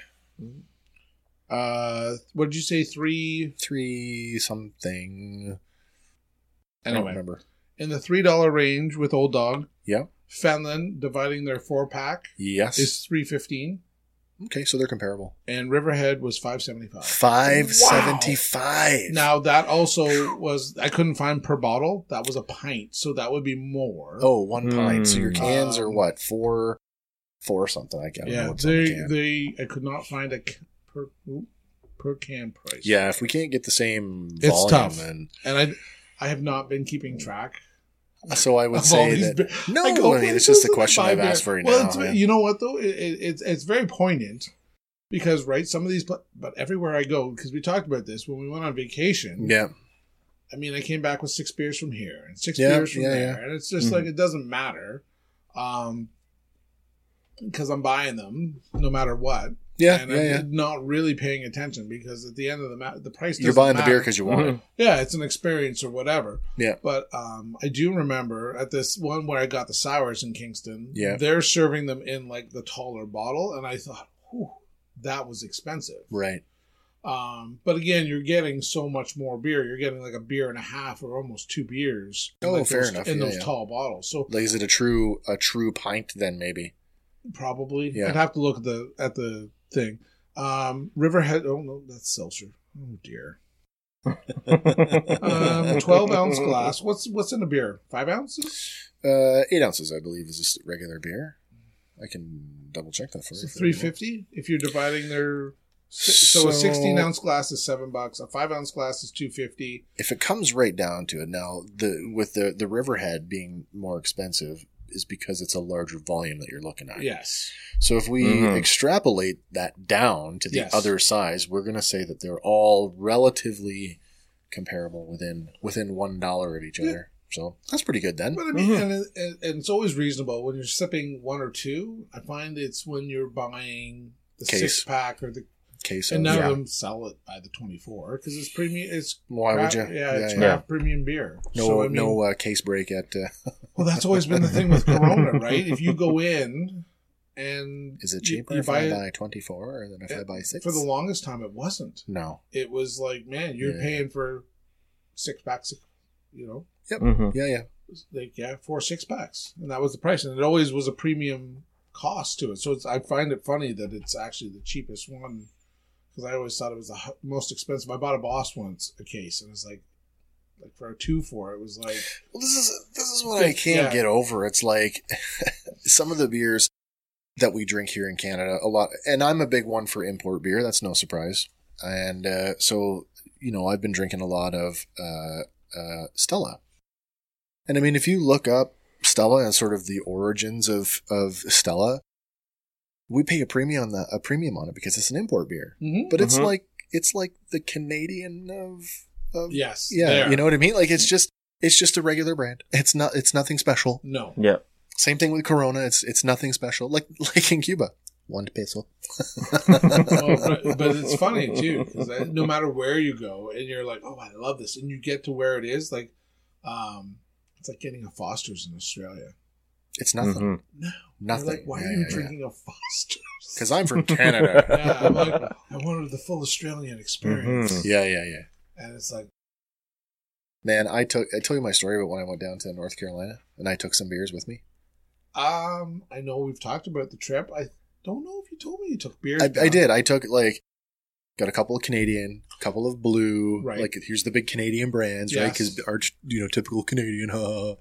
S3: Uh, what did you say? Three.
S4: Three something. I don't
S3: Anyway,
S4: remember.
S3: in the three dollar range with Old Dog.
S4: Yeah.
S3: Fenlon dividing their four pack
S4: Yes.
S3: is three fifteen,
S4: okay, so they're comparable.
S3: and Riverhead was five seventy five.
S4: Five seventy five.
S3: Now that also was I couldn't find per bottle. That was a pint, so that would be more.
S4: Oh, one pint. So your
S5: Mm.
S4: cans are
S3: Um,
S4: what? Four four something. I can't
S3: yeah.
S4: remember what's on the
S3: They
S4: can.
S3: they I could not find a c- per oop, per can price.
S4: Yeah, if we can't get the same
S3: It's
S4: volume,
S3: tough.
S4: then
S3: and I I have not been keeping track
S4: so I would
S3: of all
S4: say
S3: these.
S4: that
S3: bi-
S4: no,
S3: I go,
S4: I mean,
S3: "Well,
S4: it's just
S3: this
S4: the
S3: is
S4: question
S3: my
S4: I've
S3: beer."
S4: asked for you
S3: well,
S4: now.
S3: it's,
S4: yeah.
S3: you know what though, it, it, it's it's very poignant because right, some of these, pla- but everywhere I go, because we talked about this when we went on vacation.
S4: yeah,
S3: I mean, I came back with six beers from here and six
S4: Yeah,
S3: beers from
S4: yeah, Mm-hmm.
S3: there, and it's just
S5: Mhm.
S3: like it doesn't matter, um, because I'm buying them no matter what,
S4: yeah,
S3: and
S4: yeah,
S3: I'm
S4: yeah.
S3: not really paying attention because at the end of the ma- the price
S4: You're
S3: doesn't
S4: buying the beer
S3: matter
S4: because you want it.
S3: yeah, it's an experience or whatever.
S4: Yeah.
S3: But um, I do remember at this one where I got the sours in Kingston.
S4: Yeah.
S3: They're serving them in like the taller bottle, and I thought, Whew, that was expensive.
S4: Right.
S3: Um, but again, you're getting so much more beer. You're getting like a beer and a half or almost two beers. in,
S4: Oh,
S3: like,
S4: fair
S3: those,
S4: enough.
S3: In
S4: Yeah,
S3: those
S4: yeah.
S3: tall bottles, so
S4: Like, is it a true a true pint then? Maybe.
S3: probably
S4: Yeah.
S3: I'd have to look at the at the thing. Um, Riverhead. Oh no, that's seltzer. Oh dear. Um, twelve ounce glass. What's what's in a beer? Five ounces.
S4: Uh, eight ounces, I believe, is just regular beer. I can double check that for you. if you
S3: Three
S4: want.
S3: fifty. If you're dividing their so, a sixteen ounce glass is seven bucks. A five ounce glass is two fifty.
S4: If it comes right down to it, now the with the the Riverhead being more expensive is because it's a larger volume that you're looking at.
S3: Yes.
S4: So if we
S5: Mhm.
S4: extrapolate that down to the
S3: Mm-hmm. Yes.
S4: other size, we're going to say that they're all relatively comparable within within one dollar of each
S3: Yeah.
S4: other. So that's pretty good then.
S3: But I mean,
S5: Mhm.
S3: and, and, and it's always reasonable when you're sipping one or two. I find it's when you're buying the
S4: Case.
S3: six pack or the
S4: Case
S3: and
S4: of-
S3: none
S1: yeah.
S3: of them sell it by the twenty four because it's premium. It's
S4: why would
S3: craft-
S4: you?
S3: Yeah, it's
S4: yeah.
S3: craft premium beer.
S4: No,
S3: So, I mean,
S4: no uh, case break at. Uh,
S3: Well, that's always been the thing with Corona, right? If you go in and
S4: is it
S3: you-
S4: cheaper
S3: you
S4: if
S3: buy
S4: I
S3: it-
S4: buy twenty four or than if I
S3: Yeah,
S4: buy six?
S3: for the longest time, it wasn't.
S4: no.
S3: It was like, man, you're
S4: Yeah.
S3: paying for six packs, you know,
S5: hmm
S4: Yeah, yeah.
S3: like yeah, four six packs, and that was the price, and it always was a premium cost to it. So it's, I find it funny that it's actually the cheapest one because I always thought it was the hu- most expensive. I bought a Boss once a case, and it was like, like for a two four, it was like
S4: Well, this is this is what I can't
S3: Yeah.
S4: get over. It's like some of the beers that we drink here in Canada a lot, and I'm a big one for import beer. That's no surprise. And uh, so you know, I've been drinking a lot of uh, uh, Stella. And I mean, if you look up Stella and sort of the origins of of Stella, we pay a premium on the, a premium on it because it's an import beer. But it's
S5: Mhm.
S4: like it's like the Canadian of of
S3: yes,
S4: yeah,
S3: there.
S4: you know what I mean. Like it's just it's just a regular brand. It's not it's nothing special.
S3: no,
S5: Yeah.
S4: Same thing with Corona. It's it's nothing special. Like like in Cuba, one peso.
S3: oh, but, but it's funny too because no matter where you go and you're like oh i love this and you get to where it is like um it's like getting a foster's in australia
S4: It's nothing.
S5: Mhm.
S3: no
S4: Nothing.
S3: You're like why are you drinking a foster's
S4: Because I'm from
S5: Mm-hmm.
S4: Canada.
S3: yeah, I'm like, i wanted the full australian experience
S5: Mhm.
S4: Mm-hmm. yeah, yeah, yeah.
S3: and it's like
S4: Man, I took I told you my story about when I went down to North Carolina and I took some beers with me.
S3: um i know we've talked about the trip i don't know if you told me you took beer
S4: I, I did. I took like got a couple of Canadian, couple of blue.
S3: Right.
S4: Like here's the big Canadian brands, right?
S3: Yes.
S4: 'Cause right? Because our you know typical Canadian. ha, ha, ha.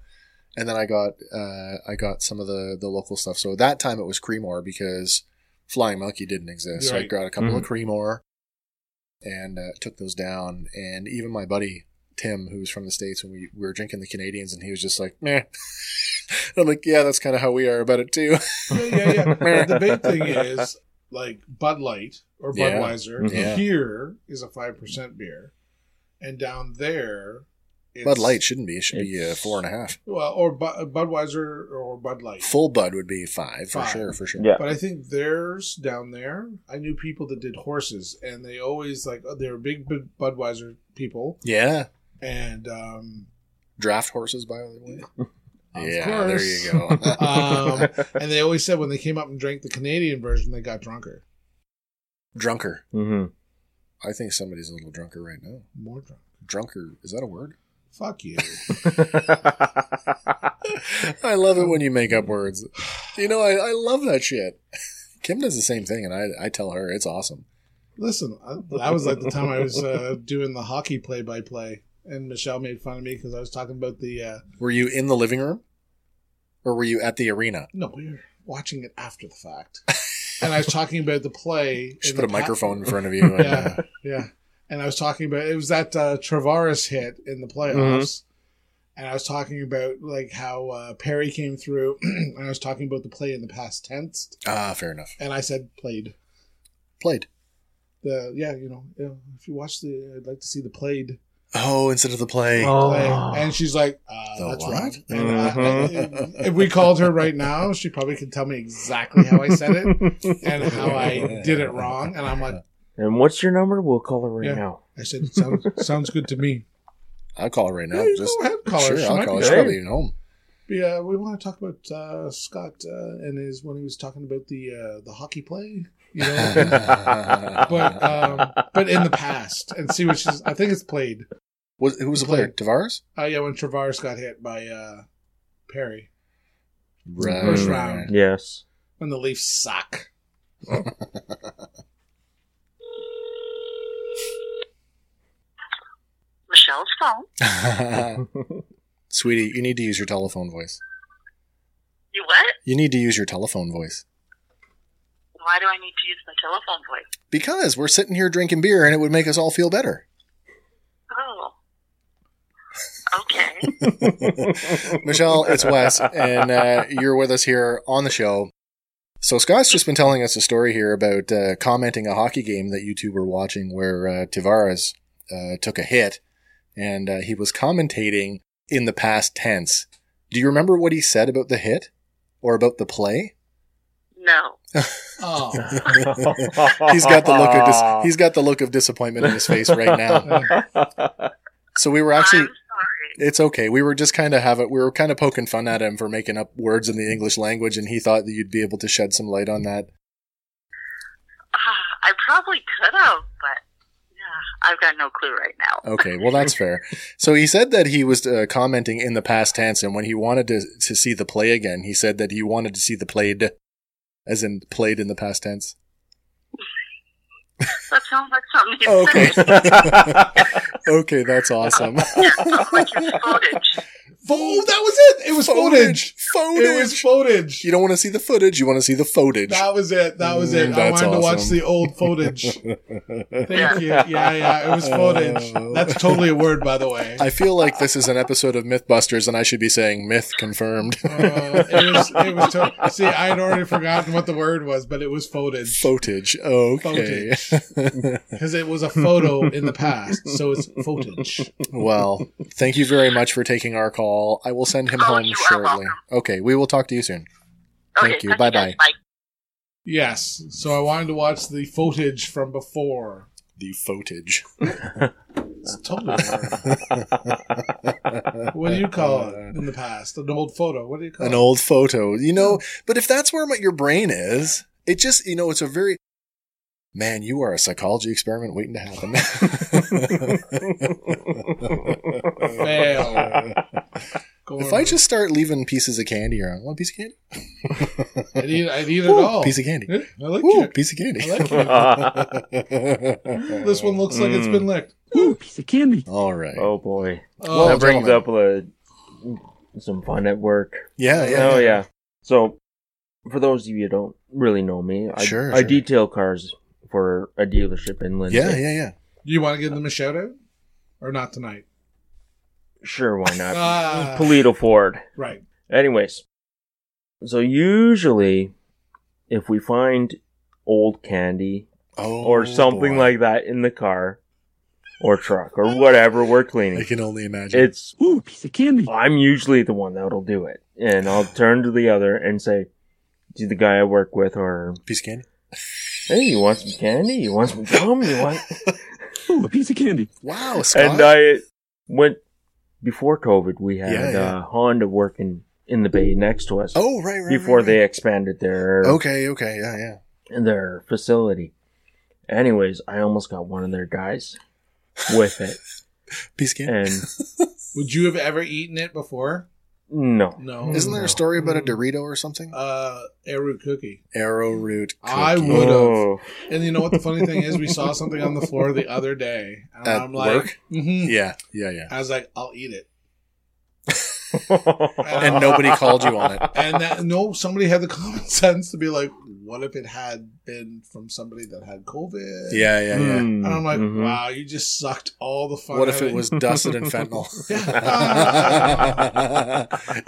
S4: And then I got uh, I got some of the the local stuff. So that time it was Creemore because Flying Monkey didn't exist. So I
S3: Right.
S4: got a couple of Creemore and uh, took those down. And even my buddy Tim, who was from the states, when we, we were drinking the Canadians, and he was just like, "Meh." I'm like, "Yeah, that's kind of how we are about it too."
S3: yeah yeah yeah But the big thing is like Bud Light
S4: Yeah.
S3: or
S4: Mm-hmm.
S3: Budweiser
S4: Yeah.
S3: here is a five percent beer, and down there, it's,
S4: Bud Light shouldn't be. It should be uh,
S5: It's-
S4: four and a half.
S3: Well, or Bu- uh, Budweiser or Bud Light.
S4: Full Bud would be five for
S3: Five.
S4: sure, for sure.
S5: Yeah.
S3: But I think theirs down there. I knew people that did horses, and they always like they were big Bud- Budweiser people,
S4: Yeah.
S3: and um,
S4: Draft horses, by the way.
S3: Of
S4: yeah,
S3: course.
S4: there you go.
S3: um, and they always said when they came up and drank the Canadian version, they got drunker,
S4: drunker.
S5: hmm
S4: I think somebody's a little drunker right now.
S3: more drunk.
S4: Drunker is that a word?
S3: Fuck you.
S4: I love it when you make up words. You know, I, I love that shit. Kim does the same thing, and I, I tell her it's awesome.
S3: Listen, I, that was like the time I was uh, doing the hockey play-by-play, and Michelle made fun of me because I was talking about the uh,
S4: Were you in the living room, or were you at the arena?
S3: no, we were watching it after the fact, and I was talking about the play.
S4: Just
S3: in
S4: put a
S3: the pa-
S4: microphone in front of you. And,
S3: Yeah.
S4: uh,
S3: yeah, and I was talking about it was that uh, Travaris hit in the playoffs, and I was talking about like how uh, Perry came through, and I was talking about the play in the past tense,
S4: ah, fair enough.
S3: and I said played.
S4: Played.
S3: The yeah, you know, you know, if you watch the, I'd like to see the played.
S4: Oh, instead of the play.
S3: play. And she's like, uh,
S4: The
S3: that's
S4: what?
S3: right. And I- I- if we called her right now, she probably could tell me exactly how I said it and how I did it wrong. And I'm like,
S5: And what's your number? We'll call her right
S3: Yeah.
S5: now.
S3: I said, it sounds, sounds good to me.
S4: I'll call her right now.
S3: Yeah, you
S4: Just
S3: go ahead, call her.
S4: sure,
S3: She
S4: I'll
S3: might
S4: call her.
S3: be
S5: good.
S4: She's probably even home.
S3: But, uh, we want to talk about uh, Scott uh, and his when he was talking about the uh, the hockey play, you know, but um, but in the past and see what she's. I think it's played.
S4: was, who was the player? Tavares.
S3: Oh yeah, when Travaris got hit by uh, Perry
S4: Right.
S3: First round.
S5: Yes.
S3: when the Leafs suck.
S6: Michelle's phone.
S4: Sweetie, you need to use your telephone voice.
S6: You what?
S4: You need to use your telephone voice.
S6: Why do I need to use my telephone voice?
S4: Because we're sitting here drinking beer and it would make us all feel better.
S6: Oh. Okay.
S4: Michelle, it's Wes, and uh, you're with us here on the show. So Scott's just been telling us a story here about uh, commenting a hockey game that you two were watching where uh, Tavares uh, took a hit, and uh, he was commentating in the past tense. Do you remember what he said about the hit or about the play?
S6: no.
S3: Oh,
S4: He's got the look of dis- he's got the look of disappointment in his face right now. So we were actually
S6: I'm sorry.
S4: It's okay. We were just kind of having, we were kind of poking fun at him for making up words in the English language, and he thought that you'd be able to shed some light on that.
S6: Ah, I probably could have, but yeah, I've got no clue right now.
S4: Okay, well, that's fair. So he said that he was uh, commenting in the past tense, and when he wanted to, to see the play again, he said that he wanted to see the played, as in played in the past tense.
S6: That sounds like something you
S4: Okay.
S6: said.
S4: Okay, that's awesome.
S6: like your footage.
S3: Fo- that was it. It was footage. It was
S4: Footage.
S3: footage.
S4: You don't want to see the footage, you want to see the footage.
S3: That was it. That was it.
S4: Mm,
S3: I
S4: that's
S3: wanted to watch
S4: awesome.
S3: the old footage. Thank you. Yeah, yeah. It was footage. That's totally a word, by the way.
S4: I feel like this is an episode of Mythbusters, and I should be saying myth confirmed.
S3: Uh, it was. It was. To- See, I had already forgotten what the word was, but it was footage
S4: Footage. Okay.
S3: because it was a photo in the past, so it's footage.
S4: well, thank you very much for taking our call. I will send him
S6: Oh,
S4: home
S6: you are
S4: shortly.
S6: welcome.
S4: Okay, we will talk to you soon.
S6: Okay,
S4: Thank you.
S6: talk to
S4: Bye-bye.
S6: guys. Bye.
S3: Yes. So I wanted to watch the footage from before.
S4: The footage.
S3: It's totally. a word. What do you call it in the past? An old photo. What do you call
S4: An
S3: it?
S4: old photo, you know. But if that's where my, your brain is, it just, you know, it's a very man. You are a psychology experiment waiting to happen.
S3: fail. Going
S4: if I just start leaving pieces of candy around, one piece of candy,
S3: I need, I need it
S4: Ooh,
S3: all.
S4: piece of candy,
S3: Yeah, I like
S4: Ooh,
S3: it.
S4: piece of candy.
S3: I like it.
S4: Mm.
S3: This one looks like it's been licked.
S4: All right.
S5: oh boy.
S3: Oh,
S5: that brings
S4: gentlemen.
S5: up uh some fun at work.
S4: Yeah, yeah.
S5: oh yeah. So, for those of you who don't really know me, I,
S4: Sure,
S5: I
S4: sure.
S5: detail cars for a dealership in Lindsay.
S4: Yeah, yeah, yeah.
S3: do you want to give them a shout out? Or not tonight?
S5: Sure, why not?
S4: Uh,
S3: Ah.
S5: Polito Ford.
S3: Right.
S5: Anyways, so usually, if we find old candy
S4: Oh,
S5: or something
S4: boy.
S5: like that in the car or truck or whatever we're
S4: I
S5: cleaning,
S4: can only imagine.
S5: it's ooh piece of candy. I'm usually the one that'll do it, and I'll turn to the other and say to the guy I work with, or
S4: piece of candy.
S5: hey, you want some candy? You want some gum? You want?
S7: Ooh, a piece of candy.
S4: Wow, Scott.
S5: and I went before COVID. We had
S4: Yeah, yeah.
S5: Uh, Honda working in the bay next to us.
S4: oh, right, right. right,
S5: Before
S4: right.
S5: they expanded their
S4: Okay, okay, yeah, yeah.
S5: their facility. Anyways, I almost got one of their guys with it,
S4: Piece of candy.
S5: and
S3: Would you have ever eaten it before?
S5: no,
S3: No.
S4: Isn't there a story about a Dorito or something?
S3: Uh, arrowroot cookie.
S4: Arrowroot. Cookie.
S3: I would-
S5: oh,
S3: And you know what the funny thing is? We saw something on the floor the other day. And
S4: At
S3: I'm like,
S4: work?
S3: mhm.
S4: Yeah, yeah, yeah.
S3: I was like, I'll eat it.
S4: And nobody called you on it.
S3: And that, no, somebody had the common sense to be like, what if it had been from somebody that had COVID?
S4: Yeah, yeah, yeah.
S5: Mm,
S3: And I'm like,
S5: mhm.
S3: wow, you just sucked all the fun.
S4: What
S3: out
S4: if
S3: of
S4: it was dusted and fentanyl?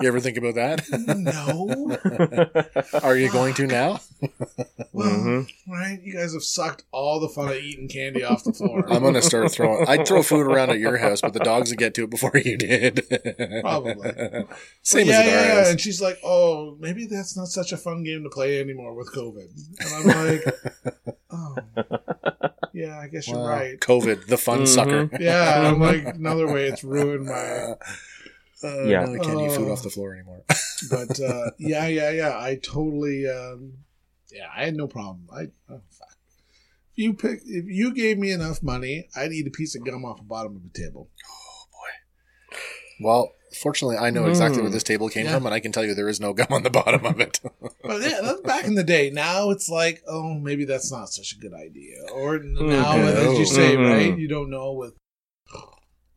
S4: you ever think about that?
S3: No.
S5: Mm-hmm.
S4: Are you going to now?
S3: Well,
S5: Mhm.
S4: Mm-hmm.
S3: right? You guys have sucked all the fun of eating candy off the floor.
S4: I'm gonna start throwing. I'd throw food around at your house, but the dogs would get to it before you did.
S3: Probably.
S4: Same
S3: yeah,
S4: as at our
S3: yeah,
S4: house.
S3: yeah. And she's like, "Oh, maybe that's not such a fun game to play anymore with COVID." And I'm like, "Oh, yeah, I guess you're
S4: Wow.
S3: right."
S4: COVID, the fun
S5: Mhm.
S4: sucker.
S3: Yeah, and I'm like, another way it's ruined my.
S4: Uh,
S5: Yeah.
S4: No, I can't eat food
S3: Uh.
S4: off the floor anymore.
S3: But uh, yeah, yeah, yeah. I totally. Um, yeah, I had no problem. I oh, fuck. If you pick, if you gave me enough money, I'd eat a piece of gum off the bottom of the table.
S4: Well, fortunately, I know exactly where
S5: Mm.
S4: this table came
S3: Yeah.
S4: from, and I can tell you there is no gum on the bottom of it.
S3: But yeah, that's back in the day. Now it's like, oh, maybe that's not such a good idea. Or n- now,
S5: Mhm.
S3: as you say,
S5: Mhm.
S3: right? You don't know with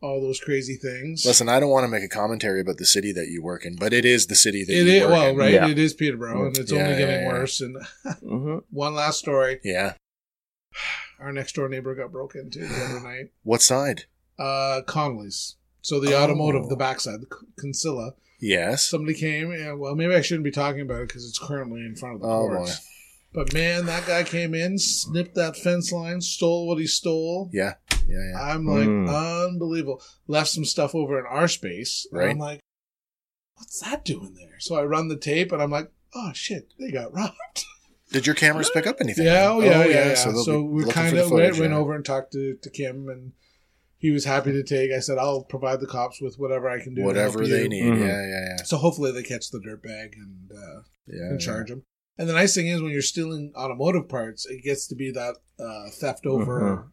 S3: all those crazy things.
S4: Listen, I don't want to make a commentary about the city that you work in, but it is the city that
S3: it
S4: you
S3: is
S4: work
S3: well,
S4: in.
S3: right?
S5: Yeah.
S3: It is Peterborough, and it's
S4: Yeah,
S3: only
S4: yeah,
S3: getting
S4: yeah.
S3: worse. And
S5: hmm
S3: one last story:
S4: Yeah.
S3: our next door neighbor got broke into the other night.
S4: What side?
S3: Uh, Connolly's. So the
S4: Oh.
S3: automotive, the backside, the C- Consilla.
S4: Yes.
S3: Somebody came. Yeah, well, maybe I shouldn't be talking about it because it's currently in front of the
S4: Oh,
S3: courts. But man, that guy came in, snipped that fence line, stole what he stole.
S4: Yeah. Yeah. Yeah.
S3: I'm like,
S4: Hmm.
S5: Mm.
S3: unbelievable. Left some stuff over in our space. and
S4: Right.
S3: I'm like, what's that doing there? So I run the tape and I'm like, oh shit, they got robbed.
S4: Did your cameras pick up anything?
S3: Yeah, oh, yeah, yeah, yeah. So,
S4: they'll be
S3: we
S4: looking for
S3: kind
S4: the
S3: of
S4: footage,
S3: went, went
S4: yeah.
S3: over and talked to, to Kim and he was happy to take. I said, I'll provide the cops with whatever I can do. to
S4: whatever
S3: help
S4: they
S3: you."
S4: need.
S5: Mhm.
S4: Yeah, yeah, yeah.
S3: So hopefully they catch the dirtbag and, uh,
S4: yeah,
S3: and charge him. And the nice thing is when you're stealing automotive parts, it gets to be that uh, theft over
S5: Mhm. hmm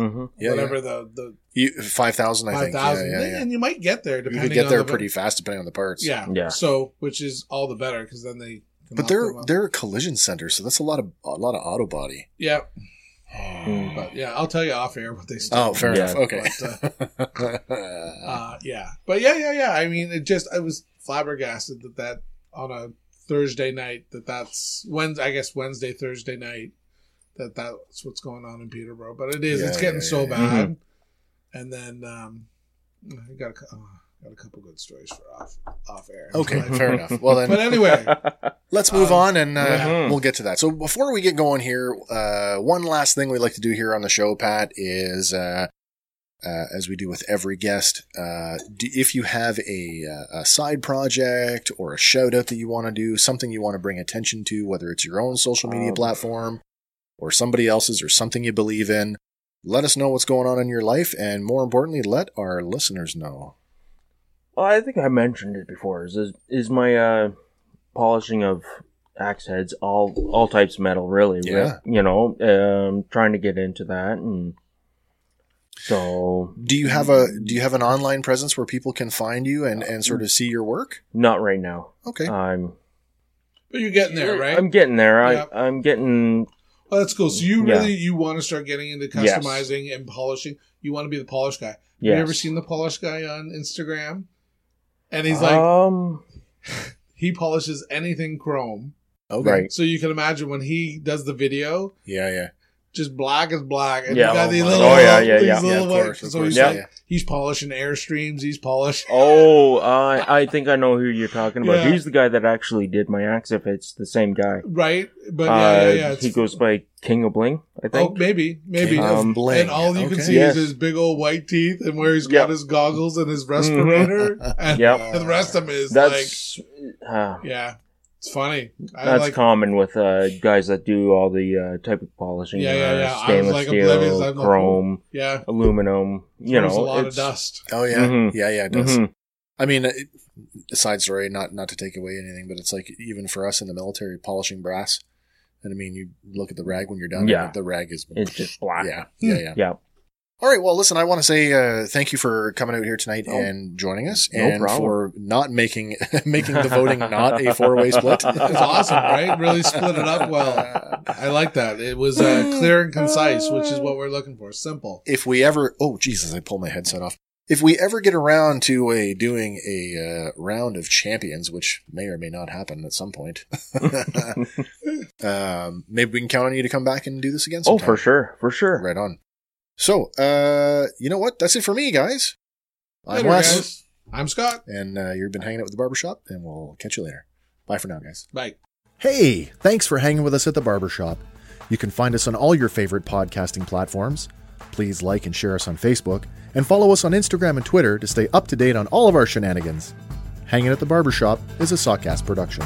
S4: Mm-hmm. yeah. Yeah,
S3: whatever
S4: yeah.
S3: the, the
S4: You, 5,000, I
S3: five
S4: think.
S3: thousand,
S4: yeah, yeah, yeah.
S3: and you might get there
S4: You
S3: depending.
S4: could get
S3: on
S4: there
S3: the-
S4: pretty fast depending on the parts.
S3: Yeah,
S5: Yeah.
S3: So, which is all the better because then they. Can
S4: But
S3: lock
S4: they're
S3: them up.
S4: they're a collision center, so that's a lot of a lot of auto body.
S3: yeah,
S5: Mm.
S3: but yeah, I'll tell you off air what they. Still
S4: Oh, fair
S5: Yeah.
S4: enough. Okay.
S3: uh, yeah, but yeah, yeah, yeah. I mean, it just I was flabbergasted that that on a Thursday night that that's Wednesday. I guess Wednesday, Thursday night that that's what's going on in Peterborough. But it is.
S4: Yeah,
S3: it's getting
S4: yeah,
S3: so
S4: yeah,
S5: yeah.
S3: bad. And then um, I got a, cou- oh, got a couple good stories for off off air.
S4: okay, fair enough. Well then,
S3: But anyway,
S4: Let's move
S3: Um,
S4: on and uh,
S5: yeah.
S4: we'll get to that. So, before we get going here, uh, one last thing we like to do here on the show, Pat, is uh, uh, as we do with every guest, uh, d- if you have a, uh, a side project or a shout out that you want to do, something you want to bring attention to, whether it's your own social media
S5: Um.
S4: platform or somebody else's or something you believe in, let us know what's going on in your life. And more importantly, let our listeners know.
S5: Well, I think I mentioned it before. Is is, is my uh, polishing of axe heads all all types of metal really?
S4: Yeah.
S5: right? You know, um, trying to get into that, and so
S4: Do you have a do you have an online presence where people can find you and, and sort of see your work?
S5: not right now.
S4: Okay.
S5: I'm
S3: but you're getting there, right?
S5: I'm getting there. I
S3: Yep.
S5: I'm getting
S3: Well, that's cool. So you
S5: Yeah.
S3: really you want to start getting into
S5: Yes.
S3: customizing and polishing. You want to be the polish guy. Have
S5: yeah.
S3: you ever seen the polish guy on Instagram? And he's like
S5: um
S3: he polishes anything chrome.
S4: Okay.
S5: right.
S3: So you can imagine when he does the video,
S4: Yeah, yeah.
S3: just black is black. And
S5: Yeah.
S3: you got
S4: Oh
S3: these
S4: my-
S3: little
S5: Oh, yeah, yeah,
S3: these
S5: yeah.
S3: little
S4: Yeah, of
S3: white-
S4: course, of
S3: so
S4: course,
S3: he's
S5: yeah.
S3: like he's polishing airstreams, he's polishing
S5: Oh, I I think I know who you're talking about.
S3: Yeah.
S5: He's the guy that actually did my axe. If it's the same guy,
S3: right? But yeah, yeah,
S5: Uh,
S3: yeah. It's,
S5: he goes by King of Bling. I
S3: oh,
S5: think.
S3: maybe, maybe.
S5: King of
S3: Um,
S4: Bling.
S3: and all you can
S4: Okay.
S3: see
S5: Yes.
S3: is his big old white teeth and where he's
S5: Yep. Mm.
S3: got his goggles and his respirator. and,
S5: Yep.
S3: and the rest of him is like
S5: That's uh,
S3: Yeah, it's funny. I
S5: That's
S3: like,
S5: common with uh, guys that do all the uh, type of polishing.
S3: Yeah, yeah,
S5: uh,
S3: yeah. I was,
S5: Stainless
S3: like, oblivious.
S5: steel,
S3: I'm like,
S5: chrome,
S3: yeah,
S5: aluminum. You
S3: there's a
S5: know,
S3: lot of
S5: it's-
S3: dust.
S4: Oh yeah,
S5: Mhm.
S4: yeah, yeah. It does.
S5: Mhm.
S4: I mean, it, a side story. Not not to take away anything, but it's like even for us in the military, polishing brass. And I mean, you look at the rag when you're done.
S5: Yeah.
S4: and the rag is.
S5: It's Hmm. just black.
S4: yeah, yeah, yeah.
S5: Yeah.
S4: All right. Well, listen, I want to say uh, thank you for coming out here tonight
S5: No.
S4: and joining us,
S5: Oh. No
S4: and
S5: problem.
S4: for not making making the voting not a four way split.
S3: It's awesome, right? Really split it up well. I like that. It was uh, clear and concise, which is what we're looking for. Simple.
S4: if we ever oh jesus i pulled my headset off if we ever get around to a doing a uh, round of champions which may or may not happen at some point um, maybe we can count on you to come back and do this again
S5: Oh,
S4: sometime.
S5: for sure, for sure.
S4: right on so uh, you know what that's it for me guys i'm
S3: Later,
S4: wes
S3: guys. I'm Scott.
S4: and uh, you've been hanging out with the barbershop and we'll catch you later bye for now guys
S3: Bye.
S1: Hey, thanks for hanging with us at the barbershop. You can find us on all your favorite podcasting platforms. Please like and share us on Facebook, and follow us on Instagram and Twitter to stay up to date on all of our shenanigans. Hanging at the Barbershop is a Sawcast production.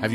S1: Have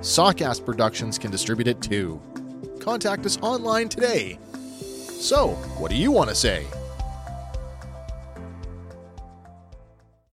S4: Sawcast Productions can distribute it too. Contact us online today. So, what do you want to say?